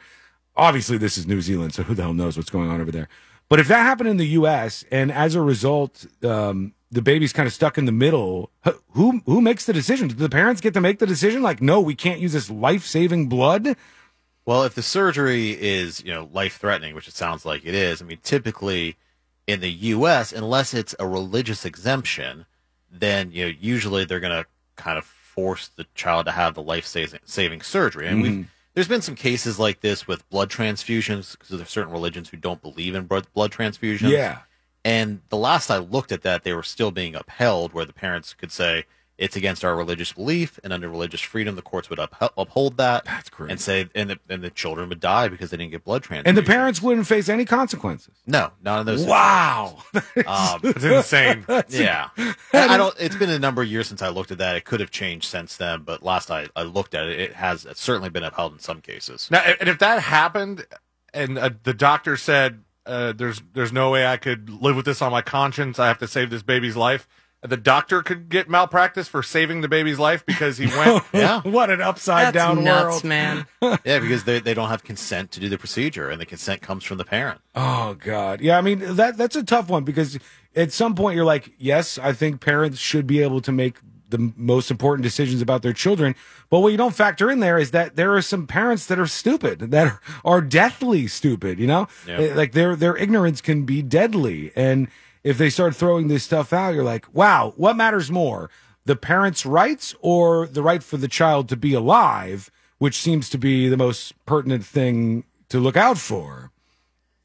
Obviously, this is New Zealand, so who the hell knows what's going on over there. But if that happened in the U.S., and as a result, um, the baby's kind of stuck in the middle. Wh- Who who makes the decision? Do the parents get to make the decision? Like, no, we can't use this life saving blood. Well, if the surgery is, you know, life threatening, which it sounds like it is, I mean, typically in the U.S., unless it's a religious exemption, then, you know, usually they're going to kind of force the child to have the life saving surgery. And Mhm. we've, there's been some cases like this with blood transfusions because there's certain religions who don't believe in blood blood transfusions. Yeah. And the last I looked at that, they were still being upheld, where the parents could say it's against our religious belief, and under religious freedom, the courts would uphe- uphold that. That's great. And say, and the, and the children would die because they didn't get blood transfusions. And the parents wouldn't face any consequences. no, not in those. Wow. situations. um, That's insane. yeah, I I don't. It's been a number of years since I looked at that. It could have changed since then, but last I, I looked at it, it has it's certainly been upheld in some cases. Now, and if that happened, and uh, the doctor said, uh, "There's there's no way I could live with this on my conscience. I have to save this baby's life." The doctor could get malpractice for saving the baby's life because he went. Yeah. what an upside down world, yeah, because they, they don't have consent to do the procedure, and the consent comes from the parent. Oh God, yeah. I mean that that's a tough one because at some point you're like, yes, I think parents should be able to make the m- most important decisions about their children. But what you don't factor in there is that there are some parents that are stupid, that are, are deathly stupid. You know, Yeah. They- like their their ignorance can be deadly. And if they start throwing this stuff out, you're like, wow, what matters more, the parents' rights or the right for the child to be alive, which seems to be the most pertinent thing to look out for.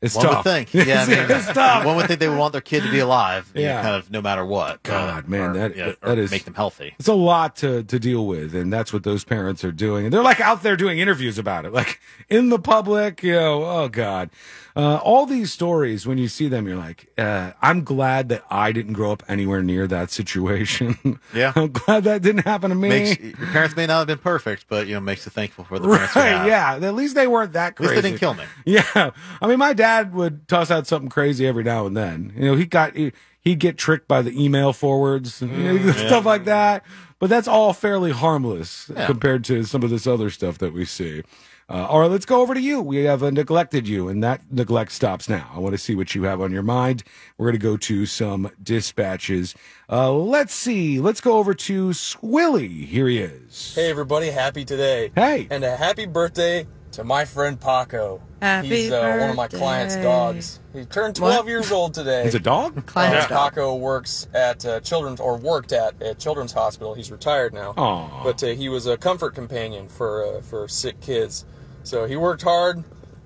It's one tough. would think, yeah, I mean, it's tough. One would think they would want their kid to be alive, you know, Yeah. kind of no matter what. God, man, that- yeah, that or is- make them healthy. It's a lot to to deal with, and that's what those parents are doing. And they're like out there doing interviews about it, like in the public. You know, oh god, uh, all these stories when you see them, you're like, uh, I'm glad that I didn't grow up anywhere near that situation. Yeah. I'm glad that didn't happen to me. Makes, your parents may not have been perfect, but you know, makes you thankful for the parents. you Right, have. yeah. At least they weren't that At least crazy. they didn't kill me. Yeah. I mean, my dad would toss out something crazy every now and then. You know, he got, he, he'd get tricked by the email forwards and you know, Mm, yeah. stuff like that. But that's all fairly harmless Yeah. compared to some of this other stuff that we see. Uh, all right, let's go over to you. We have uh, neglected you, and that neglect stops now. I want to see what you have on your mind. We're going to go to some dispatches. Uh, let's see. Let's go over to Squilly. Here he is. Hey everybody, happy today. Hey. And a happy birthday to my friend Paco. Happy He's uh, one of my birthday. client's dogs. He turned 12 What? years old today. He's a dog? Client's Uh, Paco works at uh, children's or worked at at Children's Hospital. He's retired now. Aw. But uh, he was a comfort companion for uh, for sick kids. So he worked hard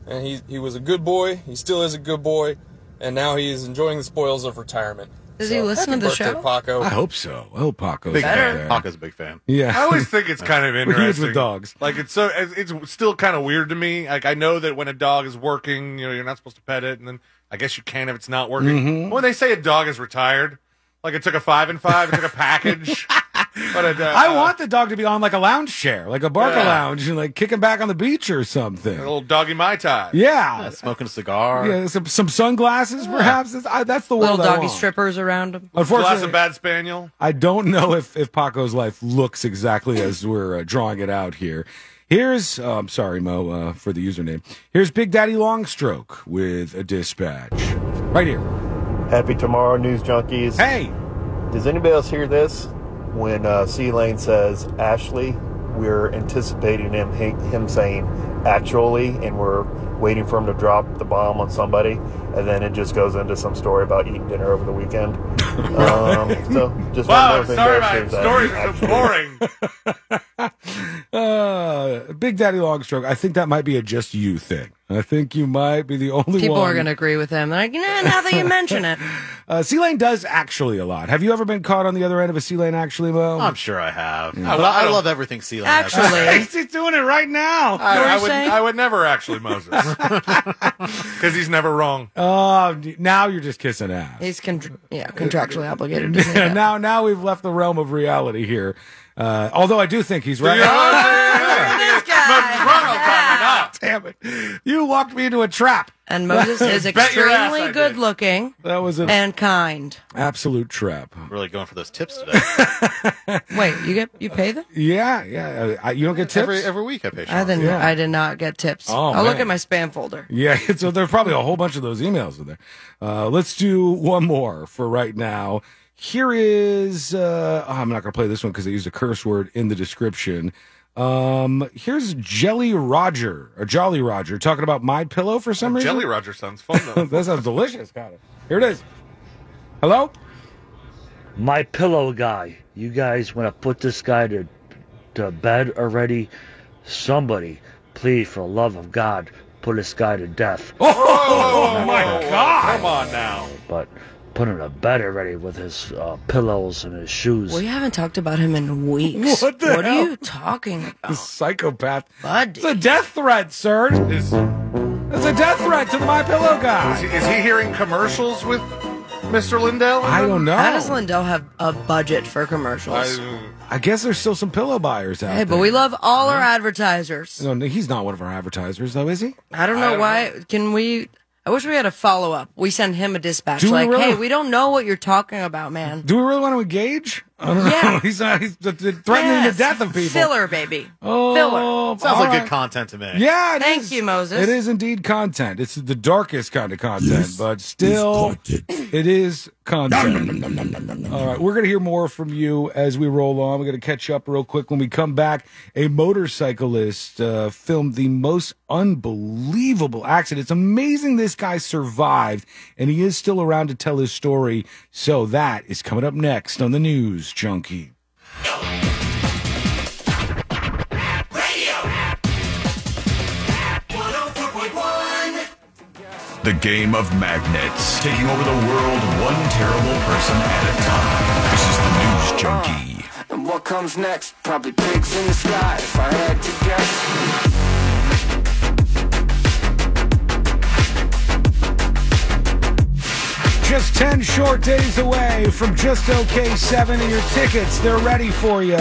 and he he was a good boy. He still is a good boy and now he is enjoying the spoils of retirement. Does he listen happy to the birthday, show? Paco. I hope so. I hope Oh, Paco's Big out fan. there. Paco's a big fan. Yeah. I always think it's kind of We're huge interesting. with dogs. Like it's so it's it's still kind of weird to me. Like I know that when a dog is working, you know, you're not supposed to pet it, and then I guess you can if it's not working. Mhm. When they say a dog is retired, like it took a five and five, it took a package. but it, uh, I want the dog to be on like a lounge chair, like a barca Yeah. lounge, and like kicking back on the beach or something. a little doggy mai tai. Yeah. Yeah, smoking a cigar. Yeah, some, some sunglasses, perhaps. That's, I, that's the Little world I doggy want. strippers around him. Glass Unfortunately, of bad spaniel. I don't know if, if Paco's life looks exactly as we're uh, drawing it out here. Here's, oh, I'm sorry, Mo, uh, for the username. Here's Big Daddy Longstroke with a dispatch. Right here. Happy tomorrow, news junkies. Hey! Does anybody else hear this? When uh, C Lane says Ashley, we're anticipating him him saying actually, and we're waiting for him to drop the bomb on somebody, and then it just goes into some story about eating dinner over the weekend. um, so just Wow, wanted to know if sorry, anybody else my hears that. stories are so boring. Uh, Big Daddy Longstroke, I think that might be a just you thing. I think you might be the only People one. are going to agree with him. They're like, nah, now that you mention it. Uh, C Lane does actually a lot. Have you ever been caught on the other end of a C Lane actually, Mo? I'm sure I have. Yeah. But I- I I, don't- love everything sea lion has. Actually- He's doing it right I, now. You know what I I'm would, saying? I would never actually Moses because he's never wrong. Oh, now you're just kissing ass. He's con- yeah, contractually obligated to say Yeah, that. now, now we've left the realm of reality here. Uh, although I do think he's right. Damn it! You walked me into a trap. And Moses is extremely good looking That was an and kind. absolute trap. Really going for those tips today. Wait, you get you pay them? Yeah, yeah. I, you don't get tips Every- every week I pay. I didn't. Yeah. I did not get tips. Oh, I'll look man. at my spam folder. Yeah, so there's probably a whole bunch of those emails in there. Uh, let's do one more for right now. Here is, uh, oh, I'm not going to play this one because they used a curse word in the description. Um, here's Jelly Roger or Jolly Roger talking about my pillow for some reason. Uh, Jelly Roger sounds fun though. that sounds delicious. Got it. Here it is. Hello? My pillow guy. You guys want to put this guy to, to bed already? Somebody, please, for the love of God, put this guy to death. Oh, my ah, God! Come on now. But put him to bed already with his uh, pillows and his shoes. We haven't talked about him in weeks. What the What are hell? you talking about? Psychopath. It's a death threat, sir. It's a death threat to the My Pillow guy. Is he, is he hearing commercials with Mr. Lindell? I don't know. How does Lindell have a budget for commercials? I guess there's still some pillow buyers out hey, there. but we love all our advertisers. No, no, he's not one of our advertisers, though, is he? I don't know why. Can we? I wish we had a follow up. We send him a dispatch Do we like, really? "Hey, we don't know what you're talking about, man." Do we really want to engage? I don't yeah. know. He's, not, he's th- th- threatening Yes. the death of people. Filler, baby. Oh, Filler. Sounds like all good right. content to me. Yeah, it Thank is. you, Moses. It is indeed content. It's the darkest kind of content, but still, it is content. All right, we're going to hear more from you as we roll on. We're going to catch up real quick. When we come back, a motorcyclist uh, filmed the most unbelievable accident. It's amazing this guy survived, and he is still around to tell his story. So that is coming up next on the News Junkie. oh The game of magnets, taking over the world one terrible person at a time. This is the News Junkie. And what comes next? Probably pigs in the sky, if I had to guess. Just 10 short days away from Just OK 7 and your tickets, they're ready for you.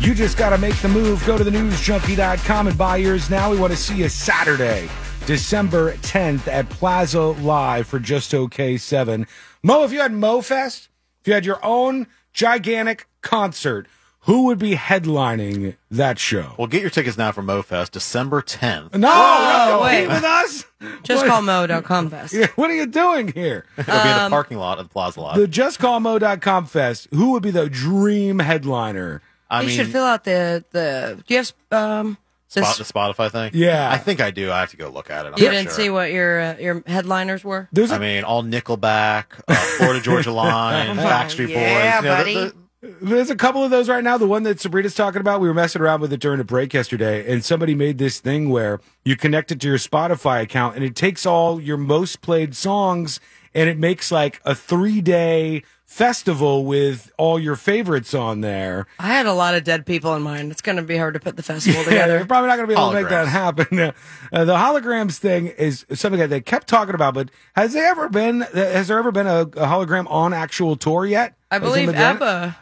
You just got to make the move. Go to thenewsjunkie.com and buy yours now. We want to see you Saturday, December 10th at Plaza Live for Just OK 7. Mo, if you had MoFest, if you had your own gigantic concert, who would be headlining that show? Well, get your tickets now for MoFest, December 10th. No, Oh, Whoa, no, wait. with us. Just What- call mo.com fest. Yeah, what are you doing here? It'll be in Um, the parking lot of the Plaza Lot. The justcallmo.com fest, who would be the dream headliner? you should fill out the the. Do you have um? the Spot, s- the Spotify thing? Yeah. I think I do. I have to go look at it. I'm you not didn't sure. see what your uh, your headliners were. There's I mean, all Nickelback, uh, Florida Georgia Line, Backstreet Oh Yeah, Boys. You know, buddy. the- the- There's a couple of those right now. The one that Sabrina's talking about, we were messing around with it during a break yesterday, and somebody made this thing where you connect it to your Spotify account, and it takes all your most played songs, and it makes like a three day festival with all your favorites on there. I had a lot of dead people in mind. It's going to be hard to put the festival together. You're probably not going to be able to make that Holograms. happen. Uh, the holograms thing is something that they kept talking about, but has there ever been has there ever been a, a hologram on actual tour yet? I Has it believe been done? ABBA,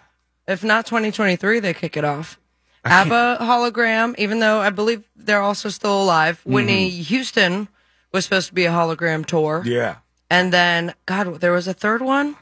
if not 2023, they kick it off. ABBA hologram, even though I believe they're also still alive. Mm-hmm. Whitney Houston was supposed to be a hologram tour. Yeah, And then, God, there was a third one?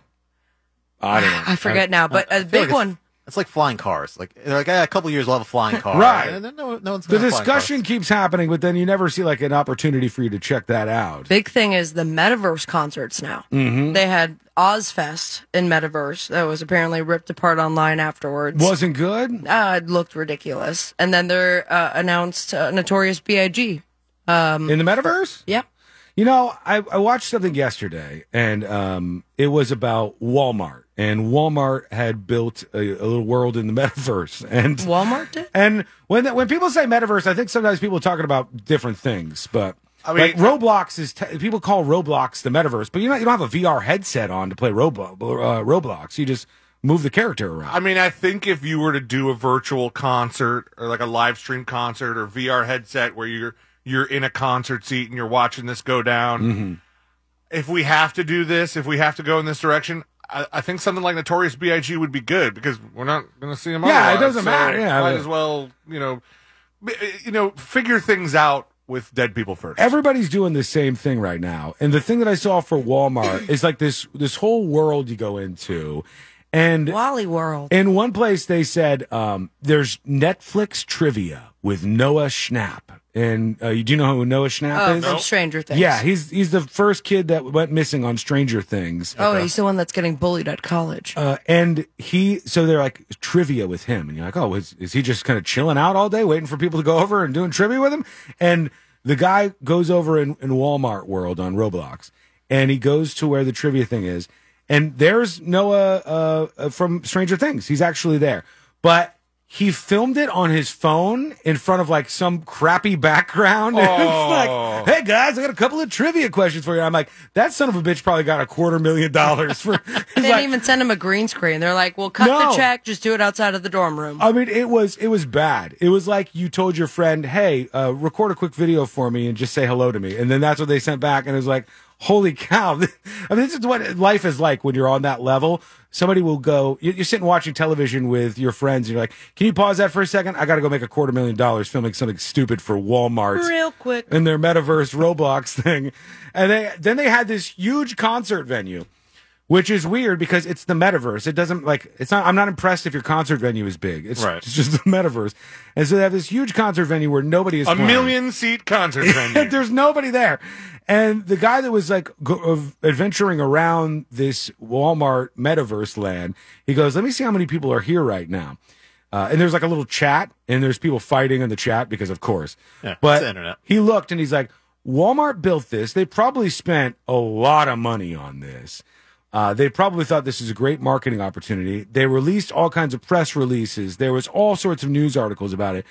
I don't know. I forget now, but I a feel big like it's- one. It's like flying cars. Like they're like, yeah, a couple years we'll have a flying car. Right. And then no, no one's The gonna have a flying car. discussion keeps happening, but then you never see like an opportunity for you to check that out. Big thing is the metaverse concerts now. Mm-hmm. They had Ozfest in metaverse that was apparently ripped apart online afterwards. Wasn't good. Uh, it looked ridiculous. And then they're uh, announced uh, Notorious B.I.G. Um, In the metaverse? Yep. You know, I, I watched something yesterday, and um, it was about Walmart, and Walmart had built a, a little world in the metaverse, and Walmart did. And when when people say metaverse, I think sometimes people are talking about different things, but. I mean- like Roblox is te- people call Roblox the metaverse, but you know you don't have a VR headset on to play Roblo- uh, Roblox. You just move the character around. I mean, I think if you were to do a virtual concert or like a live stream concert or VR headset where you're you're in a concert seat and you're watching this go down, Mm-hmm. if we have to do this, if we have to go in this direction, I, I think something like Notorious B.I.G. would be good because we're not going to see him. Yeah, it otherwise, doesn't so matter, yeah. might as well, you know, b- uh, you know, figure things out with dead people first. Everybody's doing the same thing right now. And the thing that I saw for Walmart is like this this whole world you go into. And Wally World. In one place they said um, there's Netflix trivia with Noah Schnapp. And uh, you do know who Noah Schnapp Oh, is? from Stranger Things. Yeah, he's he's the first kid that went missing on Stranger Things. Oh, he's the one that's getting bullied at college. Uh, and he, so they're like trivia with him, and you're like, oh, is, is he just kind of chilling out all day, waiting for people to go over and doing trivia with him? And the guy goes over in, in Walmart World on Roblox, and he goes to where the trivia thing is, and there's Noah uh, uh, from Stranger Things. He's actually there, but he filmed it on his phone in front of like some crappy background. Oh. it's like, hey guys, I got a couple of trivia questions for you. I'm like, that son of a bitch probably got a quarter million dollars for They didn't even send him a green screen. They're like, "Well, cut No. the check. Just do it outside of the dorm room." I mean, it was it was bad. It was like you told your friend, "Hey, uh, record a quick video for me and just say hello to me," and then that's what they sent back, and it was like, "Holy cow!" I mean, this is what life is like when you're on that level. Somebody will go, you- you're sitting watching television with your friends, and you're like, "Can you pause that for a second? I got to go make a quarter million dollars filming something stupid for Walmart." Real quick. in their metaverse Roblox thing. And they then they had this huge concert venue, which is weird because it's the metaverse. It doesn't like it's not I'm not impressed if your concert venue is big. It's, it's just the metaverse. And so they have this huge concert venue where nobody is a playing. million seat concert venue. There's nobody there. And the guy that was like go, of adventuring around this Walmart metaverse land, he goes, "Let me see how many people are here right now." Uh, and there's like a little chat, and there's people fighting in the chat because, of course. Yeah, it's but the internet. he looked and he's like, "Walmart built this. They probably spent a lot of money on this." Uh, they probably thought this is a great marketing opportunity. They released all kinds of press releases. There was all sorts of news articles about it.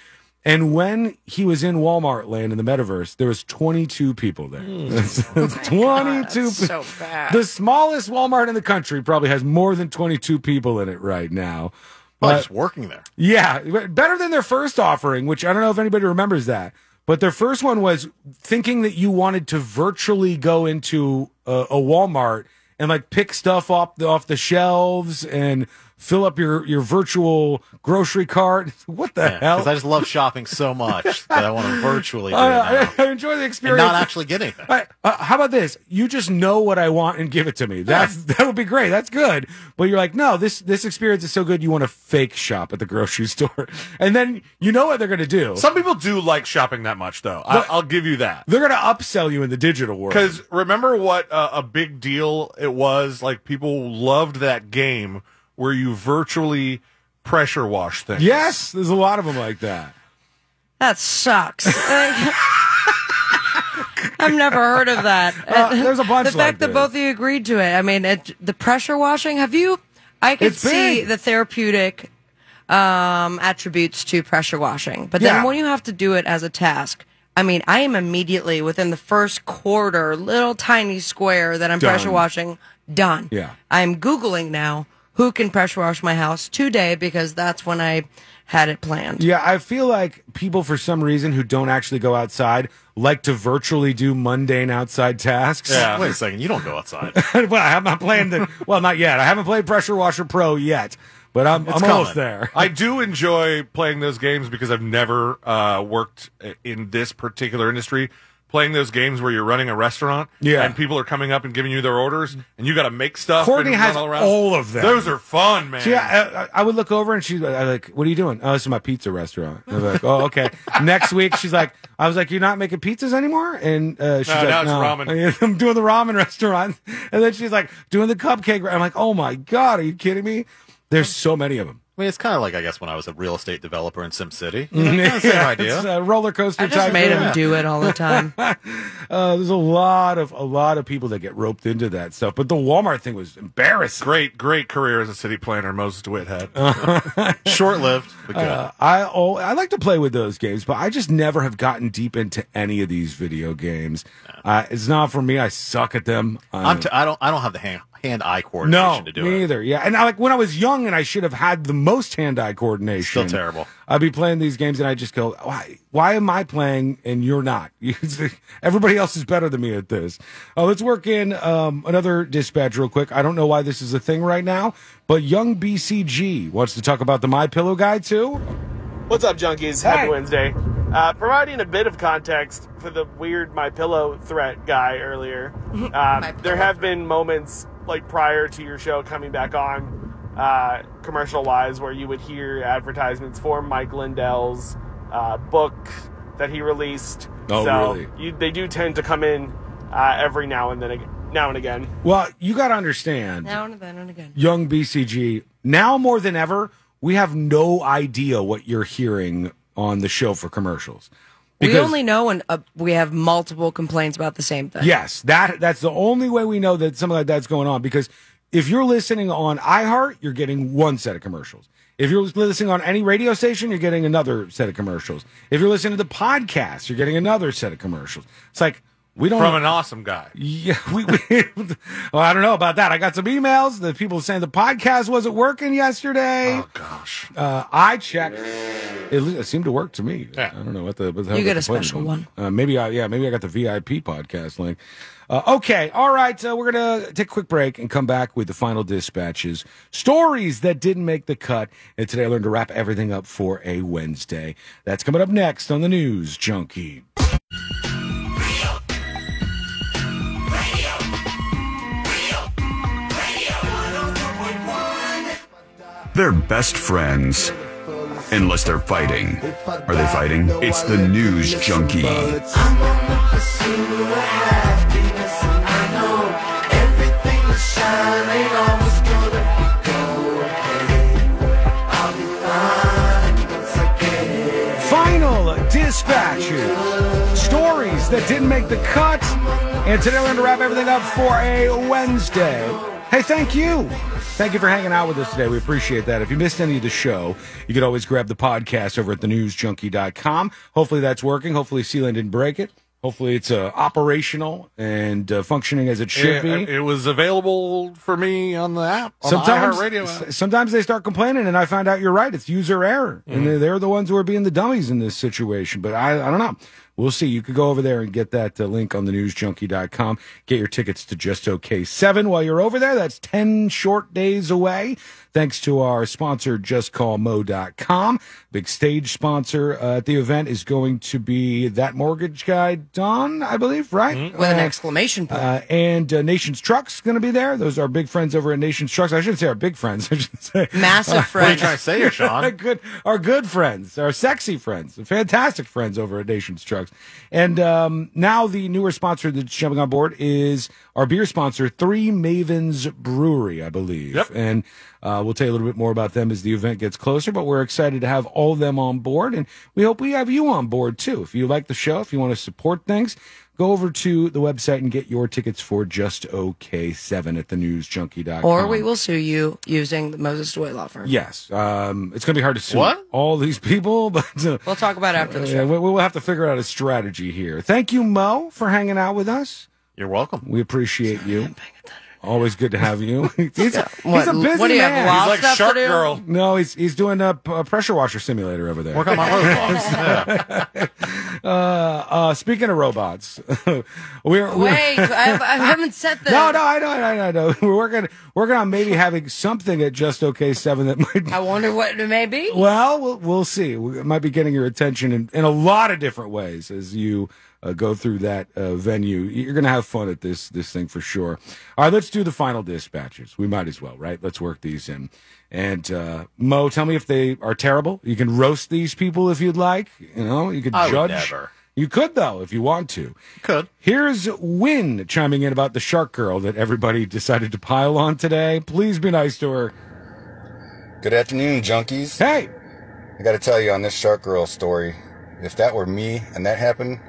And when he was in Walmart land in the metaverse, there was 22 people there. Hmm. Oh 22 pe- so bad. The smallest Walmart in the country probably has more than 22 people in it right now. Probably But- just working there. yeah, but better than their first offering, which I don't know if anybody remembers that. But their first one was thinking that you wanted to virtually go into a, a Walmart and like pick stuff off the, off the shelves and fill up your, your virtual grocery cart. What the hell? Because I just love shopping so much that I want to virtually do it now. I, I- I enjoy the experience. not actually get anything. I- uh, how about this? You just know what I want and give it to me. That's that would be great. That's good. But you're like, no, this this experience is so good. You want to fake shop at the grocery store, and then you know what they're going to do. Some people do like shopping that much, though. I, But- I'll give you that. They're going to upsell you in the digital world. Because remember what uh, a big deal it was? Like people loved that game where you virtually pressure wash things. yes, there's a lot of them like that. That sucks. Eh, I've never heard of that. Eh, Uh, there's a bunch The fact like that this. both of you agreed to it. I mean, it, the pressure washing. Have you? I could It's see big. the therapeutic um, attributes to pressure washing, but then Yeah. when you have to do it as a task. I mean, I am immediately within the first quarter, little tiny square that I'm Done. pressure washing, done. Yeah. I'm Googling now who can pressure wash my house today because that's when I had it planned. Yeah, I feel like people for some reason who don't actually go outside like to virtually do mundane outside tasks. Yeah. Wait a second, you don't go outside. well, I'm not playing the well, not yet. I haven't played Pressure Washer Pro yet, but I'm, I'm almost there. I do enjoy playing those games because I've never uh, worked i- in this particular industry. Playing those games where you're running a restaurant, Yeah. and people are coming up and giving you their orders, and you got to make stuff. Courtney and has run all, around. of them. Those are fun, man. So yeah, I, I- I would look over and she's like- I like, "What are you doing?" Oh, this is my pizza restaurant. I'm like, "Oh, okay." Next week, she's like, "I was like, you're not making pizzas anymore," and uh, she's No, like, now it's "No, ramen." I'm doing the ramen restaurant," and then she's like, "Doing the cupcake." ra-" I'm like, "Oh my god, are you kidding me?" There's so many of them. I mean, it's kind of like I guess when I was a real estate developer in SimCity. Mhm. Kinda the same Yeah, idea. it's a roller coaster. I just type made thing. him do it all the time. uh, there's a lot of a lot of people that get roped into that stuff, but the Walmart thing was embarrassing. Great, great career as a city planner Moses DeWitt had. Short lived, but good. Uh, I oh, I like to play with those games, but I just never have gotten deep into any of these video games. Uh, it's not for me. I suck at them. Uh, I'm t- I don't I don't have the hand hand eye coordination no, to do me it. either. Yeah, and I, like when I was young, and I should have had the most hand-eye coordination. Still terrible. I'd be playing these games, and I just go, "Why? Why am I playing and you're not? Everybody else is better than me at this." Uh, let's work in um, another dispatch real quick. I don't know why this is a thing right now, but young BCG wants to talk about the My Pillow guy too. What's up, junkies? Happy Wednesday. Uh, providing a bit of context for the weird My Pillow threat guy earlier. Um, there have been moments like prior to your show coming back on, uh, commercial wise, where you would hear advertisements for Mike Lindell's uh, book that he released. Oh, so really? You, they do tend to come in uh, every now and then, ag- now and again. Well, you got to understand. Now and then and again. young BCG, now more than ever, we have no idea what you're hearing on the show for commercials. we only know when uh, we have multiple complaints about the same thing. yes, that that's the only way we know that something like that's going on because if you're listening on iHeart, you're getting one set of commercials. If you're listening on any radio station, you're getting another set of commercials. If you're listening to the podcast, you're getting another set of commercials. It's like we don't from an awesome guy. Yeah, we, we well, I don't know about that. I got some emails that people saying the podcast wasn't working yesterday. Oh gosh. Uh, I checked. It, le- it seemed to work to me. I don't know what the what the hell You the get a complaint special was. one. Uh, maybe I yeah maybe I got the VIP podcast link. Uh, okay, all right. So we're gonna take a quick break and come back with the final dispatches, stories that didn't make the cut, and today I learned to wrap everything up for a Wednesday. That's coming up next on the News Junkie. They're best friends. Unless they're fighting. Are they fighting? It's the news junkie. Final dispatches. Stories that didn't make the cut. And today we're going to wrap everything up for a Wednesday. Hey, thank you. Thank you for hanging out with us today. We appreciate that. If you missed any of the show, you could always grab the podcast over at thenewsjunkie.com. Hopefully that's working. Hopefully Sealand didn't break it. Hopefully it's uh, operational and uh, functioning as it It, should be. it was available for me on the app, on Sometimes, the iHeartRadio app. s- sometimes they start complaining, and I find out you're right. It's user error, and they're, they're the ones who are being the dummies in this situation. But I, I don't know. We'll see. You could go over there and get that uh, link on the newsjunkie.com. Get your tickets to Just OK 7 while you're over there. That's 10 short days away. Thanks to our sponsor, justcallmo.com. Big stage sponsor uh, at the event is going to be that mortgage guy, Don, I believe, right? Mm-hmm. With an Uh, exclamation point. uh, and uh, Nation's Trucks going to be there. Those are big friends over at Nation's Trucks. I shouldn't say our big friends. I should say Massive What are you friends. trying to say here, Sean? Our good, our good friends, our sexy friends, fantastic friends over at Nation's Trucks. And um, now the newer sponsor that's jumping on board is our beer sponsor, Three Mavens Brewery, I believe. Yep. And uh, we'll tell you a little bit more about them as the event gets closer, but we're excited to have all of them on board. And we hope we have you on board too. If you like the show, if you want to support things, go over to the website and get your tickets for just OK7 at thenewsjunkie.com. or we will sue you using the Moses Dewey law firm. Yes, um, it's going to be hard to sue What? all these people, but uh, We'll talk about it after the uh, show. we- we'll have to figure out a strategy here. Thank you, Mo, for hanging out with us. You're welcome. We appreciate you. Always good to have you. he's, he's a busy What- what do you have, man. law He's like stuff to Shark do? Girl. No, he's he's doing a, a pressure washer simulator over there. Work on my robots. uh, uh, speaking of robots, we're, we're Wait, I, have, I haven't said that. No, no, I know, I know, I know. We're working, working on maybe having something at Just OK Seven that might I wonder what it may be. well, we'll, we'll see. We might be getting your attention in, in a lot of different ways as you uh, go through that uh, venue. You're going to have fun at this this thing for sure. All right, let's do the final dispatches. We might as well, right? Let's work these in. And uh, Mo, tell me if they are terrible. You can roast these people if you'd like. You know, you could I would judge. never. You could though, if you want to. Could. Here's Win chiming in about the shark girl that everybody decided to pile on today. Please be nice to her. Good afternoon, junkies. Hey! I gotta tell you on this Shark Girl story, if that were me and that happened,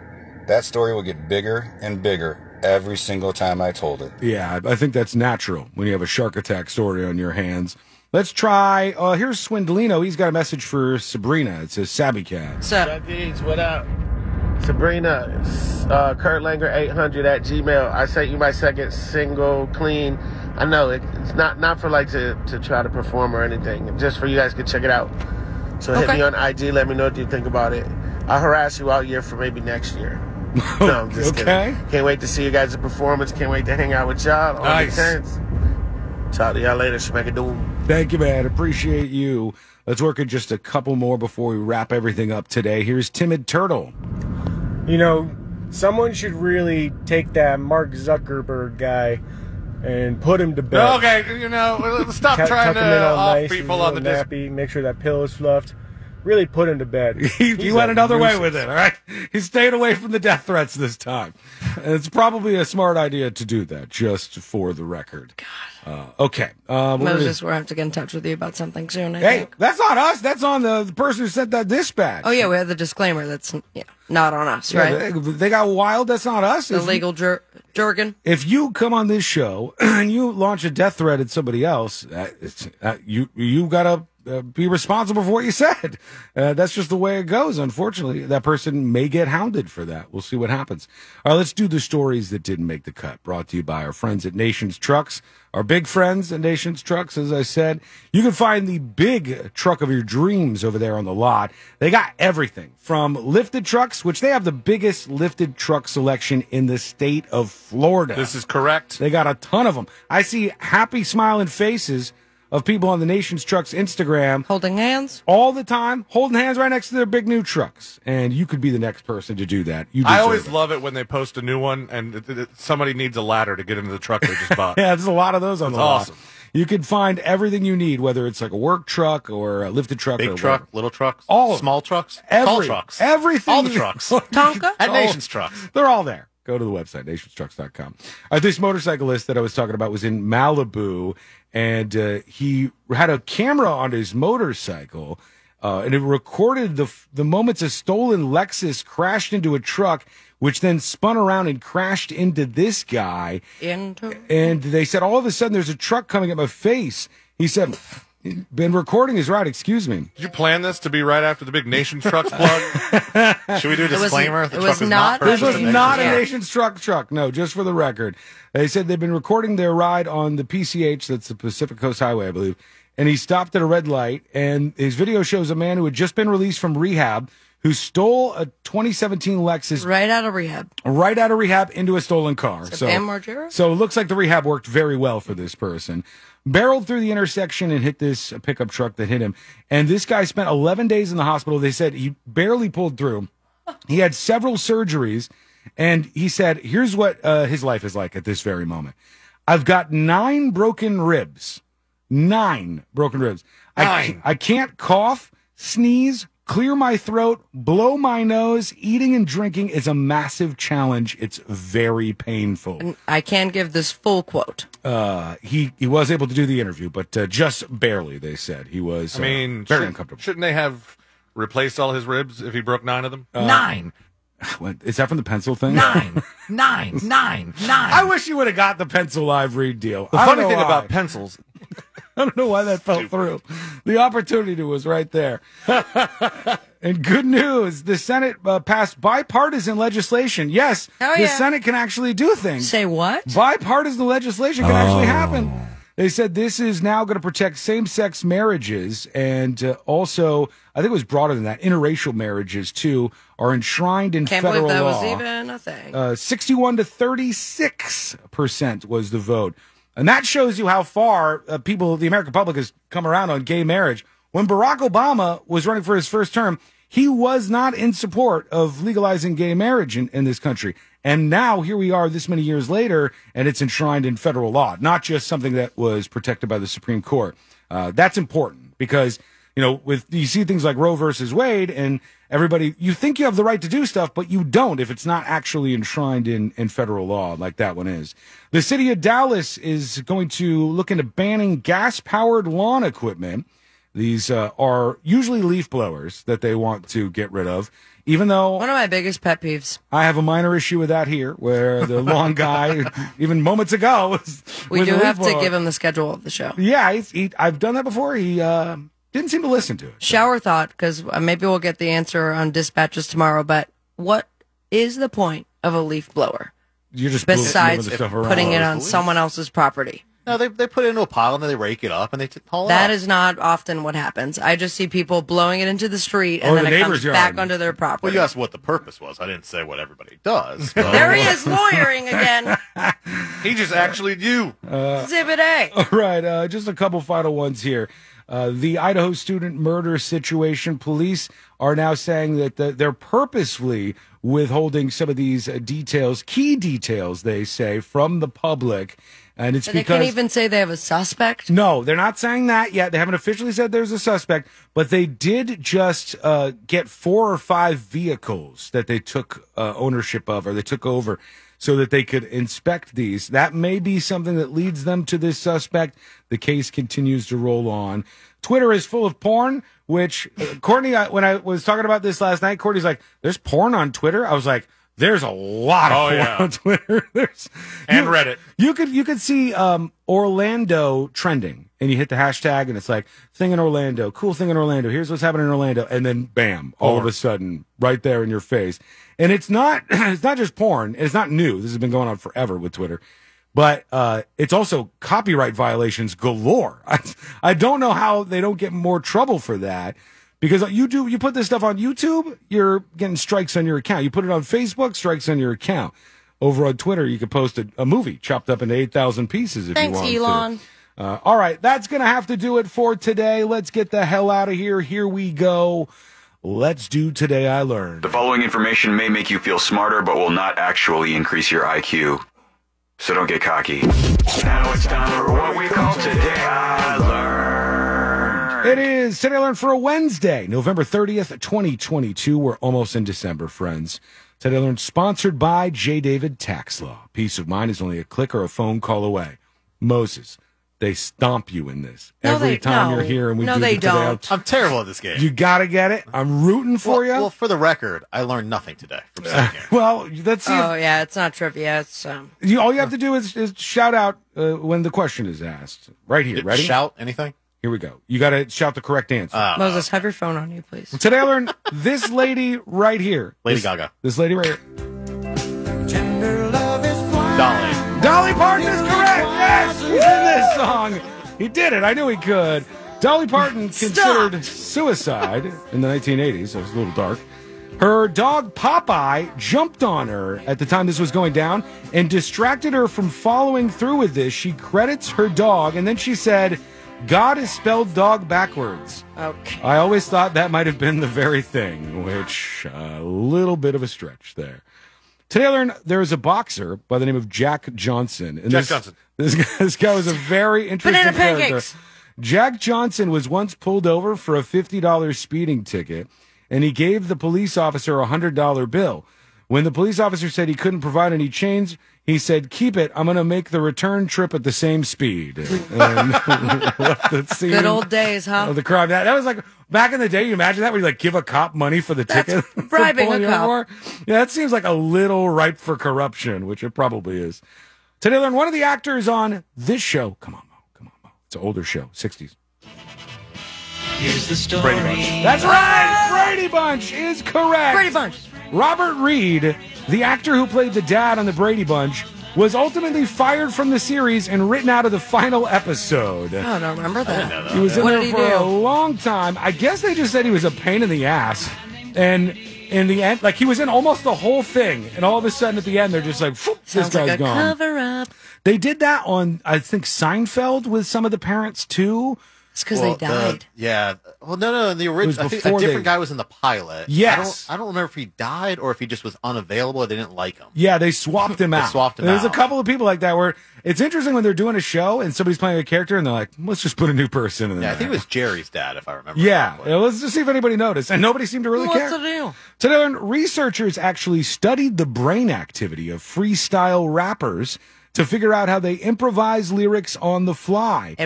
that story would get bigger and bigger every single time I told it. Yeah, I I think that's natural when you have a shark attack story on your hands. Let's try. Uh, here's Swindolino. He's got a message for Sabrina. It says Sabby Cat. What's up? What up? Sabrina, uh, Kurt Langer 800 at Gmail. I sent you my second single, Clean. I know it, it's not not for like to, to try to perform or anything, just for you guys to check it out. So hit Okay. me on IG, let me know what you think about it. I'll harass you all year for maybe next year. No, I'm just Okay. kidding. Can't wait to see you guys' performance. Can't wait to hang out with y'all on Nice. the 10th. Talk to y'all later, Schmackadoon. Thank you, man. Appreciate you. Let's work on just a couple more before we wrap everything up today. Here's Timid Turtle. you know, someone should really take that Mark Zuckerberg guy and put him to bed. Okay, you know, stop Tuck- trying tuck him to in all off nice and people real on the dis- nappy. Make sure that pillow's fluffed. really put him to bed. He, he He's went a another way nuisance. with it, all right? He stayed away from the death threats this time. And it's probably a smart idea to do that, just for the record. God. Uh, okay. Uh, we're gonna- Moses, we're going to have to get in touch with you about something soon. I hey, think. that's not us. That's on the, the person who sent that dispatch. Oh, yeah, we have the disclaimer that's yeah, not on us, Yeah, right? they, they got wild. That's not us. the If you- legal jer- jargon. If you come on this show and you launch a death threat at somebody else, uh, it's, uh, you you gotta uh, be responsible for what you said. Uh, that's just the way it goes. Unfortunately, that person may get hounded for that. We'll see what happens. All right, let's do the stories that didn't make the cut. Brought to you by our friends at Nations Trucks, our big friends at Nations Trucks. As I said, you can find the big truck of your dreams over there on the lot. They got everything from lifted trucks, which they have the biggest lifted truck selection in the state of Florida. This is correct. They got a ton of them. I see happy smiling faces of people on the Nation's Trucks Instagram holding hands all the time, holding hands right next to their big new trucks. And you could be the next person to do that. You I deserve always it. love it when they post a new one and it, it- it- somebody needs a ladder to get into the truck they just bought. yeah, there's a lot of those on That's the lot. awesome. You can find everything you need, whether it's like a work truck or a lifted truck, Big or truck, whatever. little trucks, all of small trucks, Every- tall trucks, everything, all the you- trucks, Tonka at Oh. Nation's Trucks. They're all there. Go to the website, nationstrucks.com. All right, Uh, this motorcyclist that I was talking about was in Malibu, and uh, he had a camera on his motorcycle, uh, and it recorded the, f- the moments a stolen Lexus crashed into a truck, which then spun around and crashed into this guy. Into And they said, all of a sudden, there's a truck coming at my face. He said, been recording his ride, excuse me. Did you plan this to be right after the big Nation's Trucks plug? Should we do a It was- disclaimer? it was not This purchased was at Nation's not a Trucks. nation's truck truck. No, just for the record, they said they've been recording their ride on the PCH, that's the Pacific Coast Highway, I believe. And he stopped at a red light, and his video shows a man who had just been released from rehab who stole a 2017 Lexus right out of rehab. right out of rehab into a stolen car. So So, Bam Margera? so it looks like the rehab worked very well for this person. Barreled through the intersection and hit this pickup truck that hit him. And this guy spent 11 days in the hospital. They said he barely pulled through. He had several surgeries. And he said, here's what uh, his life is like at this very moment. I've got nine broken ribs. Nine broken ribs. I, ca- I can't cough, sneeze, clear my throat, blow my nose. Eating and drinking is a massive challenge. It's very painful. I can give this full quote. Uh, he he was able to do the interview, but uh, just barely. They said he was. I mean, uh, very should, uncomfortable. Shouldn't they have replaced all his ribs if he broke nine of them? Nine. What, is that from the pencil thing? Nine, nine, nine, nine. I wish you would have got the pencil live read deal. The I don't funny know thing why. about pencils, I don't know why that fell through. The opportunity was right there. and good news the Senate uh, passed bipartisan legislation. Yes, Hell the yeah. Senate can actually do things. Say what? Bipartisan legislation can Oh. actually happen. They said this is now going to protect same sex marriages and uh, also, I think it was broader than that, interracial marriages too are enshrined in Can't federal believe that law. was even a thing. Uh, 61 to 36 percent was the vote. And that shows you how far uh, people, the American public, has come around on gay marriage. When Barack Obama was running for his first term, he was not in support of legalizing gay marriage in, in this country. And now here we are this many years later, and it's enshrined in federal law, not just something that was protected by the Supreme Court. Uh, that's important because you know, with you see things like Roe versus Wade, and everybody, you think you have the right to do stuff, but you don't if it's not actually enshrined in, in federal law like that one is. The city of Dallas is going to look into banning gas powered lawn equipment. These uh, are usually leaf blowers that they want to get rid of, even though one of my biggest pet peeves. I have a minor issue with that here, where the lawn guy, even moments ago, was We with do a leaf have to blower. give him the schedule of the show. Yeah, he's, he, I've done that before. He uh, didn't seem to listen to it. Shower thought, because maybe we'll get the answer on dispatches tomorrow, but what is the point of a leaf blower You're just besides putting it on someone else's property? No, they they put it into a pile and then they rake it up and they t- haul it. That up. is not often what happens. I just see people blowing it into the street Oh, and Or then the it comes neighbor's yard. back onto their property. Well, you asked what the purpose was. I didn't say what everybody does. but- There he is lawyering again. he just actually you. Uh, Exhibit A. All right, uh, just a couple final ones here. Uh, the Idaho student murder situation. Police are now saying that the, they're purposely withholding some of these uh, details, key details, they say, from the public. And it's And they because can't even say they have a suspect. no, they're not saying that yet. They haven't officially said there's a suspect, but they did just uh, get four or five vehicles that they took uh, ownership of or they took over so that they could inspect these. That may be something that leads them to this suspect. The case continues to roll on. Twitter is full of porn, which uh, Courtney, I, when I was talking about this last night, Courtney's like, there's porn on Twitter. I was like, there's a lot of Oh, porn yeah. on Twitter. there's And you- Reddit. You could you could see um, Orlando trending, and you hit the hashtag, and it's like thing in Orlando, cool thing in Orlando. Here's what's happening in Orlando, and then bam, all of Porn. a sudden, right there in your face. And it's not it's not just porn. It's not new. This has been going on forever with Twitter, but uh, it's also copyright violations galore. I, I don't know how they don't get more trouble for that. Because you do, you put this stuff on YouTube, you're getting strikes on your account. You put it on Facebook, strikes on your account over on Twitter, you could post a, a movie chopped up into 8,000 pieces if Thanks, you want Elon. to. Uh, all right, that's going to have to do it for today. Let's get the hell out of here. Here we go. Let's do Today I Learned. The following information may make you feel smarter, but will not actually increase your IQ. So don't get cocky. Now it's time for what we call today I learned. It is Today I Learned for a Wednesday, November 30th, 2022. We're almost in December, friends. Today I Learned, sponsored by J. David Tax Law. Peace of mind is only a click or a phone call away. Moses, they stomp you in this No, every they- time no. you're here, and we No, do they the Today I- don't. I'm terrible at this game. You gotta get it. I'm rooting for you. Well, for the record, I learned nothing today from sitting here. Well, let's see. if- Oh yeah, it's not trivia. It's um, you, all you have to do is, is shout out uh, when the question is asked. Right here. Did Ready? shout anything? Ah. Here we go. You got to shout the correct answer. Oh. Moses, have your phone on you, please. Today I learned this lady right here. Lady This- Gaga. This lady right here. Dolly. Dolly Parton is correct. Yes, he's in this song. He did it. I knew he could. Dolly Parton considered suicide in the 1980s. It was a little dark. Her dog Popeye jumped on her at the time this was going down and distracted her from following through with this. She credits her dog and then she said, God is spelled dog backwards. Okay. I always thought that might have been the very thing, which a little bit of a stretch there. Today I learned there is a boxer by the name of Jack Johnson. And Jack this, Johnson. This guy, this guy was a very interesting Banana character. pancakes. Jack Johnson was once pulled over for a $50 speeding ticket, and he gave the police officer a $100 bill. When the police officer said he couldn't provide any change, he said, Keep it. I'm going to make the return trip at the same speed. And left the scene Good old days, huh? of the crime. That, that was like back in the day. You imagine that where you like give a cop money for the ticket, for bribing a pulling you cop. over? Yeah, that seems like a little ripe for corruption, which it probably is. Today, I learned one of the actors on this show. Come on, Mo. Come on, Mo. It's an older show, sixties. Here's the story. That's right. Brady Bunch is correct. Brady Bunch. Robert Reed, the actor who played the dad on the Brady Bunch, was ultimately fired from the series and written out of the final episode. I don't remember that. He was in what there did he for a do? long time. I guess they just said he was a pain in the ass. And in the end, like he was in almost the whole thing. And all of a sudden at the end, they're just like, "Phew, this Sounds guy's like a gone. cover up. They did that on, I think, Seinfeld with some of the parents too. It's Well, the- yeah. Well, no, no. The was original. I think a before different they- guy was in the pilot. Yes. I don't, I don't remember if he died or if he just was unavailable. Or they didn't like him. Yeah, they swapped him They out. swapped him There's a out. couple of people like that where it's interesting when they're doing a show and somebody's playing a character and they're like, let's just put a new person in there. Yeah, I think it was Jerry's dad, if I remember. Yeah, yeah, let's just see if anybody noticed. And nobody seemed to really What's care. the deal? Today, I learned researchers actually studied the brain activity of freestyle rappers to figure out how they improvise lyrics on the fly.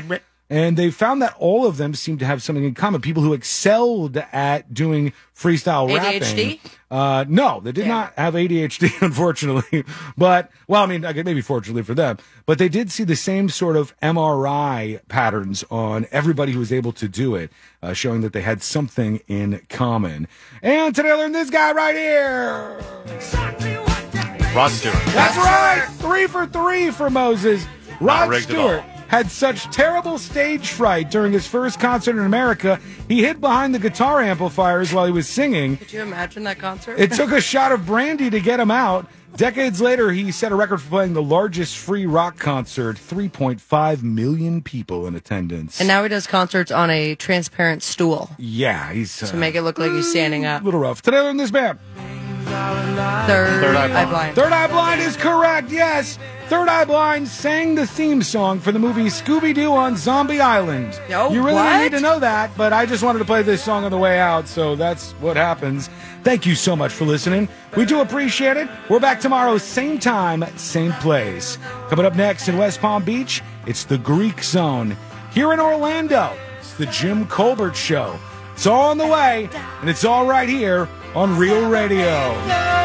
And they found that all of them seemed to have something in common. People who excelled at doing freestyle ADHD? rapping. Uh, no, they did not have ADHD, unfortunately. But, well, I mean, I guess maybe fortunately for them, but they did see the same sort of MRI patterns on everybody who was able to do it, uh, showing that they had something in common. And today I learned this guy right here. Rod Stewart. That's right. Three for three for Moses. Not Rod rigged at all. Stewart had such terrible stage fright during his first concert in America, he hid behind the guitar amplifiers while he was singing. Could you imagine that concert? It took a shot of brandy to get him out. Decades later, he set a record for playing the largest free rock concert, 3.5 million people in attendance. And now he does concerts on a transparent stool yeah, he's uh, to make it look like he's standing up. a little rough. Today I learned this man. Third, Eye Blind. Third Eye Blind is correct, yes. Third Eye Blind sang the theme song for the movie Scooby Doo on Zombie Island. Oh, you really what? didn't need to know that, but I just wanted to play this song on the way out, so that's what happens. Thank you so much for listening. We do appreciate it. We're back tomorrow, same time, same place. Coming up next in West Palm Beach, it's the Greek Zone. Here in Orlando, it's the Jim Colbert Show. It's all on the way, and it's all right here on Real Radio.